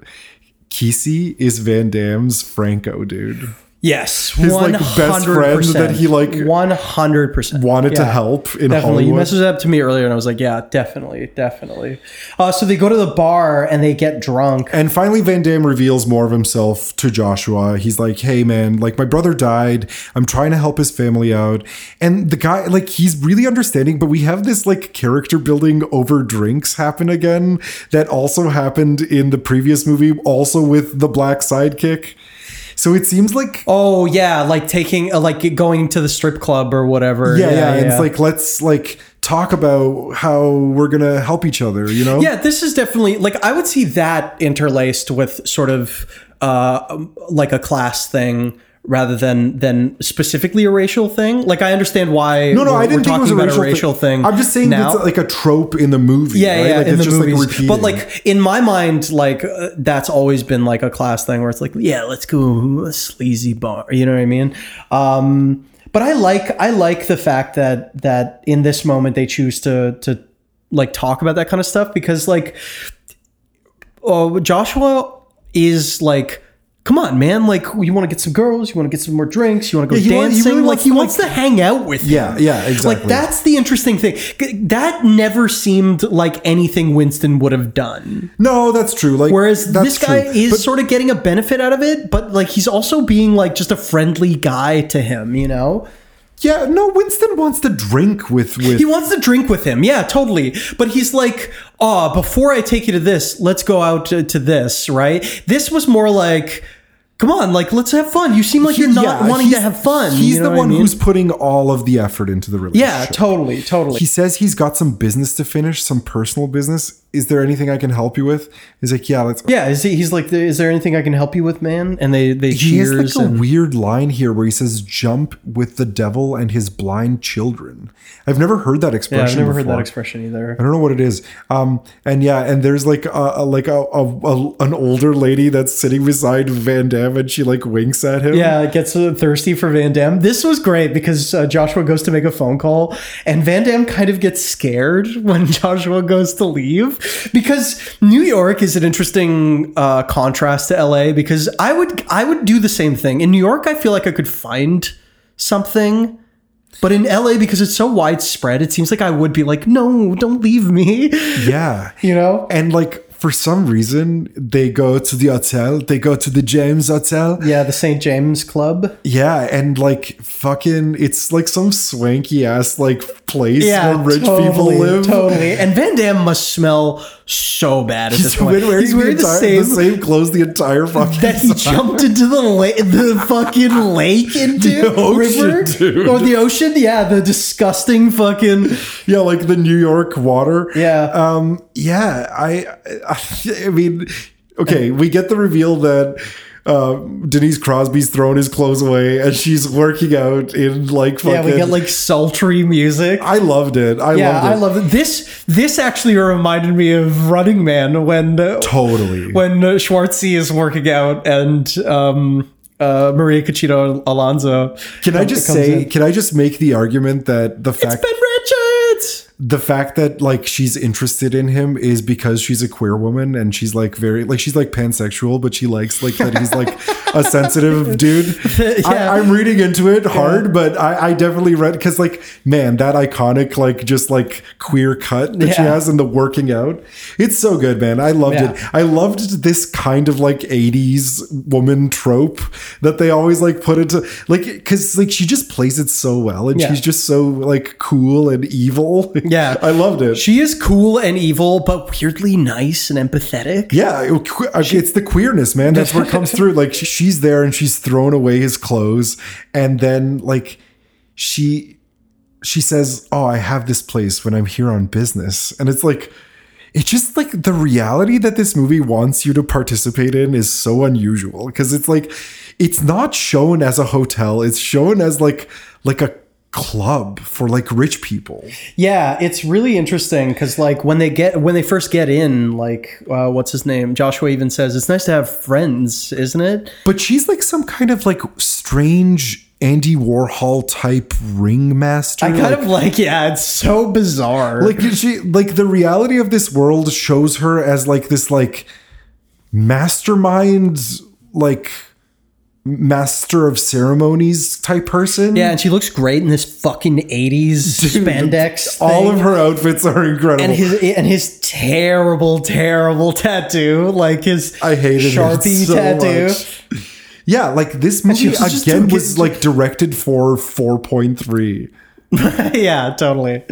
[SPEAKER 1] Kesey is Van Damme's Franco dude.
[SPEAKER 3] Yes,
[SPEAKER 1] His, like, best friend that he, like,
[SPEAKER 3] one hundred percent
[SPEAKER 1] wanted to help in
[SPEAKER 3] definitely.
[SPEAKER 1] Hollywood.
[SPEAKER 3] You messaged that to me earlier, and I was like, yeah, definitely, definitely. Uh, so they go to the bar and they get drunk.
[SPEAKER 1] And finally, Van Damme reveals more of himself to Joshua. He's like, hey, man, like my brother died. I'm trying to help his family out. And the guy, like, he's really understanding, but we have this, like, character building over drinks happen again that also happened in the previous movie, also with the black sidekick. So it seems like.
[SPEAKER 3] Oh yeah, like taking uh, like going to the strip club or whatever.
[SPEAKER 1] Yeah, yeah. and It's like, let's, like, talk about how we're going to help each other, you know?
[SPEAKER 3] Yeah, this is definitely like I would see that interlaced with sort of uh, um, like a class thing rather than than specifically a racial thing. Like I understand why.
[SPEAKER 1] No, no,
[SPEAKER 3] we're-
[SPEAKER 1] I
[SPEAKER 3] we're
[SPEAKER 1] didn't think it was a
[SPEAKER 3] talking
[SPEAKER 1] racial,
[SPEAKER 3] about thing.
[SPEAKER 1] I'm just saying
[SPEAKER 3] now.
[SPEAKER 1] it's like a trope in the movie.
[SPEAKER 3] yeah,
[SPEAKER 1] right?
[SPEAKER 3] yeah,
[SPEAKER 1] like
[SPEAKER 3] in
[SPEAKER 1] it's
[SPEAKER 3] the
[SPEAKER 1] just like
[SPEAKER 3] movies.
[SPEAKER 1] repeated.
[SPEAKER 3] but like in my mind, like uh, that's always been like a class thing where it's like, yeah, let's go to a sleazy bar. You know what I mean? Um, but I like I like the fact that that in this moment they choose to to like talk about that kind of stuff because like uh, Joshua is like. Come on, man! Like you want to get some girls, you want to get some more drinks, you want to go
[SPEAKER 1] Yeah, he wa- he
[SPEAKER 3] dancing.
[SPEAKER 1] really
[SPEAKER 3] like
[SPEAKER 1] wants
[SPEAKER 3] he
[SPEAKER 1] to,
[SPEAKER 3] wants to hang out with.
[SPEAKER 1] Yeah,
[SPEAKER 3] him.
[SPEAKER 1] yeah,
[SPEAKER 3] Like
[SPEAKER 1] exactly.
[SPEAKER 3] that's the interesting thing. C- That never seemed like anything Winston would have done.
[SPEAKER 1] No, that's true. Like
[SPEAKER 3] Whereas
[SPEAKER 1] that's
[SPEAKER 3] this guy
[SPEAKER 1] true.
[SPEAKER 3] is
[SPEAKER 1] But-
[SPEAKER 3] sort of getting a benefit out of it, but like he's also being like just a friendly guy to him, you know?
[SPEAKER 1] yeah, no. Winston wants to drink with with.
[SPEAKER 3] He wants to drink with him. Yeah, totally. But he's like, "Oh, before I take you to this, let's go out to, to this, right?" This was more like Come on, like let's have fun. You seem like you're not
[SPEAKER 1] yeah,
[SPEAKER 3] wanting to
[SPEAKER 1] he's-
[SPEAKER 3] have fun.
[SPEAKER 1] He's
[SPEAKER 3] you know
[SPEAKER 1] the
[SPEAKER 3] what I
[SPEAKER 1] one
[SPEAKER 3] mean?
[SPEAKER 1] who's putting all of the effort into the relationship.
[SPEAKER 3] yeah, totally, totally.
[SPEAKER 1] He says he's got some business to finish, some personal business. Is there anything I can help you with? He's like, yeah, let's.
[SPEAKER 3] Yeah, is he, he's like, is there anything I can help you with, man? And they they
[SPEAKER 1] He has
[SPEAKER 3] cheers.
[SPEAKER 1] like a
[SPEAKER 3] and,
[SPEAKER 1] weird line here where he says, "Jump with the devil and his blind children." I've never heard that
[SPEAKER 3] yeah,
[SPEAKER 1] expression.
[SPEAKER 3] I've never heard that
[SPEAKER 1] before. Uh,
[SPEAKER 3] expression either.
[SPEAKER 1] I don't know what it is. Um, and yeah, and there's like a, a like a, a, a an older lady that's sitting beside Van Damme, and she like winks at him.
[SPEAKER 3] Yeah, it gets uh, thirsty for Van Damme. This was great because uh, Joshua goes to make a phone call, and Van Damme kind of gets scared when Joshua goes to leave because New York is an interesting uh, contrast to LA. Because I would I would do the same thing in New York. I feel like I could find something But in LA, because it's so widespread, it seems like I would be like, no, don't leave me.
[SPEAKER 1] Yeah.
[SPEAKER 3] You know?
[SPEAKER 1] And like for some reason, they go to the hotel, they go to the James Hotel.
[SPEAKER 3] Yeah, the St. James Club.
[SPEAKER 1] Yeah, and like fucking it's like some swanky ass like place
[SPEAKER 3] Yeah,
[SPEAKER 1] where rich
[SPEAKER 3] totally,
[SPEAKER 1] people live.
[SPEAKER 3] Totally. And Van Damme must smell so bad at
[SPEAKER 1] He's
[SPEAKER 3] this point.
[SPEAKER 1] been wearing,
[SPEAKER 3] He's wearing the,
[SPEAKER 1] entire-
[SPEAKER 3] same,
[SPEAKER 1] clothes the entire fucking
[SPEAKER 3] that he jumped into the lake, the fucking lake into
[SPEAKER 1] The ocean,
[SPEAKER 3] river
[SPEAKER 1] dude.
[SPEAKER 3] or the ocean. Yeah, the disgusting fucking
[SPEAKER 1] yeah, like the New York water.
[SPEAKER 3] Yeah.
[SPEAKER 1] Um, yeah, I, I, I mean, okay, we get the reveal that uh, Denise Crosby's thrown his clothes away and she's working out in like fucking.
[SPEAKER 3] yeah. We get like sultry music.
[SPEAKER 1] I loved it. I
[SPEAKER 3] yeah,
[SPEAKER 1] loved it.
[SPEAKER 3] I love it. This this actually reminded me of Running Man when uh,
[SPEAKER 1] totally.
[SPEAKER 3] when uh, Schwartzy is working out and um, uh, Maria Cachino Alonso.
[SPEAKER 1] Can I just
[SPEAKER 3] comes
[SPEAKER 1] say?
[SPEAKER 3] in.
[SPEAKER 1] Can I just make the argument that the fact
[SPEAKER 3] Ben Richards?
[SPEAKER 1] the fact that like she's interested in him is because she's a queer woman and she's like very like she's like pansexual, but she likes like that he's like a sensitive dude.
[SPEAKER 3] Yeah.
[SPEAKER 1] I, I'm reading into it hard, but I, I definitely read because like man, that iconic like just like queer cut that she
[SPEAKER 3] Yeah.
[SPEAKER 1] has in the working out, it's so good, man. I loved
[SPEAKER 3] Yeah.
[SPEAKER 1] it. I loved this kind of like 80s woman trope that they always like put into like because like she just plays it so well and
[SPEAKER 3] Yeah.
[SPEAKER 1] she's just so like cool and evil.
[SPEAKER 3] Yeah.
[SPEAKER 1] I loved it.
[SPEAKER 3] She is cool and evil, but weirdly nice and empathetic.
[SPEAKER 1] Yeah, it- que- it's the queerness, man. That's what comes through. Like sh- she's there and she's thrown away his clothes, and then like she she says, "Oh, I have this place when I'm here on business," and it's like. It's just like the reality that this movie wants you to participate in is so unusual because it's like it's not shown as a hotel it's shown as like like a club for like rich people
[SPEAKER 3] Yeah, it's really interesting because like when they get when they first get in, like uh, what's his name? Joshua even says it's nice to have friends, isn't it?
[SPEAKER 1] But she's like some kind of like strange Andy Warhol type ringmaster.
[SPEAKER 3] I kind of like yeah, it's so bizarre.
[SPEAKER 1] like she like the reality of this world shows her as like this like mastermind like master of ceremonies type person.
[SPEAKER 3] yeah, and she looks great in this fucking eighties spandex.
[SPEAKER 1] all
[SPEAKER 3] thing.
[SPEAKER 1] of her outfits are incredible.
[SPEAKER 3] and his and his terrible, terrible tattoo, like his
[SPEAKER 1] I hated
[SPEAKER 3] sharpie
[SPEAKER 1] it so
[SPEAKER 3] tattoo.
[SPEAKER 1] much. Yeah, like this
[SPEAKER 3] And she
[SPEAKER 1] movie
[SPEAKER 3] was just
[SPEAKER 1] again
[SPEAKER 3] doing
[SPEAKER 1] was
[SPEAKER 3] his-
[SPEAKER 1] like directed for 4.3.
[SPEAKER 3] yeah, totally.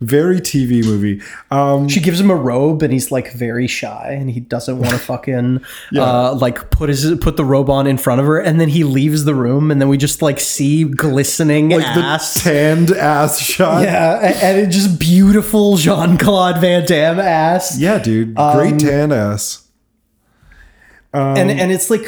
[SPEAKER 1] Very TV movie. Um,
[SPEAKER 3] She gives him a robe, and he's like very shy, and he doesn't want to fucking uh, like put his put the robe on in front of her, and then he leaves the room, and then we just like see glistening
[SPEAKER 1] like
[SPEAKER 3] ass.
[SPEAKER 1] the tanned ass shot.
[SPEAKER 3] yeah, a- and it just beautiful Jean Claude Van Damme ass,
[SPEAKER 1] Yeah, dude. Great
[SPEAKER 3] Um,
[SPEAKER 1] tan ass. Um,
[SPEAKER 3] and and it's like he's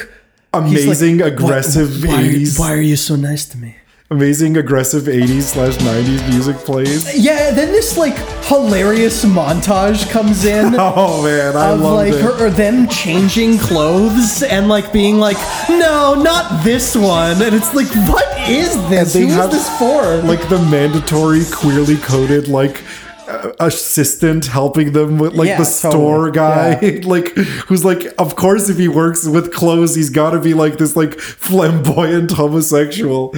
[SPEAKER 3] like,
[SPEAKER 1] amazing
[SPEAKER 3] "Why-
[SPEAKER 1] aggressive
[SPEAKER 3] Why, are you-
[SPEAKER 1] 80s.
[SPEAKER 3] why are you so nice to me?
[SPEAKER 1] Amazing aggressive 80s slash 90s music plays.
[SPEAKER 3] Yeah, then this like hilarious montage comes in.
[SPEAKER 1] Oh man, I
[SPEAKER 3] of
[SPEAKER 1] love
[SPEAKER 3] like
[SPEAKER 1] it.
[SPEAKER 3] Her, or them changing clothes and like being like, no, not this one. And it's like, what is this? Who
[SPEAKER 1] And
[SPEAKER 3] is
[SPEAKER 1] they have-
[SPEAKER 3] this for?
[SPEAKER 1] like the mandatory queerly coded like uh, assistant helping them with like
[SPEAKER 3] Yeah,
[SPEAKER 1] the
[SPEAKER 3] totally.
[SPEAKER 1] store guy like who's like of course if he works with clothes he's got to be like this like flamboyant homosexual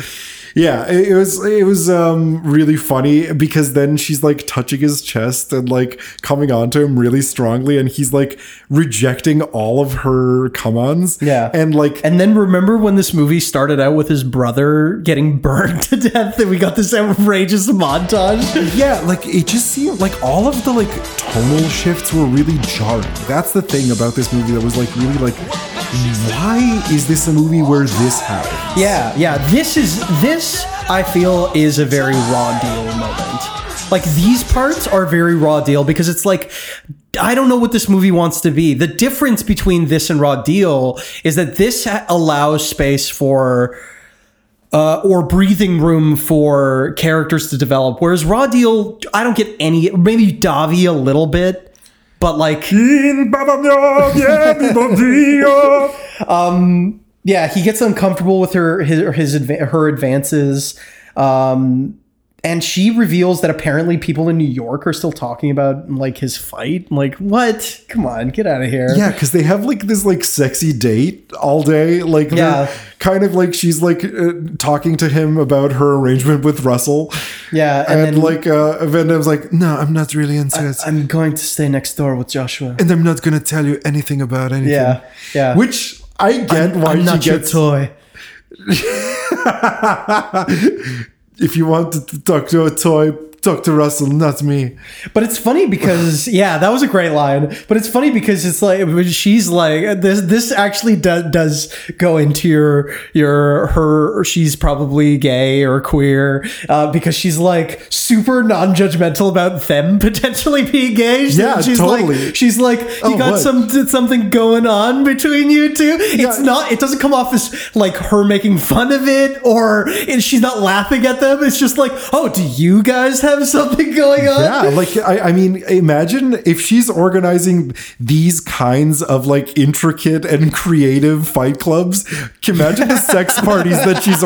[SPEAKER 1] yeah it, it was it was um really funny because then she's like touching his chest and like coming onto him really strongly and he's like rejecting all of her come-ons
[SPEAKER 3] Yeah.
[SPEAKER 1] and like
[SPEAKER 3] and then remember when this movie started out with his brother getting burned to death and we got this outrageous montage?
[SPEAKER 1] Yeah, like it just seemed like all of the like tonal shifts were really jarring. That's the thing about this movie that was like really like, why is this a movie where this happens?
[SPEAKER 3] Yeah, yeah. This is this I feel is a very raw deal moment. Like these parts are very raw deal because it's like I don't know what this movie wants to be. The difference between this and Raw Deal is that this ha- allows space for uh, or breathing room for characters to develop, whereas Raw Deal, I don't get any. Maybe Davi a little bit, but like um yeah he gets uncomfortable with her his, or his adva- her advances um and she reveals that apparently people in New York are still talking about like his fight. Like, what? Come on, get out of here.
[SPEAKER 1] Yeah, because they have like this like sexy date all day. Like, they're
[SPEAKER 3] Yeah.
[SPEAKER 1] kind of like she's like uh, talking to him about her arrangement with Russell.
[SPEAKER 3] Yeah,
[SPEAKER 1] and,
[SPEAKER 3] and then-
[SPEAKER 1] like uh, Van Damme's like, no, I'm not really into it,
[SPEAKER 3] I'm going to stay next door with Joshua.
[SPEAKER 1] and I'm not gonna tell you anything about anything.
[SPEAKER 3] Yeah, yeah.
[SPEAKER 1] Which I get
[SPEAKER 3] I'm-
[SPEAKER 1] why
[SPEAKER 3] I'm
[SPEAKER 1] she
[SPEAKER 3] not your
[SPEAKER 1] gets.
[SPEAKER 3] toy.
[SPEAKER 1] if you want to talk to a toy, talk to Russell, not me.
[SPEAKER 3] But it's funny because yeah, that was a great line. But it's funny because it's like when she's like this. This actually does does go into your your her. She's probably gay or queer uh, because she's like super non judgmental about them potentially being gay. She-
[SPEAKER 1] Yeah,
[SPEAKER 3] she's
[SPEAKER 1] totally.
[SPEAKER 3] Like, she's like you
[SPEAKER 1] Oh,
[SPEAKER 3] got
[SPEAKER 1] what?
[SPEAKER 3] some something going on between you two. It's not. It doesn't come off as like her making fun of it or and she's not laughing at them. It's just like oh, do you guys have something going on?
[SPEAKER 1] Yeah, like I, I mean, imagine if she's organizing these kinds of like intricate and creative fight clubs. Can you imagine the sex parties that she's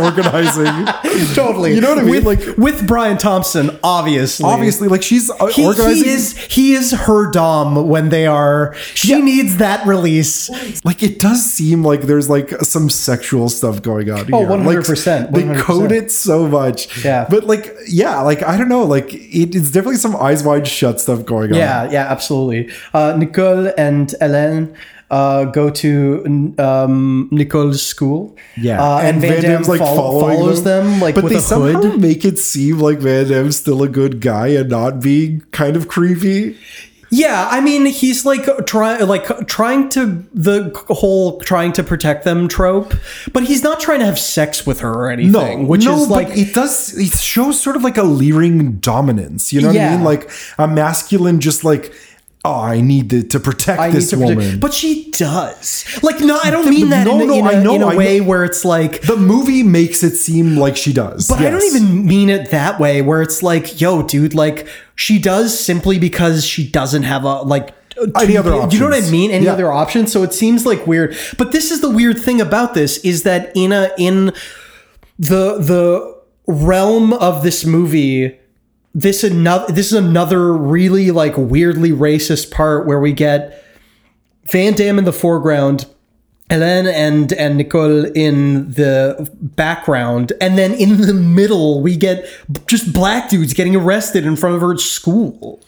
[SPEAKER 1] organizing.
[SPEAKER 3] totally.
[SPEAKER 1] You know what I mean?
[SPEAKER 3] With,
[SPEAKER 1] like
[SPEAKER 3] with Brian Thompson, obviously.
[SPEAKER 1] Obviously, like she's uh,
[SPEAKER 3] He,
[SPEAKER 1] organizing.
[SPEAKER 3] he is he is her dom when they are. She needs that release.
[SPEAKER 1] like it does seem like there's like some sexual stuff going on
[SPEAKER 3] Oh,
[SPEAKER 1] here. Like,
[SPEAKER 3] 100%,
[SPEAKER 1] they code
[SPEAKER 3] 100%.
[SPEAKER 1] it so much.
[SPEAKER 3] Yeah.
[SPEAKER 1] But like, yeah, like I don't know, like it, it's definitely some eyes wide shut stuff going on.
[SPEAKER 3] Yeah, yeah, absolutely. Uh, Nicole and Hélène uh, go to um, Nicole's school.
[SPEAKER 1] Yeah,
[SPEAKER 3] uh, and, Van, Damme
[SPEAKER 1] Damme's,
[SPEAKER 3] like follows them, like
[SPEAKER 1] but
[SPEAKER 3] with
[SPEAKER 1] they
[SPEAKER 3] a
[SPEAKER 1] somehow
[SPEAKER 3] hood.
[SPEAKER 1] make it seem like Van Damme's still a good guy and not being kind of creepy.
[SPEAKER 3] Yeah, I mean, he's like trying, like trying to the whole trying to protect them trope, but he's not trying to have sex with her or anything. which
[SPEAKER 1] no,
[SPEAKER 3] is
[SPEAKER 1] but
[SPEAKER 3] like
[SPEAKER 1] it does it shows sort of like a leering dominance. You know what I
[SPEAKER 3] Yeah.
[SPEAKER 1] mean? Like a masculine, just like oh, I need to, to protect
[SPEAKER 3] I need
[SPEAKER 1] this
[SPEAKER 3] to
[SPEAKER 1] woman.
[SPEAKER 3] protect- but she does. Like, no, I don't mean that
[SPEAKER 1] No,
[SPEAKER 3] in, a-
[SPEAKER 1] no,
[SPEAKER 3] in a,
[SPEAKER 1] I know,
[SPEAKER 3] in a
[SPEAKER 1] I know.
[SPEAKER 3] way where it's like.
[SPEAKER 1] the movie makes it seem like she does.
[SPEAKER 3] But I don't
[SPEAKER 1] yes.
[SPEAKER 3] even mean it that way, where it's like, yo, dude, like, she does simply because she doesn't have a, like,
[SPEAKER 1] Any other
[SPEAKER 3] do you know what I
[SPEAKER 1] options.
[SPEAKER 3] mean? Any
[SPEAKER 1] Yeah.
[SPEAKER 3] other option? So it seems like weird. But this is the weird thing about this is that in a, in the, the realm of this movie, this another, this is another really like weirdly racist part where we get Van Damme in the foreground, Hélène and and Nicole in the background, and then in the middle we get b- just black dudes getting arrested in front of her school.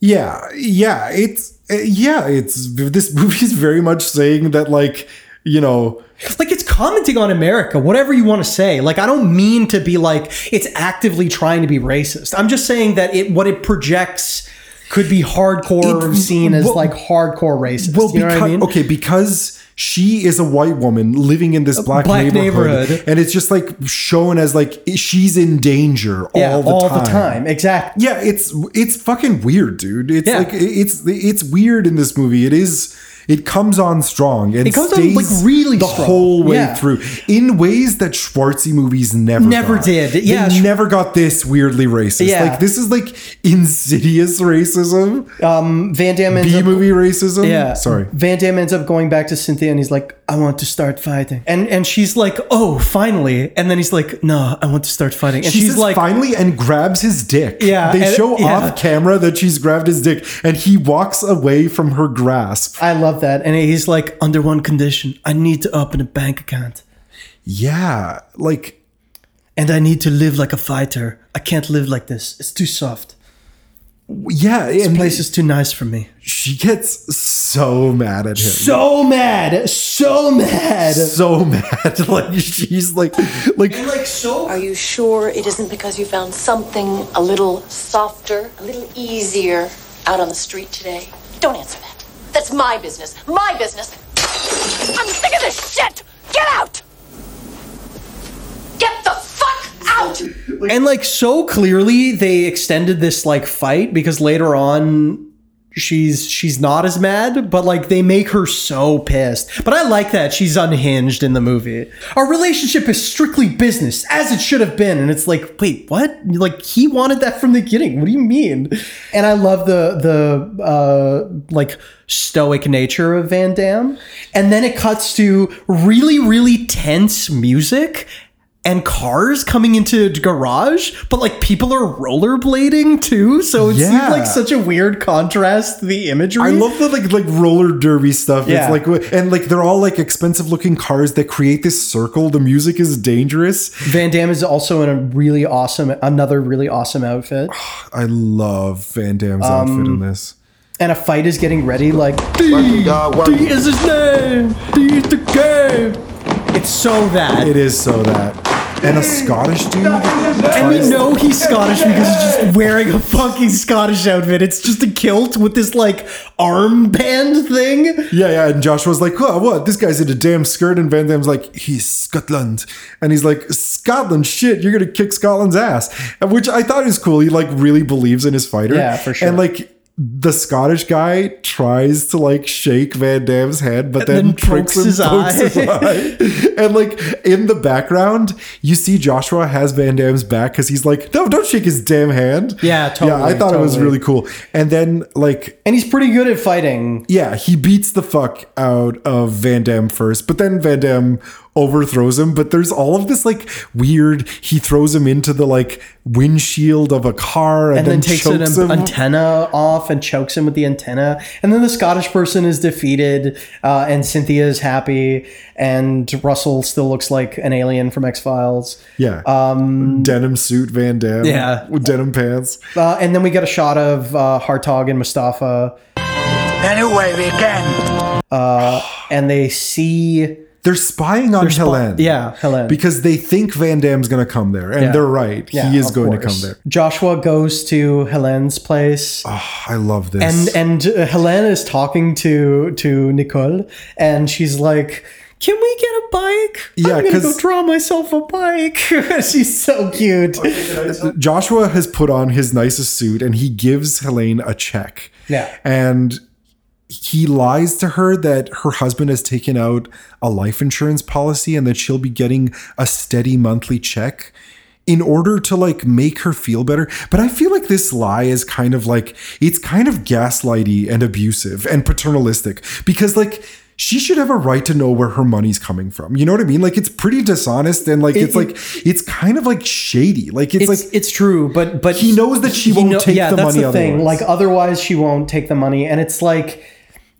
[SPEAKER 1] Yeah, yeah, it's uh, yeah, it's this movie is very much saying that like you know
[SPEAKER 3] Like it's commenting on America, whatever you want to say. Like I don't mean to be like it's actively trying to be racist. I'm just saying that it what it projects could be hardcore
[SPEAKER 1] It-
[SPEAKER 3] seen as
[SPEAKER 1] well-
[SPEAKER 3] like hardcore racist.
[SPEAKER 1] well
[SPEAKER 3] you know
[SPEAKER 1] because
[SPEAKER 3] what I mean?
[SPEAKER 1] okay because she is a white woman living in this black,
[SPEAKER 3] black
[SPEAKER 1] neighborhood,
[SPEAKER 3] neighborhood.
[SPEAKER 1] and it's just like shown as like she's in danger
[SPEAKER 3] yeah,
[SPEAKER 1] all the time.
[SPEAKER 3] exactly.
[SPEAKER 1] Yeah, it's it's fucking weird, dude. It's
[SPEAKER 3] Yeah.
[SPEAKER 1] like it's it's weird in this movie. It is it comes on strong and
[SPEAKER 3] It comes on,
[SPEAKER 1] stays
[SPEAKER 3] like, really
[SPEAKER 1] the
[SPEAKER 3] strong.
[SPEAKER 1] whole way
[SPEAKER 3] Yeah.
[SPEAKER 1] through in ways that Schwartzy movies never
[SPEAKER 3] Never
[SPEAKER 1] got.
[SPEAKER 3] did.
[SPEAKER 1] They
[SPEAKER 3] Yeah, Sch-
[SPEAKER 1] never got this weirdly racist.
[SPEAKER 3] Yeah.
[SPEAKER 1] Like this is like insidious racism,
[SPEAKER 3] Um, Van Damme ends
[SPEAKER 1] B
[SPEAKER 3] up-
[SPEAKER 1] movie racism.
[SPEAKER 3] Yeah.
[SPEAKER 1] sorry.
[SPEAKER 3] Van Damme ends up going back to Cynthia and he's like, I want to start fighting. And and she's like, Oh, finally. And then he's like, No, I want to start fighting. And
[SPEAKER 1] she
[SPEAKER 3] she's
[SPEAKER 1] says
[SPEAKER 3] like
[SPEAKER 1] finally and grabs his dick.
[SPEAKER 3] Yeah,
[SPEAKER 1] They
[SPEAKER 3] and-
[SPEAKER 1] show
[SPEAKER 3] yeah.
[SPEAKER 1] off camera that she's grabbed his dick and he walks away from her grasp.
[SPEAKER 3] I love that. And he's like, Under one condition, I need to open a bank account.
[SPEAKER 1] Yeah. Like
[SPEAKER 3] And I need to live like a fighter. I can't live like this. It's too soft.
[SPEAKER 1] yeah,
[SPEAKER 3] This
[SPEAKER 1] and
[SPEAKER 3] place is too nice for me.
[SPEAKER 1] she gets so mad at him.
[SPEAKER 3] So mad. So mad.
[SPEAKER 1] so mad. Like she's like like
[SPEAKER 15] like so. Are you sure it isn't because you found something a little softer, a little easier out on the street today? Don't answer that. That's my business. My business. I'm sick of this shit. Get out. Get the fuck out.
[SPEAKER 3] and like so clearly they extended this like fight because later on she's she's not as mad but like they make her so pissed but i like that she's unhinged in the movie our relationship is strictly business as it should have been and it's like wait what like he wanted that from the beginning what do you mean and i love the the uh like stoic nature of van damme and then it cuts to really really tense music and cars coming into garage, but like people are rollerblading too. So it seemed
[SPEAKER 1] Yeah.
[SPEAKER 3] like such a weird contrast to the imagery.
[SPEAKER 1] I love the like like roller derby stuff.
[SPEAKER 3] Yeah.
[SPEAKER 1] It's like and like they're all like expensive looking cars that create this circle. The music is dangerous.
[SPEAKER 3] Van Damme is also in a really awesome, another really awesome outfit.
[SPEAKER 1] I love Van Damme's outfit in
[SPEAKER 3] Um,
[SPEAKER 1] this.
[SPEAKER 3] And a fight is getting ready. Like D, D is his name. D is the game. It's so that.
[SPEAKER 1] It is so that. And a Scottish dude.
[SPEAKER 3] And we know he's Scottish because he's just wearing a fucking Scottish outfit. It's just a kilt with this like armband thing.
[SPEAKER 1] Yeah, yeah. And Joshua's like, oh, what? This guy's in a damn skirt. And Van Damme's like, he's Scotland. And he's like, Scotland, shit, you're going to kick Scotland's ass. And Which I thought is cool. He like really believes in his fighter.
[SPEAKER 3] Yeah, for sure.
[SPEAKER 1] And like, the Scottish guy tries to like shake Van Damme's hand, but
[SPEAKER 3] And
[SPEAKER 1] then,
[SPEAKER 3] then
[SPEAKER 1] tricks
[SPEAKER 3] pokes
[SPEAKER 1] him,
[SPEAKER 3] his
[SPEAKER 1] pokes his
[SPEAKER 3] eye.
[SPEAKER 1] eye. and like in the background, you see Joshua has Van Damme's back because he's like, no, don't shake his damn hand. Yeah,
[SPEAKER 3] Yeah,
[SPEAKER 1] I
[SPEAKER 3] totally,
[SPEAKER 1] thought it was
[SPEAKER 3] totally.
[SPEAKER 1] really cool. And then like
[SPEAKER 3] And he's pretty good at fighting.
[SPEAKER 1] yeah, he beats the fuck out of Van Damme first, but then Van Damme overthrows him. But there's all of this like weird, he throws him into the like windshield of a car and,
[SPEAKER 3] And, then, takes an
[SPEAKER 1] chokes
[SPEAKER 3] an
[SPEAKER 1] him.
[SPEAKER 3] antenna off and chokes him with the antenna. And then the Scottish person is defeated, uh, and Cynthia is happy, and Russell still looks like an alien from X Files.
[SPEAKER 1] yeah.
[SPEAKER 3] Um,
[SPEAKER 1] denim suit Van Damme.
[SPEAKER 3] Yeah.
[SPEAKER 1] With denim pants.
[SPEAKER 3] uh, and then we get a shot of uh, Hartog and Mustafa,
[SPEAKER 16] Anyway, we can.
[SPEAKER 3] uh, and they see
[SPEAKER 1] They're spying on
[SPEAKER 3] They're spo-
[SPEAKER 1] Helen.
[SPEAKER 3] yeah, Helen.
[SPEAKER 1] Because they think Van Damme's going to come there. And
[SPEAKER 3] Yeah.
[SPEAKER 1] they're right.
[SPEAKER 3] Yeah,
[SPEAKER 1] he is
[SPEAKER 3] of
[SPEAKER 1] going to
[SPEAKER 3] course.
[SPEAKER 1] come there.
[SPEAKER 3] Joshua goes to Helene's place.
[SPEAKER 1] Ah, I love this.
[SPEAKER 3] and and uh, Helene is talking to to Nicole, and she's like, "Can we get a bike?
[SPEAKER 1] Yeah,
[SPEAKER 3] I'm gonna go
[SPEAKER 1] 'cause-
[SPEAKER 3] draw myself a bike." she's so cute.
[SPEAKER 1] Joshua has put on his nicest suit and he gives Helene a check.
[SPEAKER 3] Yeah.
[SPEAKER 1] And he lies to her that her husband has taken out a life insurance policy and that she'll be getting a steady monthly check in order to like make her feel better. But I feel like this lie is kind of like it's kind of gaslighty and abusive and paternalistic because like she should have a right to know where her money's coming from. You know what I mean? Like it's pretty dishonest and like
[SPEAKER 3] It-
[SPEAKER 1] it's like it's kind of like shady. Like it's,
[SPEAKER 3] It's,
[SPEAKER 1] like
[SPEAKER 3] it's true, but but
[SPEAKER 1] he knows that she
[SPEAKER 3] you
[SPEAKER 1] won't
[SPEAKER 3] know-
[SPEAKER 1] take the money otherwise.
[SPEAKER 3] Like otherwise, she won't take the money, and it's like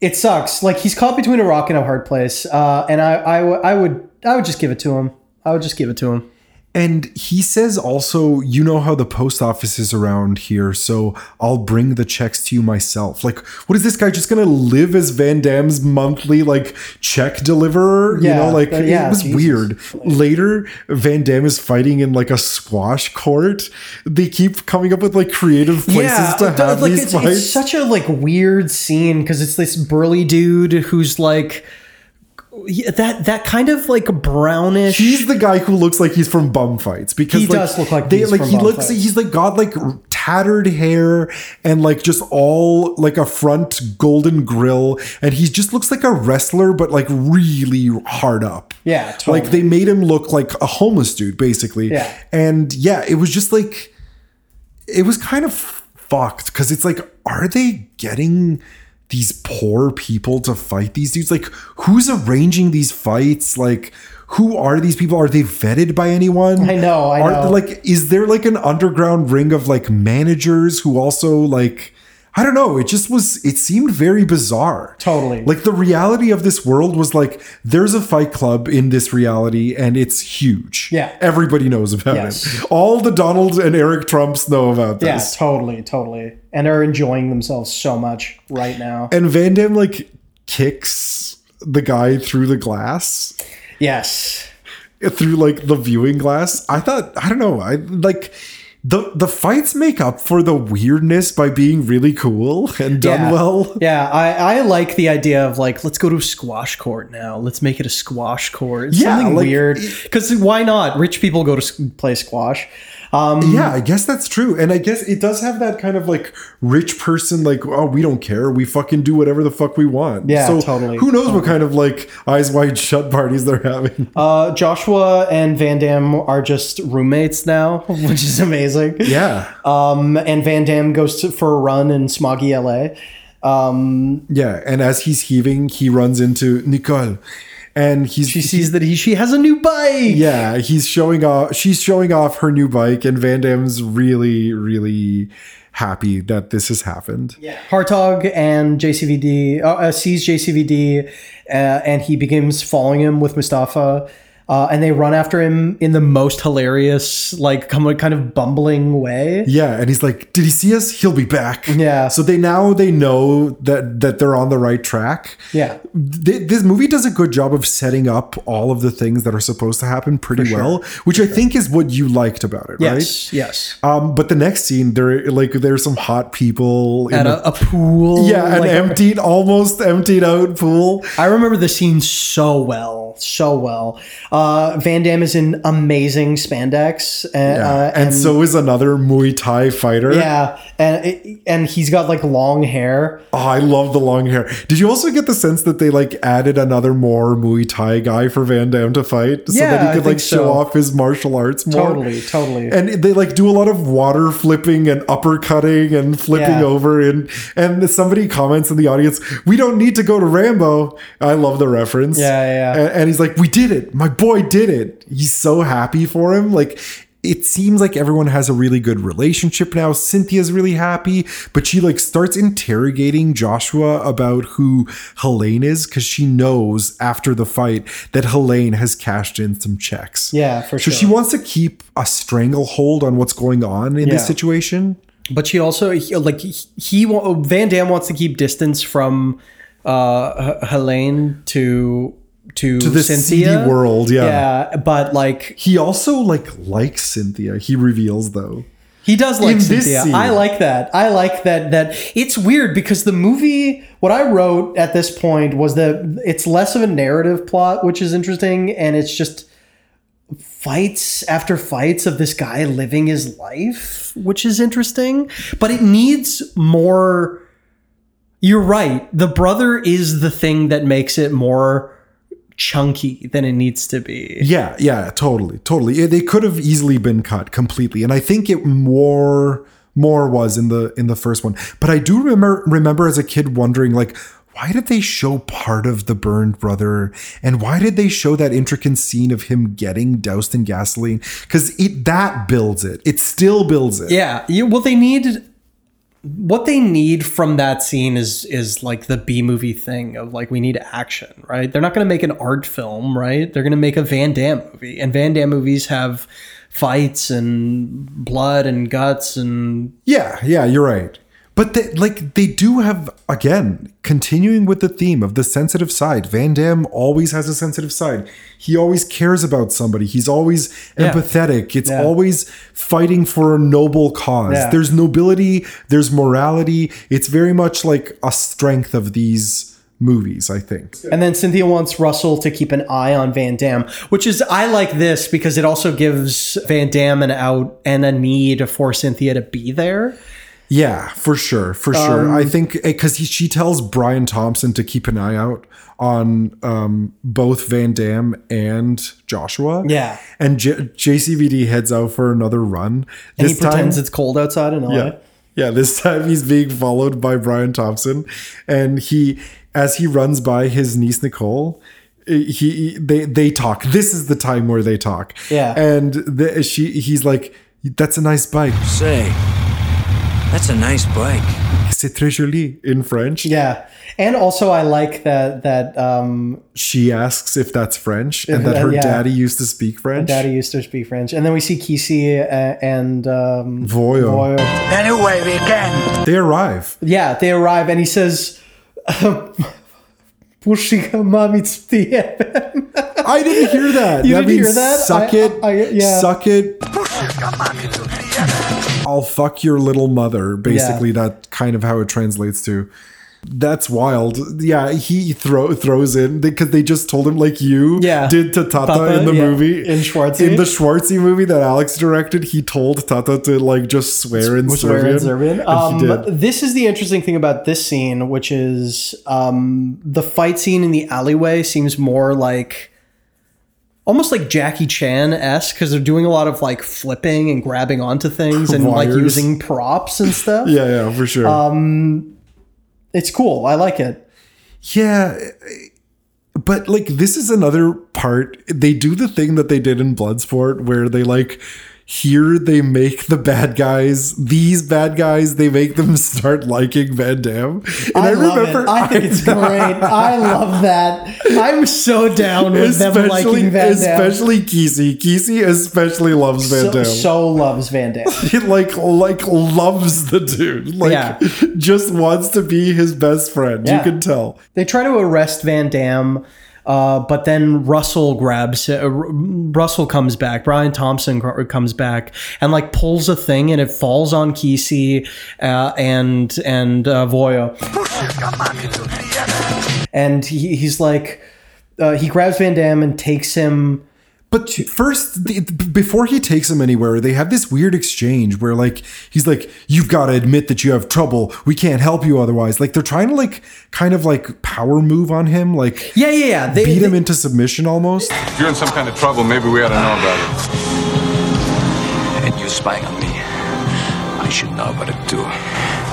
[SPEAKER 3] it sucks. Like he's caught between a rock and a hard place. Uh, and I I, w- I would I would just give it to him. I would just give it to him.
[SPEAKER 1] And he says also, you know how the post office is around here, so I'll bring the checks to you myself. Like, what is this guy just gonna live as Van Damme's monthly like check deliverer?
[SPEAKER 3] Yeah,
[SPEAKER 1] you know, like
[SPEAKER 3] uh,
[SPEAKER 1] it
[SPEAKER 3] yeah,
[SPEAKER 1] was
[SPEAKER 3] Jesus.
[SPEAKER 1] weird. Later, Van Damme is fighting in like a squash court. They keep coming up with like creative places to
[SPEAKER 3] it does-
[SPEAKER 1] have
[SPEAKER 3] like,
[SPEAKER 1] these
[SPEAKER 3] it's,
[SPEAKER 1] fights.
[SPEAKER 3] it's such a like weird scene because it's this burly dude who's like yeah, that that kind of like brownish.
[SPEAKER 1] He's the guy who looks like he's from bum fights because
[SPEAKER 3] He
[SPEAKER 1] like,
[SPEAKER 3] does look like
[SPEAKER 1] they
[SPEAKER 3] he's
[SPEAKER 1] like
[SPEAKER 3] from
[SPEAKER 1] he
[SPEAKER 3] bum
[SPEAKER 1] looks
[SPEAKER 3] fights.
[SPEAKER 1] he's like got like tattered hair and like just all like a front golden grill and he just looks like a wrestler but like really hard up.
[SPEAKER 3] yeah, totally.
[SPEAKER 1] Like they made him look like a homeless dude basically.
[SPEAKER 3] Yeah.
[SPEAKER 1] And yeah, it was just like it was kind of fucked because it's like are they getting these poor people to fight these dudes like who's arranging these fights like who are these people are they vetted by anyone
[SPEAKER 3] I know, I
[SPEAKER 1] Are-
[SPEAKER 3] know.
[SPEAKER 1] like is there like an underground ring of like managers who also like i don't know it just was it seemed very bizarre
[SPEAKER 3] totally.
[SPEAKER 1] like the reality of this world was like there's a fight club in this reality and it's huge.
[SPEAKER 3] Yeah.
[SPEAKER 1] Everybody knows about
[SPEAKER 3] Yes.
[SPEAKER 1] it. All the Donald and Eric Trumps know about
[SPEAKER 3] yeah,
[SPEAKER 1] this.
[SPEAKER 3] totally, totally, and are enjoying themselves so much right now.
[SPEAKER 1] And Van Damme like kicks the guy through the glass. eh,
[SPEAKER 3] Yes,
[SPEAKER 1] Through like the viewing glass. I thought I don't know. I like the the fights make up for the weirdness by being really cool and done
[SPEAKER 3] yeah.
[SPEAKER 1] well.
[SPEAKER 3] Yeah, I, I like the idea of like let's go to a squash court now. Let's make it a squash court. It's
[SPEAKER 1] Yeah,
[SPEAKER 3] something
[SPEAKER 1] like-
[SPEAKER 3] weird because why not? Rich people go to s- play squash. Um,
[SPEAKER 1] Yeah, I guess that's true. And I guess it does have that kind of like rich person, like, oh, we don't care. We fucking do whatever the fuck we want.
[SPEAKER 3] Yeah,
[SPEAKER 1] so
[SPEAKER 3] totally.
[SPEAKER 1] Who knows what kind of like eyes wide shut parties they're having.
[SPEAKER 3] Uh, Joshua and Van Damme are just roommates now, which is amazing.
[SPEAKER 1] Yeah.
[SPEAKER 3] Um, and Van Damme goes to, for a run in smoggy LA. Um,
[SPEAKER 1] Yeah. And as he's heaving, he runs into Nicole. and he's
[SPEAKER 3] she sees that he she has a new bike.
[SPEAKER 1] Yeah, he's showing off. She's showing off her new bike, and Van Damme's really, really happy that this has happened.
[SPEAKER 3] Yeah. Hartog and JCVD uh, uh, sees JCVD, uh, and he begins following him with Mustafa. Uh, and they run after him in the most hilarious, like come- kind of bumbling way.
[SPEAKER 1] Yeah, and he's like, "Did he see us? He'll be back."
[SPEAKER 3] Yeah.
[SPEAKER 1] So they now they know that that they're on the right track.
[SPEAKER 3] Yeah.
[SPEAKER 1] Th- this movie does a good job of setting up all of the things that are supposed to happen pretty
[SPEAKER 3] sure.
[SPEAKER 1] well, which I think is what you liked about it,
[SPEAKER 3] Yes.
[SPEAKER 1] right?
[SPEAKER 3] Yes.
[SPEAKER 1] Um, but the next scene, there like there's some hot people
[SPEAKER 3] At a, a pool.
[SPEAKER 1] yeah, an
[SPEAKER 3] like-
[SPEAKER 1] emptied, almost emptied out pool.
[SPEAKER 3] I remember the scene so well, so well. Uh, Van Damme is in amazing spandex, uh, uh,
[SPEAKER 1] and, so is another Muay Thai fighter.
[SPEAKER 3] yeah, and and he's got like long hair.
[SPEAKER 1] Oh, I love the long hair. Did you also get the sense that they like added another more Muay Thai guy for Van Damme to fight so
[SPEAKER 3] Yeah,
[SPEAKER 1] that
[SPEAKER 3] I
[SPEAKER 1] he could
[SPEAKER 3] think
[SPEAKER 1] like show
[SPEAKER 3] so.
[SPEAKER 1] off his martial arts more?
[SPEAKER 3] Totally, totally.
[SPEAKER 1] And they like do a lot of water flipping and uppercutting and flipping
[SPEAKER 3] Yeah.
[SPEAKER 1] over and and somebody comments in the audience, "We don't need to go to Rambo." I love the reference.
[SPEAKER 3] Yeah, yeah.
[SPEAKER 1] And, and he's like, "We did it. My boy did it." He's so happy for him. Like it seems like everyone has a really good relationship now. Cynthia's really happy, but she like starts interrogating Joshua about who Helene is cuz she knows after the fight that Helene has cashed in some checks.
[SPEAKER 3] Yeah, for
[SPEAKER 1] so
[SPEAKER 3] sure.
[SPEAKER 1] she wants to keep a stranglehold on what's going on in this
[SPEAKER 3] Yeah.
[SPEAKER 1] situation.
[SPEAKER 3] but she also he- like he, he wa- Van Damme wants to keep distance from uh, H- Helene to to
[SPEAKER 1] To the seedy
[SPEAKER 3] Cynthia
[SPEAKER 1] world, yeah.
[SPEAKER 3] yeah. But like
[SPEAKER 1] He also like likes Cynthia. He reveals though.
[SPEAKER 3] He does
[SPEAKER 1] In
[SPEAKER 3] like
[SPEAKER 1] this
[SPEAKER 3] Cynthia.
[SPEAKER 1] scene.
[SPEAKER 3] I like that. I like that. That it's weird because the movie, what I wrote at this point was that it's less of a narrative plot, which is interesting, and it's just fights after fights of this guy living his life, which is interesting. But it needs more. You're right. The brother is the thing that makes it more chunky than it needs to be.
[SPEAKER 1] Yeah, yeah, totally, totally. Yeah, They could have easily been cut completely, and I think it more more was in the in the first one. But I do remember remember as a kid wondering like. Why did they show part of the burned brother? And why did they show that intricate scene of him getting doused in gasoline? Because it that builds it. It still builds it.
[SPEAKER 3] Yeah. You, well, they need what they need from that scene is is like the B movie thing of like we need action, right? They're not going to make an art film, right? They're going to make a Van Damme movie, and Van Damme movies have fights and blood and guts and
[SPEAKER 1] Yeah, yeah, you're right. But they, like they do have again, continuing with the theme of the sensitive side. Van Damme always has a sensitive side. He always cares about somebody. He's always
[SPEAKER 3] Yeah.
[SPEAKER 1] empathetic. It's
[SPEAKER 3] Yeah.
[SPEAKER 1] always fighting for a noble cause.
[SPEAKER 3] Yeah.
[SPEAKER 1] There's nobility, there's morality. It's very much like a strength of these movies, I think.
[SPEAKER 3] And then Cynthia wants Russell to keep an eye on Van Damme, which is I like this because it also gives Van Damme an out and a need for Cynthia to be there.
[SPEAKER 1] Yeah, for sure, for sure.
[SPEAKER 3] Um,
[SPEAKER 1] I think because she tells Brian Thompson to keep an eye out on um, both Van Dam and Joshua.
[SPEAKER 3] Yeah.
[SPEAKER 1] and J- JCVD heads out for another run.
[SPEAKER 3] And he pretends it's cold outside and all
[SPEAKER 1] yeah, yeah. This time he's being followed by Brian Thompson, and he as he runs by his niece Nicole. eh, He they they talk. This is the time where they talk.
[SPEAKER 5] Yeah.
[SPEAKER 1] and the, she he's like, "That's a nice bike."
[SPEAKER 5] Say, that's a nice bike.
[SPEAKER 1] C'est très joli in French.
[SPEAKER 3] Yeah. And also I like that that um
[SPEAKER 1] She asks if that's French and
[SPEAKER 3] If-
[SPEAKER 1] that her
[SPEAKER 3] yeah.
[SPEAKER 1] daddy used to speak French.
[SPEAKER 3] Daddy used to speak French. And then we see Kisi uh, and um
[SPEAKER 1] Voyo.
[SPEAKER 3] Voyo.
[SPEAKER 17] Anyway, we can.
[SPEAKER 1] They arrive.
[SPEAKER 3] Yeah, they arrive and he says Pushika Mamit's
[SPEAKER 1] I didn't hear that.
[SPEAKER 3] You
[SPEAKER 1] that
[SPEAKER 3] didn't
[SPEAKER 1] means
[SPEAKER 3] hear that?
[SPEAKER 1] Suck
[SPEAKER 3] I-
[SPEAKER 1] it.
[SPEAKER 3] I- yeah.
[SPEAKER 1] Suck it. I'll fuck your little mother. Basically, that kind of how it translates to. That's wild. Yeah, he throw throws in because they just told him like you
[SPEAKER 3] Yeah.
[SPEAKER 1] did to Tata,
[SPEAKER 3] Tata,
[SPEAKER 1] in the
[SPEAKER 3] yeah.
[SPEAKER 1] movie
[SPEAKER 3] In Schwarzy.
[SPEAKER 1] in the Schwartzy movie that Alex directed. He told Tata to like just swear in
[SPEAKER 3] swear
[SPEAKER 1] Serbian.
[SPEAKER 3] in Serbian.
[SPEAKER 1] and
[SPEAKER 3] Um,
[SPEAKER 1] he did.
[SPEAKER 3] This is the interesting thing about this scene, which is um, the fight scene in the alleyway seems more like almost like Jackie Chan esque because they're doing a lot of like flipping and grabbing onto things and like
[SPEAKER 1] Wires.
[SPEAKER 3] using props and stuff.
[SPEAKER 1] Yeah, yeah, for sure.
[SPEAKER 3] Um, it's cool. I like it.
[SPEAKER 1] Yeah, but like this is another part. They do the thing that they did in Bloodsport where they like here they make the bad guys, these bad guys, they make them start liking Van Damme. And
[SPEAKER 18] I, love it. I think it's great. I love that. I'm so down with them liking Van Damme.
[SPEAKER 1] Especially Kesey. Kesey especially loves Van
[SPEAKER 18] so,
[SPEAKER 1] Damme.
[SPEAKER 18] so loves Van Damme.
[SPEAKER 1] he like like loves the dude. Like
[SPEAKER 18] Yeah.
[SPEAKER 1] just wants to be his best friend.
[SPEAKER 3] Yeah.
[SPEAKER 1] You can tell.
[SPEAKER 3] They try to arrest Van Damme, uh, but then Russell grabs uh, Russell comes back. Brian Thompson gr- comes back and like pulls a thing, and it falls on Kesey uh, and and uh, Voyo. And he, he's like, uh, he grabs Van Damme and takes him.
[SPEAKER 1] But first, the, before he takes him anywhere, they have this weird exchange where, like, he's like, "You've got to admit that you have trouble. We can't help you otherwise." Like, they're trying to like kind of like power move on him, like,
[SPEAKER 3] yeah, yeah, yeah. They,
[SPEAKER 1] beat him into submission almost.
[SPEAKER 11] If you're in some kind of trouble, maybe we ought to know about it.
[SPEAKER 2] And you spying on me. I should know what to do.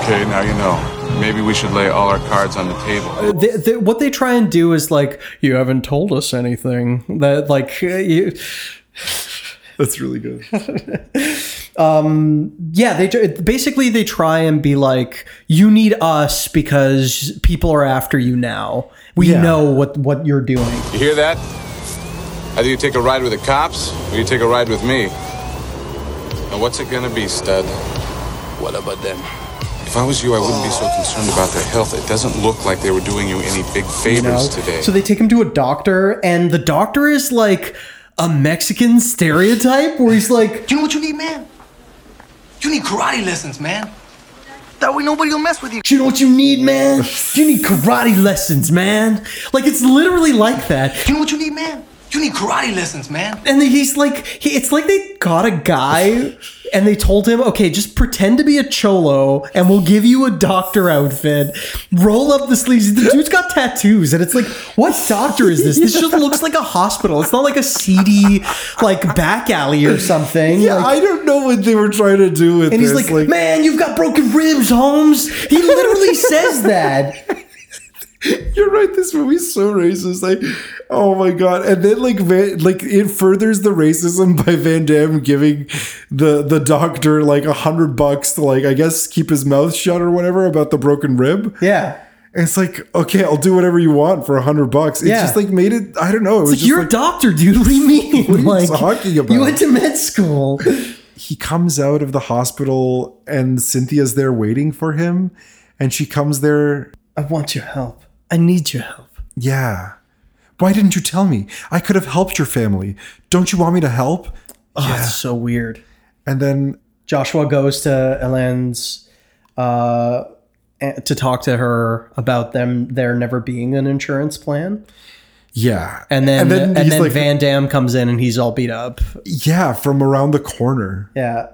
[SPEAKER 11] Okay, now you know. Maybe we should lay all our cards on the table.
[SPEAKER 3] Uh, They, they, what they try and do is like, you haven't told us anything. That like, uh, you,
[SPEAKER 1] That's really good.
[SPEAKER 3] um yeah they tr- basically they try and be like you need us because people are after you now we
[SPEAKER 11] Yeah.
[SPEAKER 3] know what what you're doing
[SPEAKER 11] You hear that? Either you take a ride with the cops, or you take a ride with me. And what's it gonna be, stud? What about them? If I was you, I wouldn't be so concerned about their health. It doesn't look like they were doing you any big
[SPEAKER 3] you know?
[SPEAKER 11] favors today.
[SPEAKER 3] so they take him to a doctor and the doctor is like a mexican stereotype where he's like
[SPEAKER 9] You know what you need, man? You need karate lessons, man. That way nobody will mess with you.
[SPEAKER 3] you know what you need man you need karate lessons man like it's literally like that
[SPEAKER 9] You know what you need, man? You need karate lessons, man.
[SPEAKER 3] and he's like he, it's like they got a guy and they told him okay just pretend to be a cholo and we'll give you a doctor outfit roll up the sleeves the dude's got tattoos and it's like what doctor is this this just looks like a hospital it's not like a seedy like back alley or something
[SPEAKER 1] Yeah,
[SPEAKER 3] Like-
[SPEAKER 1] I don't know what they were trying to do with
[SPEAKER 3] and
[SPEAKER 1] this.
[SPEAKER 3] he's like, man you've got broken ribs holmes he literally says that
[SPEAKER 1] You're right. This movie's so racist. Like, oh my god! And then like, Van, like it furthers the racism by Van Damme giving the the doctor like a hundred bucks to like I guess keep his mouth shut or whatever about the broken rib.
[SPEAKER 3] Yeah.
[SPEAKER 1] And it's like, okay, I'll do whatever you want for a hundred bucks. It's
[SPEAKER 3] Yeah.
[SPEAKER 1] just like made it. I don't know. It was
[SPEAKER 3] it's
[SPEAKER 1] just
[SPEAKER 3] like you're a
[SPEAKER 1] like,
[SPEAKER 3] doctor dude what do you mean
[SPEAKER 1] what are you
[SPEAKER 3] like
[SPEAKER 1] talking about?
[SPEAKER 3] you went to med school
[SPEAKER 1] he comes out of the hospital and Cynthia's there waiting for him, and she comes there.
[SPEAKER 3] I want your help. I need your help.
[SPEAKER 1] Yeah. Why didn't you tell me? I could have helped your family. Don't you want me to help?
[SPEAKER 3] Oh, it's so weird.
[SPEAKER 1] And then
[SPEAKER 3] Joshua goes to Elaine's uh, eh, to talk to her about them there never being an insurance plan.
[SPEAKER 1] Yeah.
[SPEAKER 3] And then and then,
[SPEAKER 1] he's like,
[SPEAKER 3] Van Dam comes in and he's all beat up.
[SPEAKER 1] yeah, from around the corner.
[SPEAKER 3] Yeah.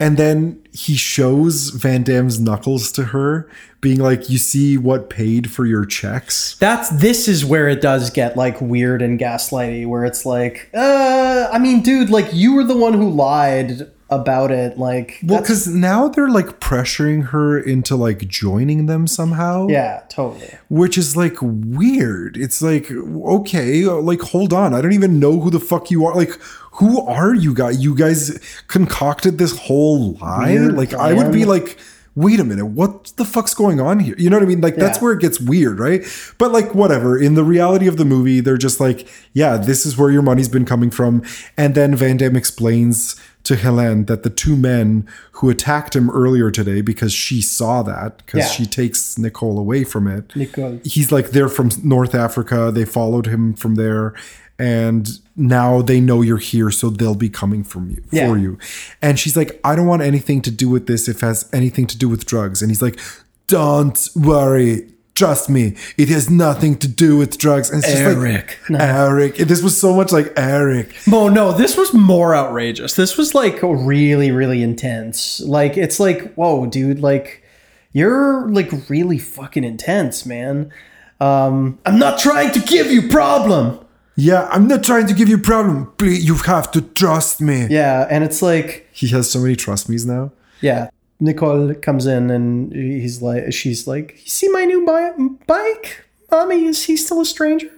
[SPEAKER 1] And then he shows Van Damme's knuckles to her, being like, You see what paid for your checks?
[SPEAKER 3] That's this is where it does get like weird and gaslighty where it's like, uh, I mean, dude, like you were the one who lied about it. Like
[SPEAKER 1] Well, because now they're like pressuring her into like joining them somehow.
[SPEAKER 3] Yeah, totally.
[SPEAKER 1] Which is like weird. It's like, okay, like hold on. I don't even know who the fuck you are. Like, who are you guys? You guys concocted this whole lie?
[SPEAKER 19] Weird
[SPEAKER 1] like, I would be
[SPEAKER 19] plan.
[SPEAKER 1] like, wait a minute, what the fuck's going on here? You know what I mean? Like, that's
[SPEAKER 19] Yeah.
[SPEAKER 1] where it gets weird, right? But like, whatever. In the reality of the movie, they're just like, yeah, this is where your money's been coming from. And then Van Damme explains to Helene that the two men who attacked him earlier today, because she saw that, because
[SPEAKER 19] Yeah.
[SPEAKER 1] she takes Nicole away from it.
[SPEAKER 3] Nicole.
[SPEAKER 1] He's like, they're from North Africa. They followed him from there. And now they know you're here, so they'll be coming from you
[SPEAKER 19] Yeah.
[SPEAKER 1] for you. And she's like, I don't want anything to do with this if it has anything to do with drugs. And he's like, Don't worry. Trust me, it has nothing to do with drugs. And it's just like,
[SPEAKER 3] Eric.
[SPEAKER 1] Eric. This was so much like Eric.
[SPEAKER 3] No, no, this was more outrageous. This was like really, really intense. Like it's like, whoa, dude, like you're like really fucking intense, man. Um, I'm not trying to give you problem.
[SPEAKER 1] Yeah, I'm not trying to give you problem. Please, you have to trust me.
[SPEAKER 3] Yeah, and it's like
[SPEAKER 1] he has so many trust me's now.
[SPEAKER 3] Yeah, Nicole comes in and he's like, she's like, you see my new bi- bike, mommy? Is he still a stranger?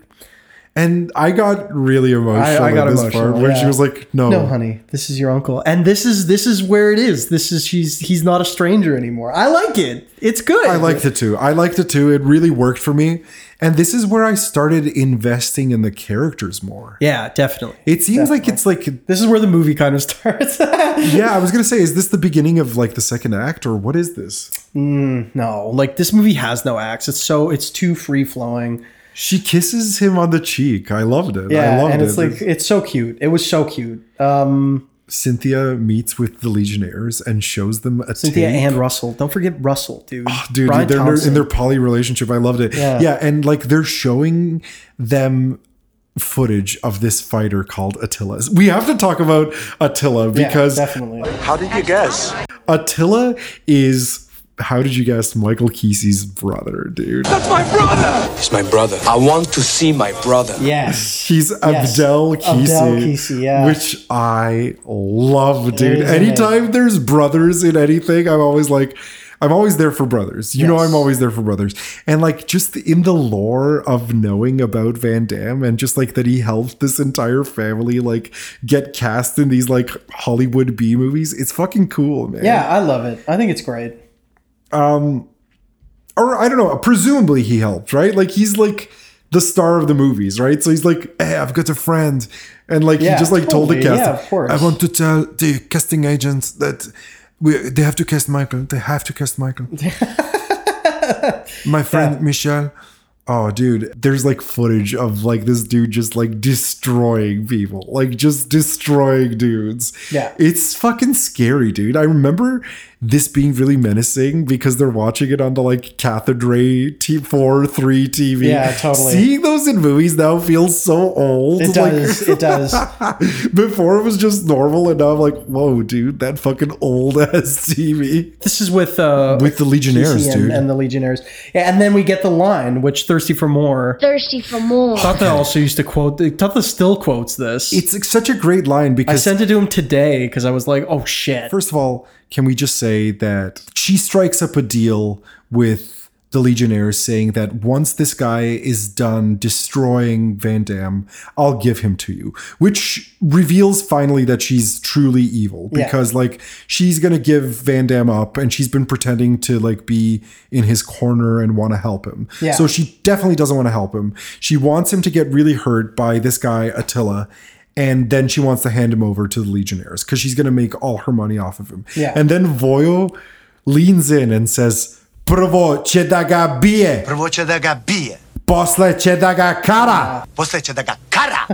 [SPEAKER 1] And I got really emotional.
[SPEAKER 3] I, I got
[SPEAKER 1] at this
[SPEAKER 3] emotional
[SPEAKER 1] part where she
[SPEAKER 3] yeah.
[SPEAKER 1] was like, "No,
[SPEAKER 3] no, honey, this is your uncle, and this is this is where it is. This is she's he's not a stranger anymore. I like it. It's good.
[SPEAKER 1] I liked it too. I liked it too. It really worked for me. And this is where I started investing in the characters more.
[SPEAKER 3] Yeah, definitely.
[SPEAKER 1] It seems like it's like
[SPEAKER 3] this is where the movie kind of starts.
[SPEAKER 1] yeah, I was gonna say, is this the beginning of like the second act, or what is this?
[SPEAKER 3] Mm, no, like this movie has no acts. It's so it's too free flowing.
[SPEAKER 1] She kisses him on the cheek. I loved it.
[SPEAKER 3] Yeah,
[SPEAKER 1] I loved
[SPEAKER 3] and it's
[SPEAKER 1] it.
[SPEAKER 3] like it's so cute. It was so cute. Um,
[SPEAKER 1] Cynthia meets with the Legionnaires and shows them a
[SPEAKER 3] Cynthia
[SPEAKER 1] tape.
[SPEAKER 3] and Russell. Don't forget Russell, dude.
[SPEAKER 1] Ah, dude
[SPEAKER 3] Brian
[SPEAKER 1] they're in their, in
[SPEAKER 3] Townsend.
[SPEAKER 1] their poly relationship i loved it
[SPEAKER 3] Yeah.
[SPEAKER 1] yeah. and like they're showing them footage of this fighter called attila we have to talk about attila
[SPEAKER 3] Yeah,
[SPEAKER 1] because
[SPEAKER 3] definitely.
[SPEAKER 2] How did you guess?
[SPEAKER 1] attila is how did you guess michael kesey's brother dude
[SPEAKER 2] That's my brother! He's my brother. I want to see my brother.
[SPEAKER 3] Yes.
[SPEAKER 1] He's Abdel Kesey,
[SPEAKER 2] Abdel Kesey, yeah.
[SPEAKER 1] which I love, dude.
[SPEAKER 2] is amazing.
[SPEAKER 1] Anytime there's brothers in anything, I'm always like, I'm always there for brothers. You know, I'm always there for brothers. And like, just in the lore of knowing about Van Damme and just like that he helped this entire family like get cast in these like Hollywood B movies, it's fucking cool, man.
[SPEAKER 3] Yeah, I love it. I think it's great.
[SPEAKER 1] Um, or I don't know. Presumably he helped, right? Like he's like the star of the movies, right? So he's like, hey, I've got a friend, and like
[SPEAKER 20] Yeah,
[SPEAKER 1] he just like told the
[SPEAKER 20] totally.
[SPEAKER 1] cast,
[SPEAKER 20] Yeah, of course.
[SPEAKER 1] I want to tell the casting agents that we they have to cast Michael. They have to cast Michael. My friend Michelle. Oh, dude, there's like footage of like this dude just like destroying people, like just destroying dudes.
[SPEAKER 3] Yeah.
[SPEAKER 1] It's fucking scary, dude. I remember this being really menacing because they're watching it on the like cathedra T4 3 TV.
[SPEAKER 3] Yeah, totally.
[SPEAKER 1] Seeing those in movies now feels so old.
[SPEAKER 3] It
[SPEAKER 1] like-
[SPEAKER 3] does. it does.
[SPEAKER 1] Before it was just normal, and now I'm like, whoa, dude, that fucking old ass TV.
[SPEAKER 3] This is with uh,
[SPEAKER 1] With the Legionnaires,
[SPEAKER 3] Kesey and,
[SPEAKER 1] dude.
[SPEAKER 3] and the Legionnaires. Yeah, and then we get the line, which "thirsty for more."
[SPEAKER 15] Thirsty for more.
[SPEAKER 3] Tata also used to quote. Tata still quotes this.
[SPEAKER 1] It's such a great line
[SPEAKER 3] I
[SPEAKER 1] because
[SPEAKER 3] sent it to him today because I was like, "Oh shit!"
[SPEAKER 1] First of all, can we just say that she strikes up a deal with the Legionnaires saying that once this guy is done destroying Van Damme, I'll give him to you, which reveals finally that she's truly evil
[SPEAKER 20] Yeah.
[SPEAKER 1] because like she's going to give Van Damme up and she's been pretending to like be in his corner and want to help him.
[SPEAKER 20] Yeah.
[SPEAKER 1] So she definitely doesn't want to help him. She wants him to get really hurt by this guy, Attila, and then she wants to hand him over to the Legionnaires because she's going to make all her money off of him.
[SPEAKER 20] Yeah.
[SPEAKER 1] And then Voyo leans in and says, Prvo će da ga bije,
[SPEAKER 9] Prvo će da ga bije.
[SPEAKER 1] posle će da ga kara,
[SPEAKER 9] Posle će da ga kara.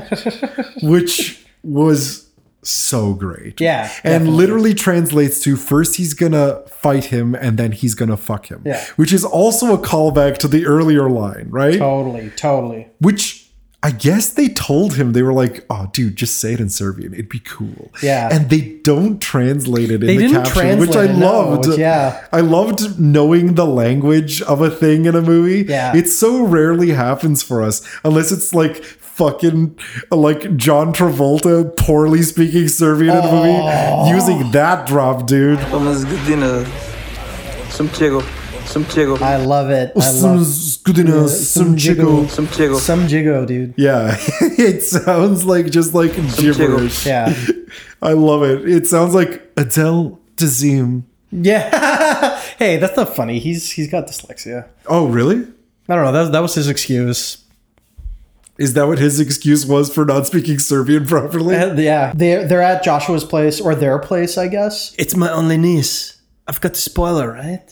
[SPEAKER 1] which was so great.
[SPEAKER 3] Yeah,
[SPEAKER 1] And
[SPEAKER 3] definitely.
[SPEAKER 1] literally translates to first he's gonna fight him and then he's gonna fuck him.
[SPEAKER 3] Yeah.
[SPEAKER 1] Which is also a callback to the earlier line, right?
[SPEAKER 3] Totally, totally.
[SPEAKER 1] Which I guess they told him they were like, "Oh, dude, just say it in Serbian. It'd be cool."
[SPEAKER 3] Yeah.
[SPEAKER 1] and they don't translate it in
[SPEAKER 3] They
[SPEAKER 1] the
[SPEAKER 3] didn't
[SPEAKER 1] caption, which I
[SPEAKER 3] translate it, no,
[SPEAKER 1] loved.
[SPEAKER 3] which- yeah.
[SPEAKER 1] I loved knowing the language of a thing in a movie.
[SPEAKER 3] Yeah.
[SPEAKER 1] it so rarely happens for us unless it's like fucking like John Travolta poorly speaking Serbian in a movie using that drop, dude.
[SPEAKER 5] Some jiggle. Some jiggle.
[SPEAKER 3] I love it. I
[SPEAKER 1] Some
[SPEAKER 3] love
[SPEAKER 1] skudina, some jiggle.
[SPEAKER 3] Some jiggle. Some jiggle, dude.
[SPEAKER 1] Yeah, it sounds like just like gibberish.
[SPEAKER 3] Yeah.
[SPEAKER 1] I love it. It sounds like Adele Dazeem.
[SPEAKER 3] Yeah. hey, that's not funny. He's he's got dyslexia.
[SPEAKER 1] Oh, really?
[SPEAKER 3] I don't know. That, that was his excuse.
[SPEAKER 1] Is that what his excuse was for not speaking Serbian properly?
[SPEAKER 3] Uh, yeah, they're they're at Joshua's place or their place, I guess. It's my only niece. I've got the spoiler, right?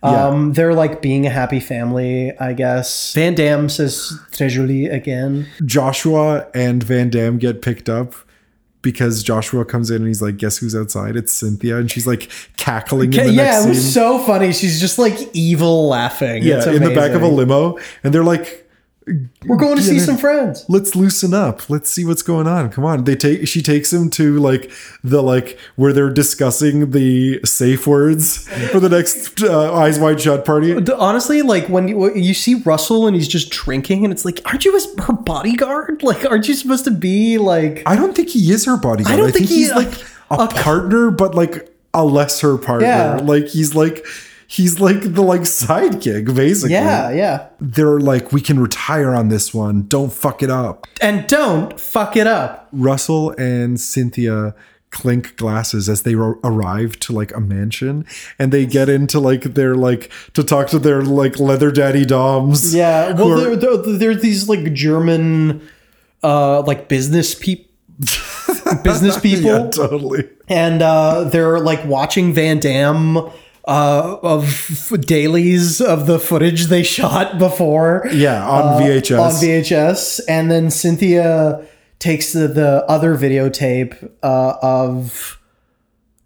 [SPEAKER 1] Yeah.
[SPEAKER 3] Um, they're like being a happy family, I guess. Van Damme says Trejoli again.
[SPEAKER 1] Joshua and Van Damme get picked up because Joshua comes in and he's like, "Guess who's outside? It's Cynthia," and she's like cackling. in the
[SPEAKER 3] yeah,
[SPEAKER 1] next
[SPEAKER 3] it was
[SPEAKER 1] scene.
[SPEAKER 3] so funny. She's just like evil laughing.
[SPEAKER 1] yeah,
[SPEAKER 3] It's
[SPEAKER 1] in the back of a
[SPEAKER 3] amazing.
[SPEAKER 1] limo, and they're like,
[SPEAKER 3] We're going to see some friends.
[SPEAKER 1] Let's loosen up. Let's see what's going on. Come on. They take she takes him to like the like where they're discussing the safe words for the next uh, eyes wide shut party.
[SPEAKER 3] D- Honestly, like when you, you see Russell and he's just drinking, and it's like, aren't you his, her bodyguard? Like, aren't you supposed to be like?
[SPEAKER 1] I don't think he is her bodyguard.
[SPEAKER 3] I don't think,
[SPEAKER 1] he's
[SPEAKER 3] he-
[SPEAKER 1] like a, partner, but like a lesser partner.
[SPEAKER 3] Yeah.
[SPEAKER 1] Like he's like he's like the like sidekick basically.
[SPEAKER 3] Yeah, yeah.
[SPEAKER 1] They're like, we can retire on this one. Don't fuck it up.
[SPEAKER 3] And don't fuck it up.
[SPEAKER 1] Russell and Cynthia clink glasses as they ro- arrive to like a mansion and they get into like their like to talk to their like leather daddy doms
[SPEAKER 3] Yeah.
[SPEAKER 1] who
[SPEAKER 3] Well,
[SPEAKER 1] are-
[SPEAKER 3] there, there, there are these like German, uh, like business people. business people
[SPEAKER 1] yeah, totally
[SPEAKER 3] and uh, they're like watching Van Damme uh, of f- dailies of the footage they shot before.
[SPEAKER 1] Yeah, on
[SPEAKER 3] uh,
[SPEAKER 1] VHS.
[SPEAKER 3] On VHS, and then Cynthia takes the, the other videotape uh, of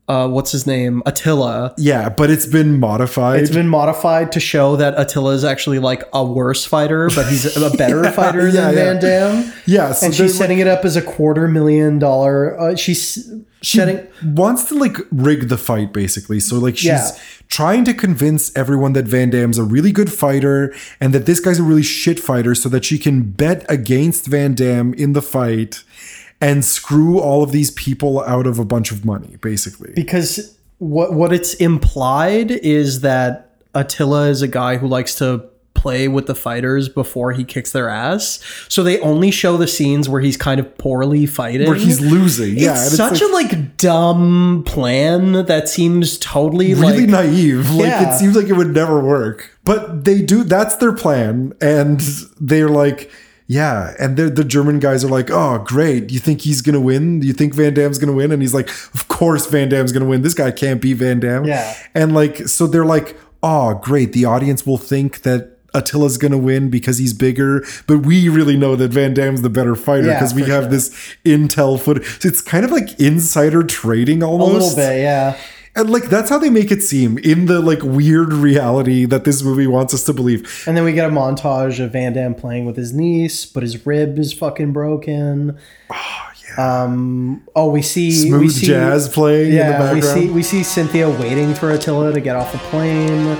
[SPEAKER 3] uh, what's his name, Attila.
[SPEAKER 1] yeah but it's been modified
[SPEAKER 3] It's been modified to show that Attila is actually like a worse fighter, but he's a better
[SPEAKER 1] Yeah,
[SPEAKER 3] fighter
[SPEAKER 1] yeah,
[SPEAKER 3] than
[SPEAKER 1] yeah.
[SPEAKER 3] Van Damme.
[SPEAKER 1] yeah so
[SPEAKER 3] and
[SPEAKER 1] they're,
[SPEAKER 3] she's setting it up as a quarter million dollar. Uh, she's
[SPEAKER 1] she
[SPEAKER 3] setting
[SPEAKER 1] wants to like rig the fight basically so like she's
[SPEAKER 3] Yeah.
[SPEAKER 1] trying to convince everyone that van damme's a really good fighter and that this guy's a really shit fighter so that she can bet against van damme in the fight and screw all of these people out of a bunch of money basically
[SPEAKER 3] because what what it's implied is that Attila is a guy who likes to play with the fighters before he kicks their ass. So they only show the scenes where he's kind of poorly fighting.
[SPEAKER 1] where he's losing yeah and
[SPEAKER 3] it's such a like dumb plan that seems totally
[SPEAKER 1] really
[SPEAKER 3] like
[SPEAKER 1] naive. Like
[SPEAKER 3] Yeah.
[SPEAKER 1] it seems like it would never work. But they do. That's their plan, and they're like, yeah. And they're, the German guys are like, oh, great. You think he's gonna win? You think Van Damme's gonna win? And he's like, of course Van Damme's gonna win. This guy can't be Van Damme.
[SPEAKER 3] Yeah.
[SPEAKER 1] And like, so they're like, oh, great. The audience will think that. Attila's gonna win because he's bigger, but we really know that Van Damme's the better fighter
[SPEAKER 3] Yeah,
[SPEAKER 1] because we
[SPEAKER 3] for
[SPEAKER 1] have this intel footage. So it's kind of like insider trading
[SPEAKER 3] a
[SPEAKER 1] almost.
[SPEAKER 3] little bit, yeah.
[SPEAKER 1] And like that's how they make it seem in the like weird reality that this movie wants us to believe.
[SPEAKER 3] And then we get a montage of Van Damme playing with his niece, but his rib is fucking broken. Oh yeah. Um, oh, we see we
[SPEAKER 1] Ah, Smooth
[SPEAKER 3] see,
[SPEAKER 1] jazz playing in the
[SPEAKER 3] we
[SPEAKER 1] background.
[SPEAKER 3] see we see Cynthia waiting for Attila to get off the plane.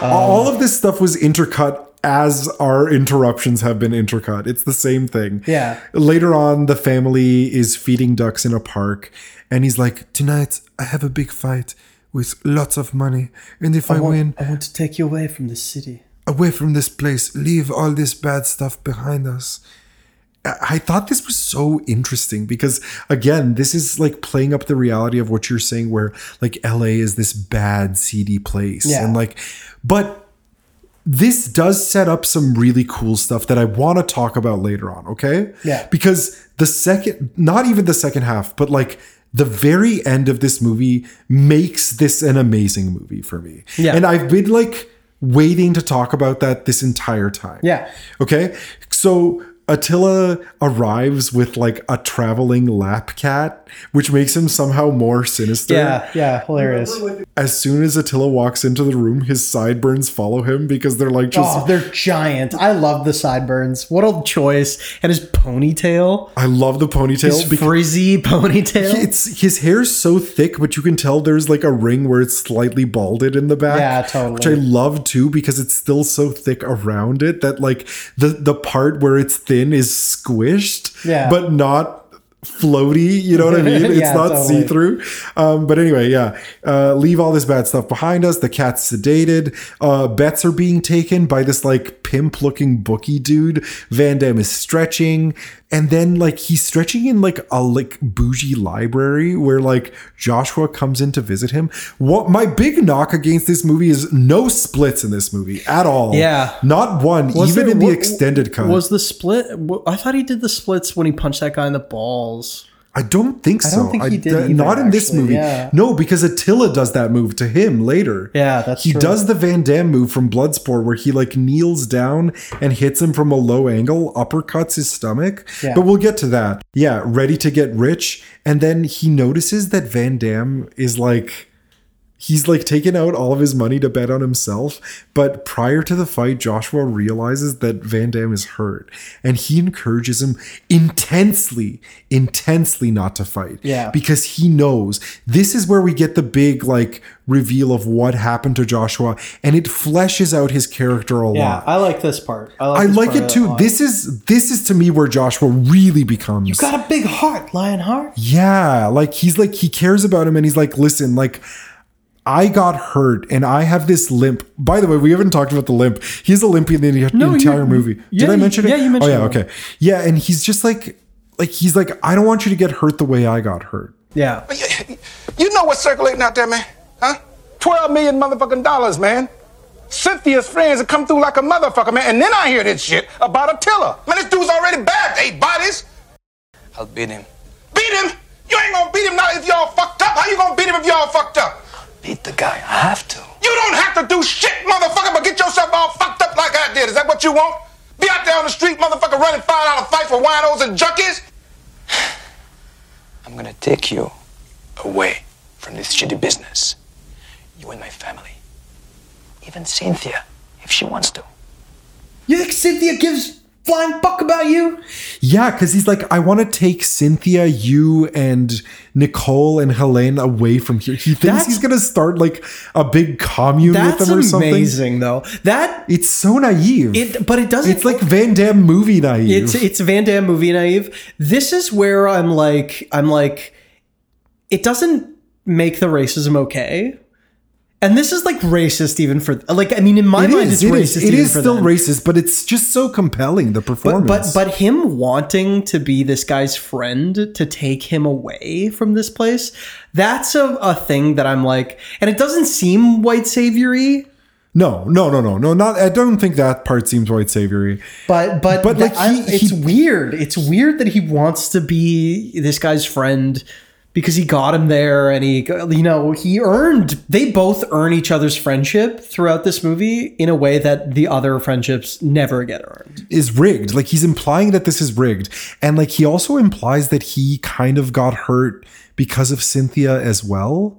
[SPEAKER 3] Um,
[SPEAKER 1] All of this stuff was intercut as our interruptions have been intercut. It's the same thing.
[SPEAKER 3] Yeah.
[SPEAKER 1] Later on, the family is feeding ducks in a park, and he's like, "Tonight, I have a big fight with lots of money, and if I,
[SPEAKER 3] want,
[SPEAKER 1] win,
[SPEAKER 3] I want to take you away from the city.
[SPEAKER 1] away from this place, leave all this bad stuff behind us." I I thought this was so interesting because again, this is like playing up the reality of what you're saying where like LA is this bad seedy place
[SPEAKER 3] Yeah.
[SPEAKER 1] and like but this does set up some really cool stuff that I want to talk about later on, okay?
[SPEAKER 3] Yeah.
[SPEAKER 1] Because the second not even the second half, but like the very end of this movie makes this an amazing movie for me.
[SPEAKER 3] Yeah.
[SPEAKER 1] And I've been like waiting to talk about that this entire time.
[SPEAKER 3] Yeah.
[SPEAKER 1] Okay. So Attila arrives with like a traveling lap cat, which makes him somehow more sinister.
[SPEAKER 3] Yeah, yeah, hilarious.
[SPEAKER 1] As soon as Attila walks into the room, his sideburns follow him because they're like just.
[SPEAKER 3] Oh, they're giant. I love the sideburns. What a choice. And his ponytail.
[SPEAKER 1] I love the ponytail.
[SPEAKER 3] His frizzy ponytail.
[SPEAKER 1] It's his hair's so thick, but you can tell there's like a ring where it's slightly balded in the back.
[SPEAKER 3] Yeah, totally.
[SPEAKER 1] Which I love too because it's still so thick around it that like the the part where it's thin is squished.
[SPEAKER 3] Yeah.
[SPEAKER 1] But not floaty. You know what I mean? It's
[SPEAKER 3] Yeah,
[SPEAKER 1] not
[SPEAKER 3] totally.
[SPEAKER 1] see through. Um, but anyway, yeah. Uh, leave all this bad stuff behind us. The cat's sedated. Uh, bets are being taken by this like pimp looking bookie dude. Van Damme is stretching. And then like he's stretching in like a like bougie library where like Joshua comes in to visit him. What my big knock against this movie is no splits in this movie at all.
[SPEAKER 3] Yeah.
[SPEAKER 1] Not one,
[SPEAKER 3] Was
[SPEAKER 1] even
[SPEAKER 3] there-
[SPEAKER 1] in the
[SPEAKER 3] wa-
[SPEAKER 1] extended cut.
[SPEAKER 3] Was the split? w- I thought he did the splits when he punched that guy in the balls.
[SPEAKER 1] I don't think
[SPEAKER 3] I
[SPEAKER 1] so.
[SPEAKER 3] don't think he did either,
[SPEAKER 1] not in this
[SPEAKER 3] actually,
[SPEAKER 1] movie.
[SPEAKER 3] yeah.
[SPEAKER 1] No, because Attila does that move to him later.
[SPEAKER 3] Yeah, that's
[SPEAKER 1] he
[SPEAKER 3] true.
[SPEAKER 1] does the Van Damme move from Bloodsport where he like kneels down and hits him from a low angle, uppercuts his stomach.
[SPEAKER 3] Yeah.
[SPEAKER 1] But we'll get to that. Yeah, ready to get rich. And then he notices that Van Damme is like he's like taken out all of his money to bet on himself. But prior to the fight, Joshua realizes that Van Damme is hurt and he encourages him intensely, intensely not to fight.
[SPEAKER 3] Yeah.
[SPEAKER 1] Because he knows this is where we get the big like reveal of what happened to Joshua and it fleshes out his character a
[SPEAKER 3] Yeah,
[SPEAKER 1] lot.
[SPEAKER 3] I like this part. I like,
[SPEAKER 1] I
[SPEAKER 3] this
[SPEAKER 1] like
[SPEAKER 3] part
[SPEAKER 1] it
[SPEAKER 3] a
[SPEAKER 1] too.
[SPEAKER 3] lot.
[SPEAKER 1] This is this is to me where Joshua really becomes
[SPEAKER 3] You got a big heart, lion heart.
[SPEAKER 1] yeah, like he's like he cares about him and he's like, listen, like I got hurt and I have this limp. By the way, we haven't talked about the limp. He's a limp in the
[SPEAKER 3] No,
[SPEAKER 1] entire
[SPEAKER 3] you-
[SPEAKER 1] movie. Did
[SPEAKER 3] yeah,
[SPEAKER 1] I mention it?
[SPEAKER 3] yeah, you mentioned
[SPEAKER 1] Oh yeah,
[SPEAKER 3] it.
[SPEAKER 1] okay. Yeah, and he's just like like he's like I don't want you to get hurt the way I got hurt.
[SPEAKER 3] Yeah.
[SPEAKER 9] You know what's circulating out there, man? Huh? 12 million motherfucking dollars, man. Cynthia's friends have come through like a motherfucker, man. And then I hear this shit about Attila. Man, this dude's already bagged eight bodies.
[SPEAKER 21] I'll beat him.
[SPEAKER 9] Beat him? You ain't gonna beat him now if y'all fucked up. How you gonna beat him if y'all fucked up?
[SPEAKER 21] Beat the guy. I have to.
[SPEAKER 9] You don't have to do shit, motherfucker, but get yourself all fucked up like I did. Is that what you want? Be out there on the street, motherfucker, running five dollar fights with winos and junkies?
[SPEAKER 21] I'm gonna take you away from this shitty business. You and my family. Even Cynthia, if she wants to.
[SPEAKER 3] You think Cynthia gives flying fuck about you?
[SPEAKER 1] Yeah, because he's like, I want to take Cynthia, you, and Nicole and Helene away from here. He thinks
[SPEAKER 3] That's-
[SPEAKER 1] he's gonna start like a big commune with
[SPEAKER 3] That's
[SPEAKER 1] them or something.
[SPEAKER 3] amazing, though. That
[SPEAKER 1] it's so naive.
[SPEAKER 3] It, but it doesn't.
[SPEAKER 1] It's like Van Damme movie naive.
[SPEAKER 3] It's it's Van Damme movie naive. This is where I'm like I'm like it doesn't make the racism okay. And this is like racist even for like I mean in my
[SPEAKER 1] It
[SPEAKER 3] mind
[SPEAKER 1] is,
[SPEAKER 3] it's
[SPEAKER 1] it
[SPEAKER 3] racist
[SPEAKER 1] is, it
[SPEAKER 3] even
[SPEAKER 1] is
[SPEAKER 3] for
[SPEAKER 1] still
[SPEAKER 3] them.
[SPEAKER 1] racist, but it's just so compelling the
[SPEAKER 3] But,
[SPEAKER 1] performance.
[SPEAKER 3] but but him wanting to be this guy's friend to take him away from this place, that's a, a thing that I'm like and it doesn't seem white saviory,
[SPEAKER 1] no, no, no, no, no. Not. I don't think that part seems white savory.
[SPEAKER 3] but but
[SPEAKER 1] But, like,
[SPEAKER 3] I-
[SPEAKER 1] he-
[SPEAKER 3] it's
[SPEAKER 1] he-
[SPEAKER 3] weird. It's weird that he wants to be this guy's friend because he got him there, and he you know he earned. They both earn each other's friendship throughout this movie in a way that the other friendships never get earned.
[SPEAKER 1] is rigged. Like he's implying that this is rigged. And like he also implies that he kind of got hurt because of Cynthia as well.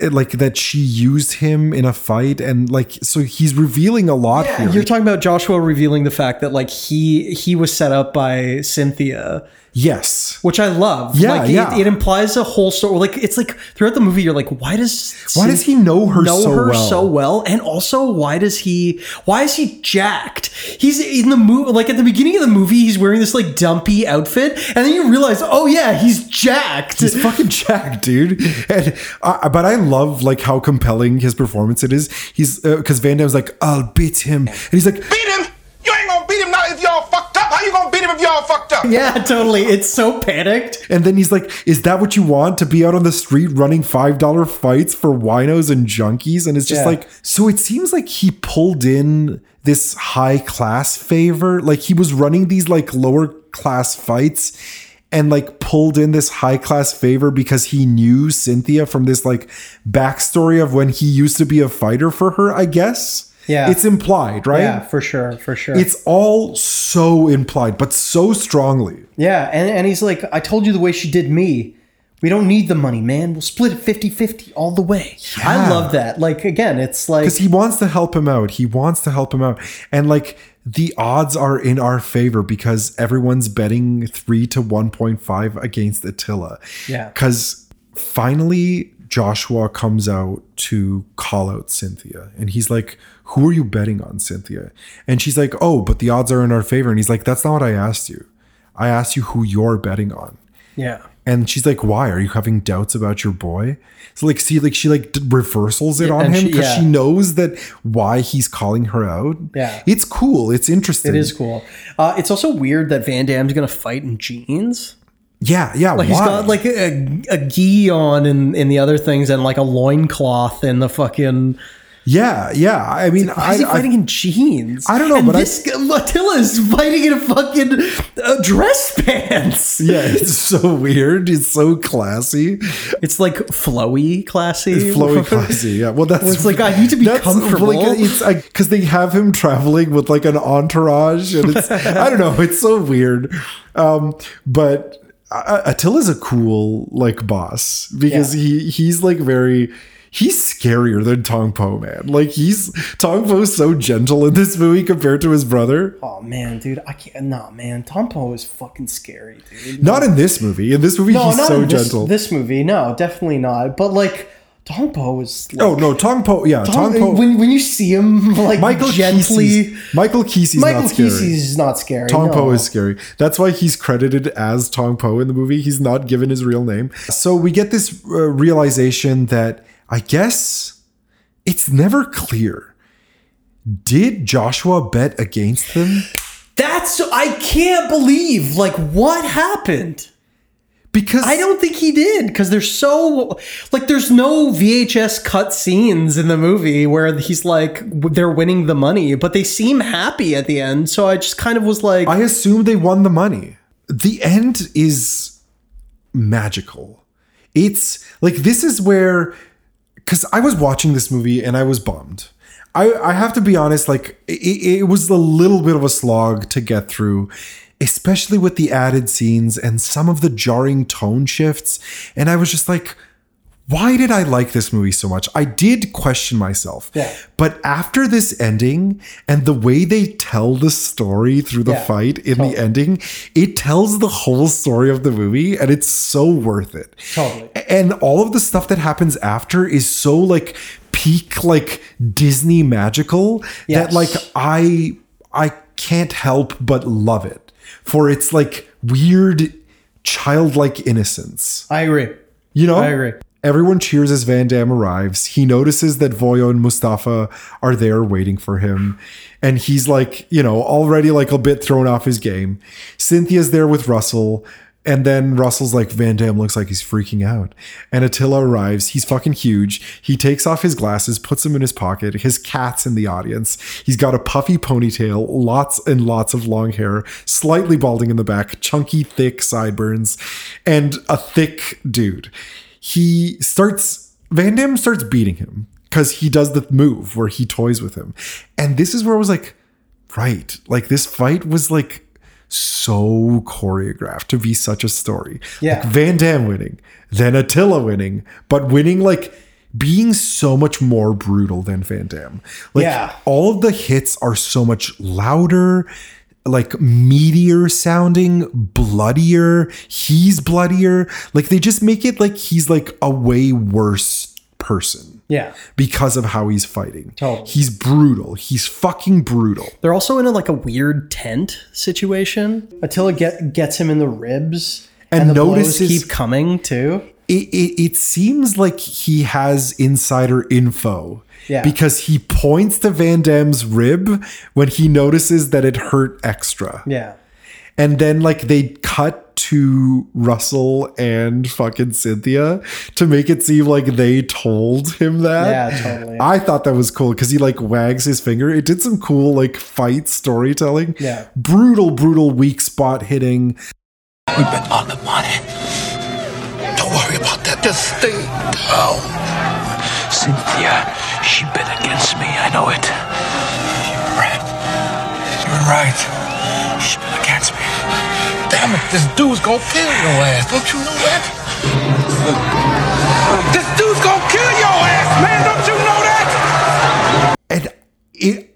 [SPEAKER 1] It- Like that she used him in a fight and like so he's revealing a lot here.
[SPEAKER 3] You're talking about Joshua revealing the fact that like he he was set up by Cynthia.
[SPEAKER 1] Yes.
[SPEAKER 3] Which I love.
[SPEAKER 1] Yeah,
[SPEAKER 3] like, it-
[SPEAKER 1] yeah.
[SPEAKER 3] It, implies a whole story. Like it's like throughout the movie, you're like, why does
[SPEAKER 1] Why does he know her
[SPEAKER 3] know
[SPEAKER 1] so
[SPEAKER 3] her
[SPEAKER 1] well?
[SPEAKER 3] so well? And also, why does he? Why is he jacked? He's in the movie. Like at the beginning of the movie, he's wearing this like dumpy outfit, and then you realize, oh yeah, he's jacked.
[SPEAKER 1] He's fucking Jack, dude. And uh, but I love like how compelling his performance it is. He's because Van Damme's like, I'll beat him, and he's like,
[SPEAKER 9] Beat him? You ain't gonna beat him now if y'all fucked up. How you gonna beat him if y'all fucked up?
[SPEAKER 3] yeah, totally. It's so panicked.
[SPEAKER 1] And then he's like, Is that what you want to be out on the street running $5 fights for winos and junkies? And it's just
[SPEAKER 3] Yeah.
[SPEAKER 1] like, so it seems like he pulled in this high class favor. Like he was running these like lower class fights and like pulled in this high class favor because he knew Cynthia from this like backstory of when he used to be a fighter for her, I guess.
[SPEAKER 3] Yeah.
[SPEAKER 1] It's implied, right?
[SPEAKER 3] Yeah, for sure, for sure.
[SPEAKER 1] It's all so implied, but so strongly.
[SPEAKER 3] yeah, and and he's like, I told you the way she did me. We don't need the money, man. We'll split it 50-50 all the way. I
[SPEAKER 1] Yeah.
[SPEAKER 3] love that. Like again, it's like
[SPEAKER 1] because he wants to help him out. He wants to help him out, and like the odds are in our favor because everyone's betting three to one point five against Attila.
[SPEAKER 3] Yeah.
[SPEAKER 1] because finally Joshua comes out to call out Cynthia, and he's like, "Who are you betting on, Cynthia?" And she's like, "Oh, but the odds are in our favor." And he's like, "That's not what I asked you. I asked you who you're betting on."
[SPEAKER 3] yeah.
[SPEAKER 1] And she's like, "Why are you having doubts about your boy?" So like, see, like she like d- reversals it
[SPEAKER 3] Yeah,
[SPEAKER 1] on him
[SPEAKER 3] and
[SPEAKER 1] 'cause him
[SPEAKER 3] she-
[SPEAKER 1] because
[SPEAKER 3] yeah.
[SPEAKER 1] she knows that why he's calling her out.
[SPEAKER 3] Yeah.
[SPEAKER 1] it's cool. It's interesting.
[SPEAKER 3] It is cool. Uh, it's also weird that Van Damme's gonna fight in jeans.
[SPEAKER 1] Yeah, yeah.
[SPEAKER 3] Like
[SPEAKER 1] why?
[SPEAKER 3] he's got like a, a gi on and, and the other things and like a loincloth and the fucking
[SPEAKER 1] yeah, yeah. I mean,
[SPEAKER 3] why is he
[SPEAKER 1] I,
[SPEAKER 3] fighting
[SPEAKER 1] I,
[SPEAKER 3] in jeans?
[SPEAKER 1] I don't know,
[SPEAKER 3] And
[SPEAKER 1] but I-
[SPEAKER 3] this Attila is fighting in a fucking uh, dress pants.
[SPEAKER 1] yeah, it's so weird. It's so classy.
[SPEAKER 3] It's like flowy, classy,
[SPEAKER 1] It's flowy, classy. Yeah. Well, that's
[SPEAKER 3] Where it's like I need to be
[SPEAKER 1] that's
[SPEAKER 3] comfortable.
[SPEAKER 1] Like, it's because they have him traveling with like an entourage, and it's I don't know. It's so weird. Um, but uh, Attila's a cool like boss because he he's like very. He's scarier than Tong Po, man. Like he's Tong Po's so gentle in this movie compared to his brother.
[SPEAKER 3] oh man, dude, I can't. Nah, man, Tompo is fucking scary, dude.
[SPEAKER 1] Not in this movie. In this movie,
[SPEAKER 3] no,
[SPEAKER 1] he's
[SPEAKER 3] not
[SPEAKER 1] so
[SPEAKER 3] in this,
[SPEAKER 1] gentle.
[SPEAKER 3] This movie, no, definitely not. But like Tompo is. Like,
[SPEAKER 1] oh no, Tong Po. Yeah, Tong,
[SPEAKER 3] Tom, uh,
[SPEAKER 1] Po.
[SPEAKER 3] when when you see him like
[SPEAKER 1] Michael
[SPEAKER 3] gently,
[SPEAKER 1] Kesey's- Michael Kesey's
[SPEAKER 3] Michael
[SPEAKER 1] not scary.
[SPEAKER 3] Kesey's not scary.
[SPEAKER 1] Tong Po
[SPEAKER 3] no.
[SPEAKER 1] is scary. That's why he's credited as Tong Po in the movie. He's not given his real name. So we get this uh, realization that I guess it's never clear. Did Joshua bet against them?
[SPEAKER 3] That's I can't believe like what happened.
[SPEAKER 1] Because
[SPEAKER 3] I don't think he did because there's so like there's no VHS cut scenes in the movie where he's like they're winning the money, but they seem happy at the end. So I just kind of was like
[SPEAKER 1] I assume they won the money. The end is magical. It's like this is where because I was watching this movie and I was bummed. I, I have to be honest, like it, it was a little bit of a slog to get through, especially with the added scenes and some of the jarring tone shifts. And I was just like, why did I like this movie so much? I did question myself.
[SPEAKER 3] Yeah.
[SPEAKER 1] But after this ending and the way they tell the story through the
[SPEAKER 3] Yeah.
[SPEAKER 1] fight in the ending, it tells the whole story of the movie and it's so worth it.
[SPEAKER 3] Totally.
[SPEAKER 1] And all of the stuff that happens after is so like peak like Disney magical that
[SPEAKER 3] Yes.
[SPEAKER 1] like I I can't help but love it for its like weird childlike innocence.
[SPEAKER 3] I agree.
[SPEAKER 1] You know?
[SPEAKER 3] I agree.
[SPEAKER 1] Everyone cheers as Van Damme arrives. He notices that Voyo and Mustafa are there waiting for him. And he's like, you know, already like a bit thrown off his game. Cynthia's there with Russell. And then Russell's like, Van Damme looks like he's freaking out. And Attila arrives. He's fucking huge. He takes off his glasses, puts them in his pocket. His cat's in the audience. He's got a puffy ponytail, lots and lots of long hair, slightly balding in the back, chunky, thick sideburns, and a thick dude he starts Van Damme starts beating him because he does the move where he toys with him. And this is where I was like, right, like this fight was like so choreographed to be such a story.
[SPEAKER 3] Yeah.
[SPEAKER 1] Like Van Damme winning, then Attila winning, but winning like being so much more brutal than Van Damme. Like
[SPEAKER 3] Yeah.
[SPEAKER 1] all of the hits are so much louder, like meatier sounding, bloodier. He's bloodier. Like they just make it like he's like a way worse person
[SPEAKER 3] Yeah.
[SPEAKER 1] because of how he's fighting.
[SPEAKER 3] Totally.
[SPEAKER 1] He's brutal. He's fucking brutal.
[SPEAKER 3] They're also in a, like a weird tent situation. Attila get, gets him in the ribs,
[SPEAKER 1] And
[SPEAKER 3] and, the blows
[SPEAKER 1] notices-
[SPEAKER 3] keep coming too.
[SPEAKER 1] It, it, it seems like he has insider info
[SPEAKER 3] Yeah.
[SPEAKER 1] because he points to Van Damme's rib when he notices that it hurt extra.
[SPEAKER 3] Yeah,
[SPEAKER 1] And then like they cut to Russell and fucking Cynthia to make it seem like they told him that.
[SPEAKER 3] Yeah, totally.
[SPEAKER 1] I thought that was cool because he like wags his finger. It did some cool like fight storytelling.
[SPEAKER 3] Yeah.
[SPEAKER 1] Brutal, brutal weak spot hitting.
[SPEAKER 22] We bet on the money. Don't worry about that. Just stay down.
[SPEAKER 2] Oh.
[SPEAKER 22] Cynthia, she bet against me. I know it. You're right. You're right. She bet against me.
[SPEAKER 2] Damn it, this dude's gonna kill your ass. Don't you know that? This dude's gonna kill your ass, man. Don't you know that?
[SPEAKER 1] And it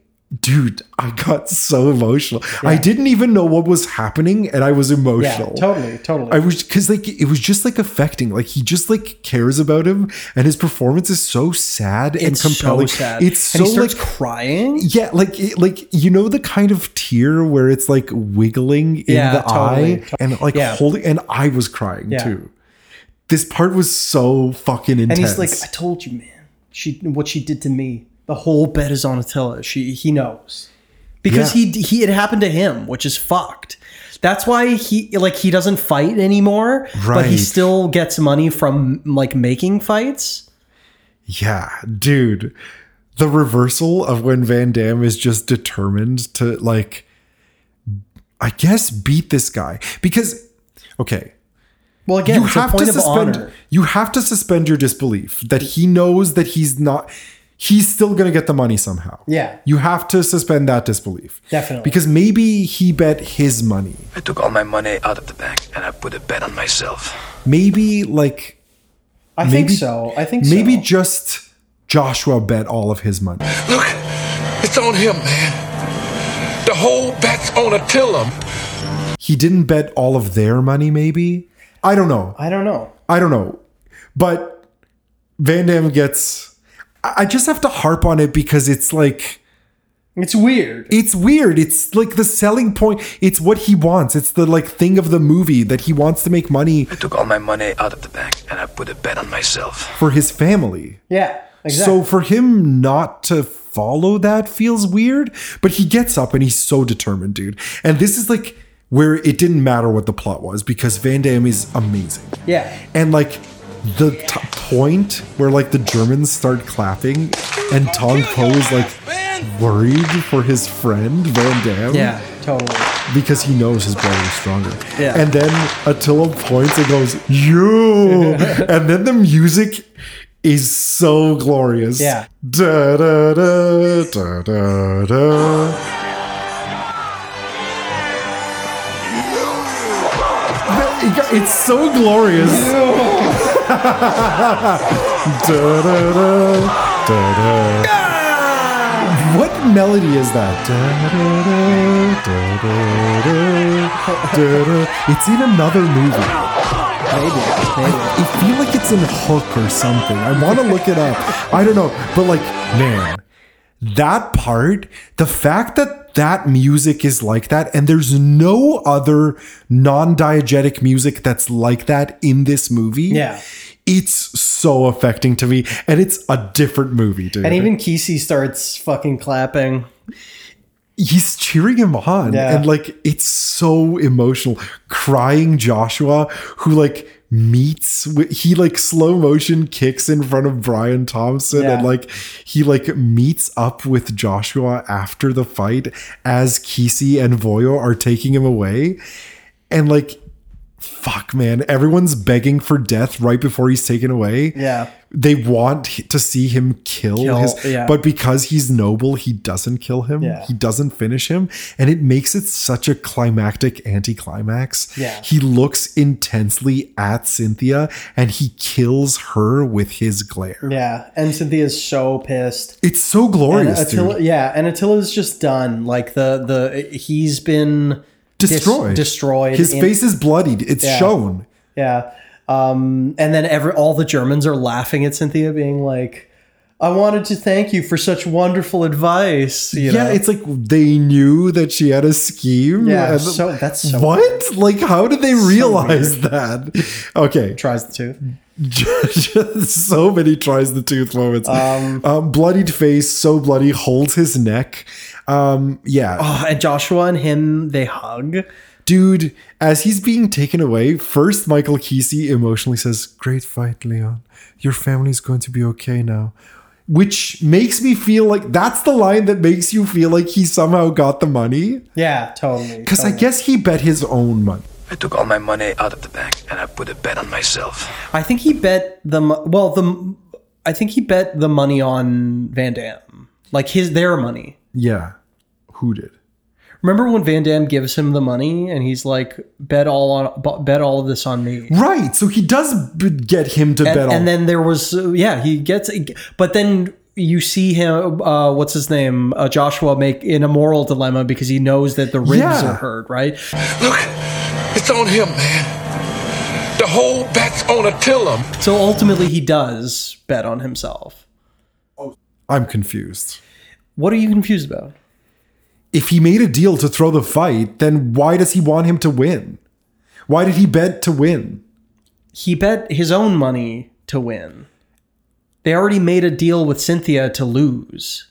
[SPEAKER 1] dude, I got so emotional. I didn't even know what was happening and I was
[SPEAKER 3] yeah,
[SPEAKER 1] emotional.
[SPEAKER 3] totally, totally.
[SPEAKER 1] I was because like it was just like affecting. Like he just like cares about him, and his performance is so sad and
[SPEAKER 3] it's
[SPEAKER 1] compelling.
[SPEAKER 3] so sad.
[SPEAKER 1] It's so
[SPEAKER 3] and he starts
[SPEAKER 1] like
[SPEAKER 3] crying.
[SPEAKER 1] yeah, like it- like you know the kind of tear where it's like wiggling in
[SPEAKER 3] Yeah,
[SPEAKER 1] the
[SPEAKER 3] totally,
[SPEAKER 1] eye and like
[SPEAKER 3] Yeah.
[SPEAKER 1] holding. And I was crying
[SPEAKER 3] Yeah.
[SPEAKER 1] too. This part was so fucking intense.
[SPEAKER 3] And he's like, "I told you, man. She what she did to me. The whole bet is on Attila. She he knows because
[SPEAKER 1] Yeah.
[SPEAKER 3] he he it happened to him, which is fucked. That's why he like he doesn't fight anymore, but he
[SPEAKER 1] Right.
[SPEAKER 3] still gets money from like making fights.
[SPEAKER 1] Yeah, dude. The reversal of when Van Damme is just determined to like I guess beat this guy. Because okay,
[SPEAKER 3] Well, again,
[SPEAKER 1] you
[SPEAKER 3] it's a
[SPEAKER 1] have
[SPEAKER 3] point
[SPEAKER 1] to
[SPEAKER 3] of
[SPEAKER 1] suspend
[SPEAKER 3] honor.
[SPEAKER 1] you have to suspend your disbelief that he knows that he's not he's still going to get the money somehow.
[SPEAKER 3] Yeah,
[SPEAKER 1] You have to suspend that disbelief.
[SPEAKER 3] definitely.
[SPEAKER 1] Because maybe he bet his money.
[SPEAKER 23] I took all my money out of the bank and I put a bet on myself.
[SPEAKER 1] Maybe like
[SPEAKER 3] I think
[SPEAKER 1] maybe-
[SPEAKER 3] so. I think
[SPEAKER 1] maybe
[SPEAKER 3] so.
[SPEAKER 1] just Joshua bet all of his money.
[SPEAKER 2] Look, it's on him, man. The whole bet's on Attila.
[SPEAKER 1] he didn't bet all of their money maybe i don't know
[SPEAKER 3] I don't know.
[SPEAKER 1] i don't know but van damme gets i I just have to harp on it because it's like
[SPEAKER 3] It's weird.
[SPEAKER 1] It's weird. It's like the selling point. It's what he wants. It's the like thing of the movie that he wants to make money
[SPEAKER 5] I took all my money out of the bank and I put a bet on myself.
[SPEAKER 1] for his family.
[SPEAKER 24] Yeah.
[SPEAKER 1] So for him not to follow that feels weird, but he gets up and he's so determined, dude. And this is like where it didn't matter what the plot was because Van Damme is amazing.
[SPEAKER 3] Yeah.
[SPEAKER 1] And like the t- point where like the Germans start clapping and Tom Poe is like worried for his friend Van Damme.
[SPEAKER 3] Yeah, totally.
[SPEAKER 1] Because he knows his brother is stronger.
[SPEAKER 3] Yeah.
[SPEAKER 1] And then Attila points and goes, You! and then the music is so glorious.
[SPEAKER 3] Yeah.
[SPEAKER 1] Da, da, da, da, da, da. It's so glorious. Da, da, da, da, da. What melody is that? Da, da, da, da, da, da, da, da. It's in another movie. Maybe. maybe. I, I feel like it's in Hook or something. I want to look it up. I don't know. But, like, man, that part, the fact that that music is like that, and there's no other non diegetic music that's like that in this movie.
[SPEAKER 3] Yeah.
[SPEAKER 1] It's so affecting to me. And it's a different movie, dude.
[SPEAKER 3] And even Kesey starts fucking clapping.
[SPEAKER 1] he's cheering him on
[SPEAKER 3] Yeah.
[SPEAKER 1] and like it's so emotional crying joshua who like meets wi- he like slow motion kicks in front of brian thompson
[SPEAKER 3] Yeah.
[SPEAKER 1] and like he like meets up with joshua after the fight as Kesey and voyo are taking him away and like fuck man everyone's begging for death right before he's taken away
[SPEAKER 3] Yeah.
[SPEAKER 1] they want h- to see him kill,
[SPEAKER 3] Kill,
[SPEAKER 1] his
[SPEAKER 3] yeah.
[SPEAKER 1] but because he's noble he doesn't kill him
[SPEAKER 3] Yeah.
[SPEAKER 1] he doesn't finish him and it makes it such a climactic anticlimax
[SPEAKER 3] Yeah.
[SPEAKER 1] he looks intensely at cynthia and he kills her with his glare
[SPEAKER 3] Yeah. And Cynthia's so pissed.
[SPEAKER 1] it's so glorious
[SPEAKER 3] And uh, Attila,
[SPEAKER 1] dude.
[SPEAKER 3] yeah, and Attila's just done. Like the the he's been dis-
[SPEAKER 1] destroyed
[SPEAKER 3] destroyed.
[SPEAKER 1] his
[SPEAKER 3] in-
[SPEAKER 1] face is bloodied it's
[SPEAKER 3] Yeah.
[SPEAKER 1] shown
[SPEAKER 3] Yeah. Um, and then every all the Germans are laughing at Cynthia, being like, "I wanted to thank you for such wonderful advice." You
[SPEAKER 1] yeah
[SPEAKER 3] know?
[SPEAKER 1] it's like they knew that she had a scheme
[SPEAKER 3] Yeah,
[SPEAKER 1] And-
[SPEAKER 3] so- that's so
[SPEAKER 1] what like how did they realize that okay
[SPEAKER 3] tries the tooth
[SPEAKER 1] Just so many tries the tooth moments.
[SPEAKER 3] Um,
[SPEAKER 1] Um, bloodied face, so bloody, holds his neck. Um, yeah.
[SPEAKER 3] Oh, and Joshua and him, they hug.
[SPEAKER 1] Dude, as he's being taken away, first Michael Kesey emotionally says, Great fight, Leon. Your family's going to be okay now. Which makes me feel like that's the line that makes you feel like he somehow got the money.
[SPEAKER 3] Yeah, totally.
[SPEAKER 1] Because I guess he bet his own money.
[SPEAKER 5] I took all my money out of the bank and I put a bet on myself.
[SPEAKER 3] I think he bet the mo- well the I think he bet the money on Van Damme, like his their money.
[SPEAKER 1] Yeah. Who did?
[SPEAKER 3] Remember when Van Damme gives him the money and he's like, "Bet all on bu- bet all of this on me."
[SPEAKER 1] Right. So he does b- get him to
[SPEAKER 3] and,
[SPEAKER 1] bet on.
[SPEAKER 3] and then there was uh, yeah he gets but then you see him uh, what's his name uh, joshua make in a moral dilemma because he knows that the ribs
[SPEAKER 2] Yeah.
[SPEAKER 3] are hurt right
[SPEAKER 2] Look, it's on him, man. The whole bet's on Attila.
[SPEAKER 3] so ultimately he does bet on himself
[SPEAKER 1] I'm confused.
[SPEAKER 3] what are you confused about
[SPEAKER 1] if he made a deal to throw the fight, then why does he want him to win? Why did he bet to win?
[SPEAKER 3] he bet his own money to win they already made a deal with cynthia to lose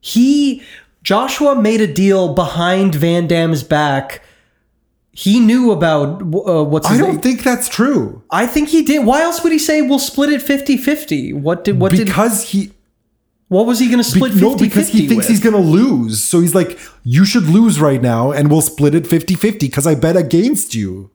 [SPEAKER 3] he joshua made a deal behind van damme's back he knew about uh, what's his
[SPEAKER 1] I don't
[SPEAKER 3] name-
[SPEAKER 1] think that's true.
[SPEAKER 3] I think he did. Why else would he say we'll split it 50-50? What did what
[SPEAKER 1] because he
[SPEAKER 3] what was he going to
[SPEAKER 1] Be-
[SPEAKER 3] split 50-50
[SPEAKER 1] no, because he thinks
[SPEAKER 3] with?
[SPEAKER 1] he's going to lose. So he's like, you should lose right now and we'll split it 50 50 because I bet against you.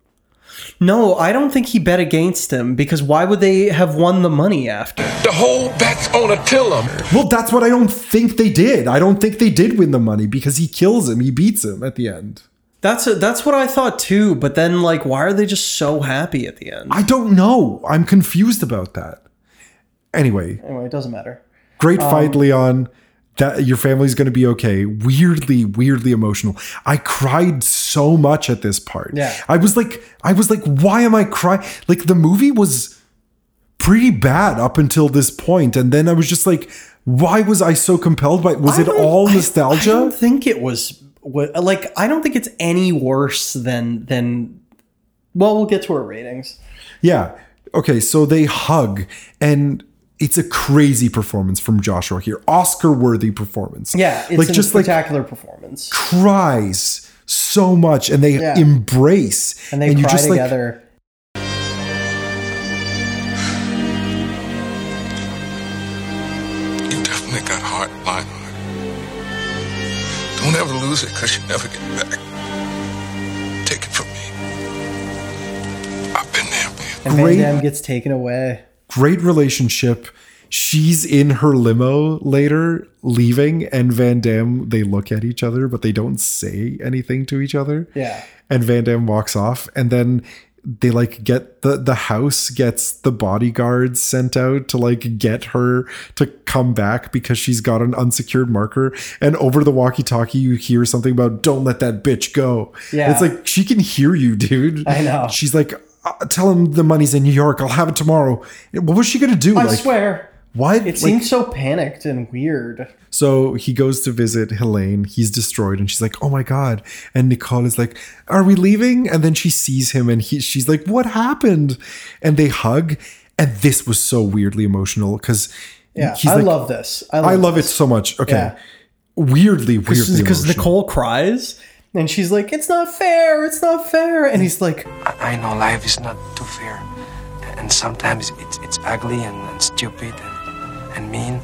[SPEAKER 3] No, I don't think he bet against him because why would they have won the money after?
[SPEAKER 2] The whole bet's on Attila.
[SPEAKER 1] Well, that's what I don't think they did. I don't think they did win the money because he kills him. He beats him at the end.
[SPEAKER 3] That's a, that's what I thought too, but then like why are they just so happy at the end?
[SPEAKER 1] I don't know. I'm confused about that. Anyway,
[SPEAKER 3] Anyway, it doesn't matter.
[SPEAKER 1] Great
[SPEAKER 3] Um,
[SPEAKER 1] fight, Leon. That your family's going to be okay. Weirdly, weirdly emotional. I cried so much at this part.
[SPEAKER 3] Yeah.
[SPEAKER 1] I was like, I was like, why am I crying? Like the movie was pretty bad up until this point, and then I was just like, Why was I so compelled by? Was it all nostalgia?
[SPEAKER 3] I don't think it was wa- like I don't think it's any worse than than. Well, we'll get to our ratings.
[SPEAKER 1] Yeah. Okay, so they hug and it's a crazy performance from Joshua here. Oscar worthy performance.
[SPEAKER 3] Yeah, it's
[SPEAKER 1] like
[SPEAKER 3] a
[SPEAKER 1] just like
[SPEAKER 3] spectacular performance,
[SPEAKER 1] cries so much and they
[SPEAKER 3] Yeah.
[SPEAKER 1] embrace
[SPEAKER 3] and they
[SPEAKER 1] you're
[SPEAKER 3] cry
[SPEAKER 1] just like,
[SPEAKER 3] together.
[SPEAKER 2] You definitely got heart, my heart. Don't ever lose it, cause you never get it back. Take it from me. I've been there, man.
[SPEAKER 3] and
[SPEAKER 1] Great.
[SPEAKER 3] Van Damme gets taken away.
[SPEAKER 1] great relationship. She's in her limo later, leaving, and Van Damme, they look at each other, but they don't say anything to each other.
[SPEAKER 3] Yeah.
[SPEAKER 1] And Van Damme walks off, and then they like get the the house gets the bodyguards sent out to like get her to come back because she's got an unsecured marker and over the walkie-talkie you hear something about don't let that bitch go
[SPEAKER 3] Yeah.
[SPEAKER 1] it's like she can hear you dude
[SPEAKER 3] I know.
[SPEAKER 1] she's like "Uh, tell him the money's in new york i'll have it tomorrow what was she gonna do
[SPEAKER 3] I
[SPEAKER 1] like,
[SPEAKER 3] swear,
[SPEAKER 1] what
[SPEAKER 3] it seems so panicked and weird.
[SPEAKER 1] so he goes to visit Helene. He's destroyed, and she's like, "Oh my god!" And Nicole is like, "Are we leaving?" And then she sees him, and he, she's like, "What happened?" And they hug. And this was so weirdly emotional because
[SPEAKER 3] Yeah, I love this. I love
[SPEAKER 1] it so much. Okay,
[SPEAKER 3] Yeah.
[SPEAKER 1] weirdly, weirdly
[SPEAKER 3] because
[SPEAKER 1] emotional.
[SPEAKER 3] Nicole cries and she's like, "It's not fair! It's not fair!" And he's like,
[SPEAKER 5] I, I know life is not too fair, and sometimes it's, it's ugly and, and stupid and, and mean,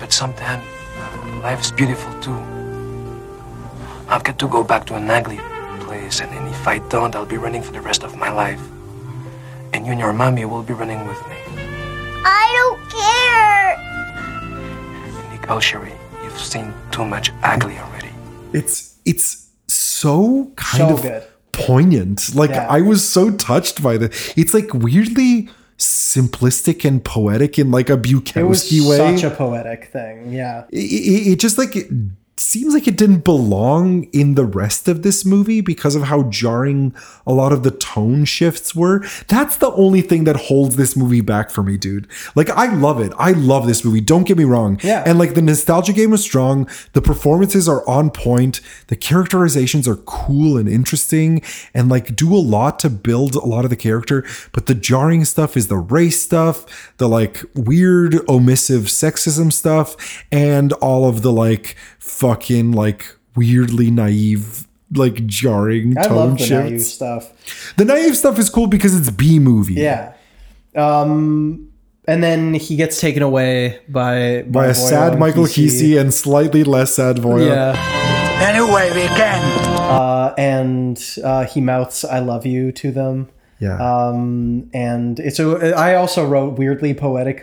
[SPEAKER 5] but sometimes life is beautiful too. I've got to go back to an ugly place, and, and if I don't, I'll be running for the rest of my life. And you and your mommy will be running with me.
[SPEAKER 15] I don't care.
[SPEAKER 5] Nicole Sherry, you've seen too much ugly already.
[SPEAKER 1] it's it's so kind
[SPEAKER 5] So
[SPEAKER 1] of
[SPEAKER 5] good.
[SPEAKER 1] poignant. Like
[SPEAKER 5] Yeah.
[SPEAKER 1] I was so touched by the. It's like weirdly simplistic and poetic in like a Bukowski
[SPEAKER 3] "It was
[SPEAKER 1] way.
[SPEAKER 3] such a poetic thing." Yeah,
[SPEAKER 1] it, it it just like it seems like it didn't belong in the rest of this movie because of how jarring a lot of the tone shifts were that's the only thing that holds this movie back for me dude like i love it i love this movie don't get me wrong
[SPEAKER 3] Yeah.
[SPEAKER 1] and like the nostalgia game was strong the performances are on point the characterizations are cool and interesting and like do a lot to build a lot of the character but the jarring stuff is the race stuff the like weird omissive sexism stuff and all of the like fucking like weirdly naive like jarring
[SPEAKER 3] I
[SPEAKER 1] tone
[SPEAKER 3] love the
[SPEAKER 1] shifts
[SPEAKER 3] naive stuff.
[SPEAKER 1] the naive stuff is cool because it's b movie
[SPEAKER 3] Yeah, um, and then he gets taken away by
[SPEAKER 1] by a sad Michael Kesey and slightly less sad Voya.
[SPEAKER 3] uh, Yeah,
[SPEAKER 15] Anyway, we can.
[SPEAKER 3] uh, and uh, he mouths "I love you" to them.
[SPEAKER 1] Yeah.
[SPEAKER 3] Um, and it's a. I also wrote weirdly poetic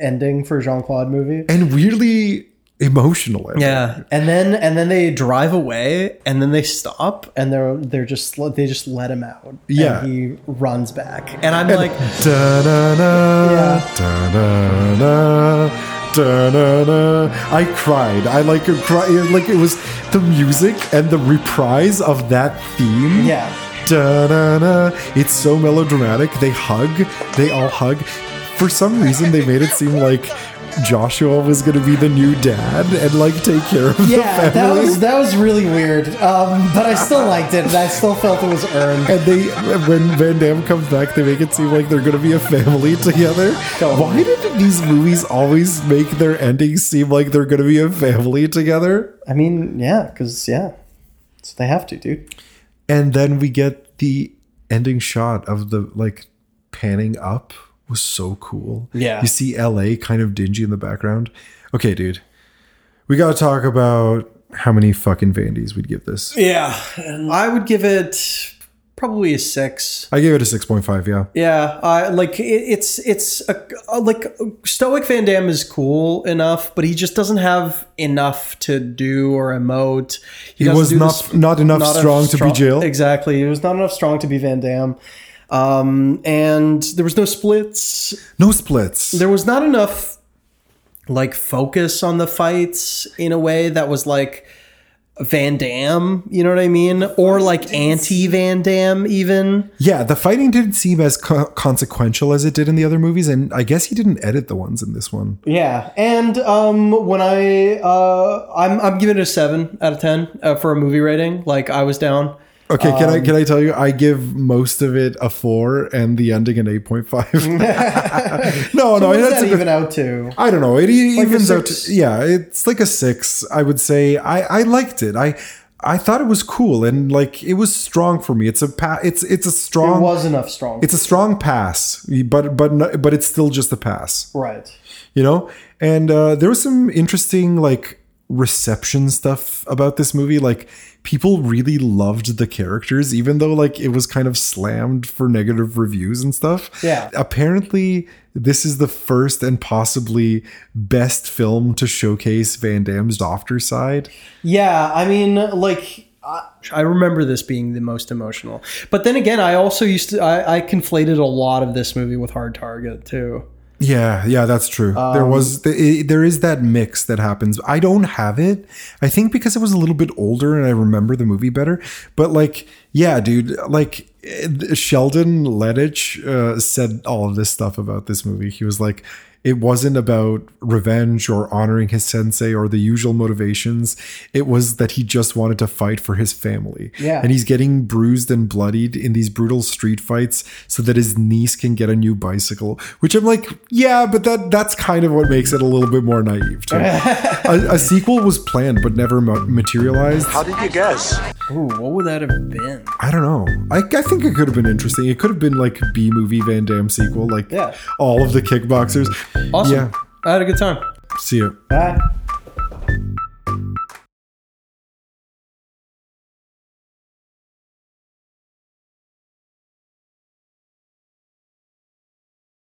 [SPEAKER 3] ending for Jean Claude movie.
[SPEAKER 1] and weirdly emotional. I think.
[SPEAKER 3] Yeah, and then and then they drive away, and then they stop, and they're they're just they just let him out.
[SPEAKER 1] Yeah.
[SPEAKER 3] and he runs back, and I'm
[SPEAKER 1] And
[SPEAKER 3] like,
[SPEAKER 1] da-na-na,
[SPEAKER 3] Yeah.
[SPEAKER 1] da-na-na, da-na-na. I cried. I like a cry. Like it was the music and the reprise of that theme.
[SPEAKER 3] Yeah.
[SPEAKER 1] Da-na-na. It's so melodramatic. They hug. They all hug. For some reason, they made it seem like Joshua was going to be the new dad and like take care of
[SPEAKER 3] yeah,
[SPEAKER 1] the family.
[SPEAKER 3] that was that was really weird. Um, but I still liked it, and I still felt it was earned.
[SPEAKER 1] And they, when Van Damme comes back, they make it seem like they're going to be a family together. Why did these movies always make their endings seem like they're going to be a family together?
[SPEAKER 3] I mean, yeah, because yeah, so they have to, dude.
[SPEAKER 1] And then we get the ending shot of the like panning up was so cool.
[SPEAKER 3] Yeah.
[SPEAKER 1] You see LA kind of dingy in the background. Okay, dude. We got to talk about how many fucking Vandies we'd give this.
[SPEAKER 3] Yeah, I would give it probably a six.
[SPEAKER 1] I gave it a 6.5, yeah.
[SPEAKER 3] Yeah, I like it, it's it's a, a- like Stoic Van Damme is cool enough, but he just doesn't have enough to do or emote.
[SPEAKER 1] He
[SPEAKER 3] doesn't
[SPEAKER 1] was
[SPEAKER 3] do the
[SPEAKER 1] not-
[SPEAKER 3] sp-
[SPEAKER 1] not enough strong to be jailed.
[SPEAKER 3] Exactly, he was not enough strong to be Van Damme, um, and there was no splits.
[SPEAKER 1] No splits.
[SPEAKER 3] There was not enough like focus on the fights in a way that was like Van Damme, you know what I mean? Or like anti Van Damme, even.
[SPEAKER 1] Yeah, the fighting didn't seem as co- consequential as it did in the other movies, and I guess he didn't edit the ones in this one.
[SPEAKER 3] Yeah, and um, when I uh, I'm I'm giving it a seven out of ten uh, for a movie rating. Like I was down.
[SPEAKER 1] Okay, can
[SPEAKER 3] Um,
[SPEAKER 1] I can I tell you? I give most of it a four, and the ending an eight point five. no,
[SPEAKER 3] So
[SPEAKER 1] no,
[SPEAKER 3] what does
[SPEAKER 1] that's
[SPEAKER 3] that
[SPEAKER 1] a good-
[SPEAKER 3] even out to?
[SPEAKER 1] I don't know. It e-
[SPEAKER 3] Like a
[SPEAKER 1] evens out.
[SPEAKER 3] six?
[SPEAKER 1] To, yeah, it's like a six. I would say. I I liked it. I I thought it was cool and like it was strong for me. It's a pa- It's it's a strong.
[SPEAKER 3] It was enough strong.
[SPEAKER 1] Um, It's a strong pass, but but no- but it's still just a pass,
[SPEAKER 3] right.
[SPEAKER 1] you know. And uh, there was some interesting like reception stuff about this movie. Like people really loved the characters, even though like it was kind of slammed for negative reviews and stuff.
[SPEAKER 3] Yeah.
[SPEAKER 1] Apparently, this is the first and possibly best film to showcase Van Damme's doctor side.
[SPEAKER 3] Yeah, I mean, like I, I remember this being the most emotional. But then again, I also used to I, I conflated a lot of this movie with Hard Target too.
[SPEAKER 1] Yeah, yeah, that's true. there
[SPEAKER 3] Um,
[SPEAKER 1] was th- it, there is that mix that happens. I don't have it. I think because I was a little bit older and I remember the movie better. But like, yeah, dude, like eh, Sheldon Lettich uh, said all of this stuff about this movie. He was like it wasn't about revenge or honoring his sensei or the usual motivations. It was that he just wanted to fight for his family.
[SPEAKER 3] Yeah.
[SPEAKER 1] And he's getting bruised and bloodied in these brutal street fights so that his niece can get a new bicycle, which I'm like, yeah, but that that's kind of what makes it a little bit more naive too. a, a sequel was planned but never ma- materialized.
[SPEAKER 3] did you guess? Ooh, what would that have been?
[SPEAKER 1] I don't know. I, I think it could have been interesting. It could have been like B movie Van Damme sequel, like
[SPEAKER 3] Yeah.
[SPEAKER 1] all of the kickboxers.
[SPEAKER 3] Awesome.
[SPEAKER 1] Yeah.
[SPEAKER 3] I had a good time.
[SPEAKER 1] See ya.
[SPEAKER 3] Bye.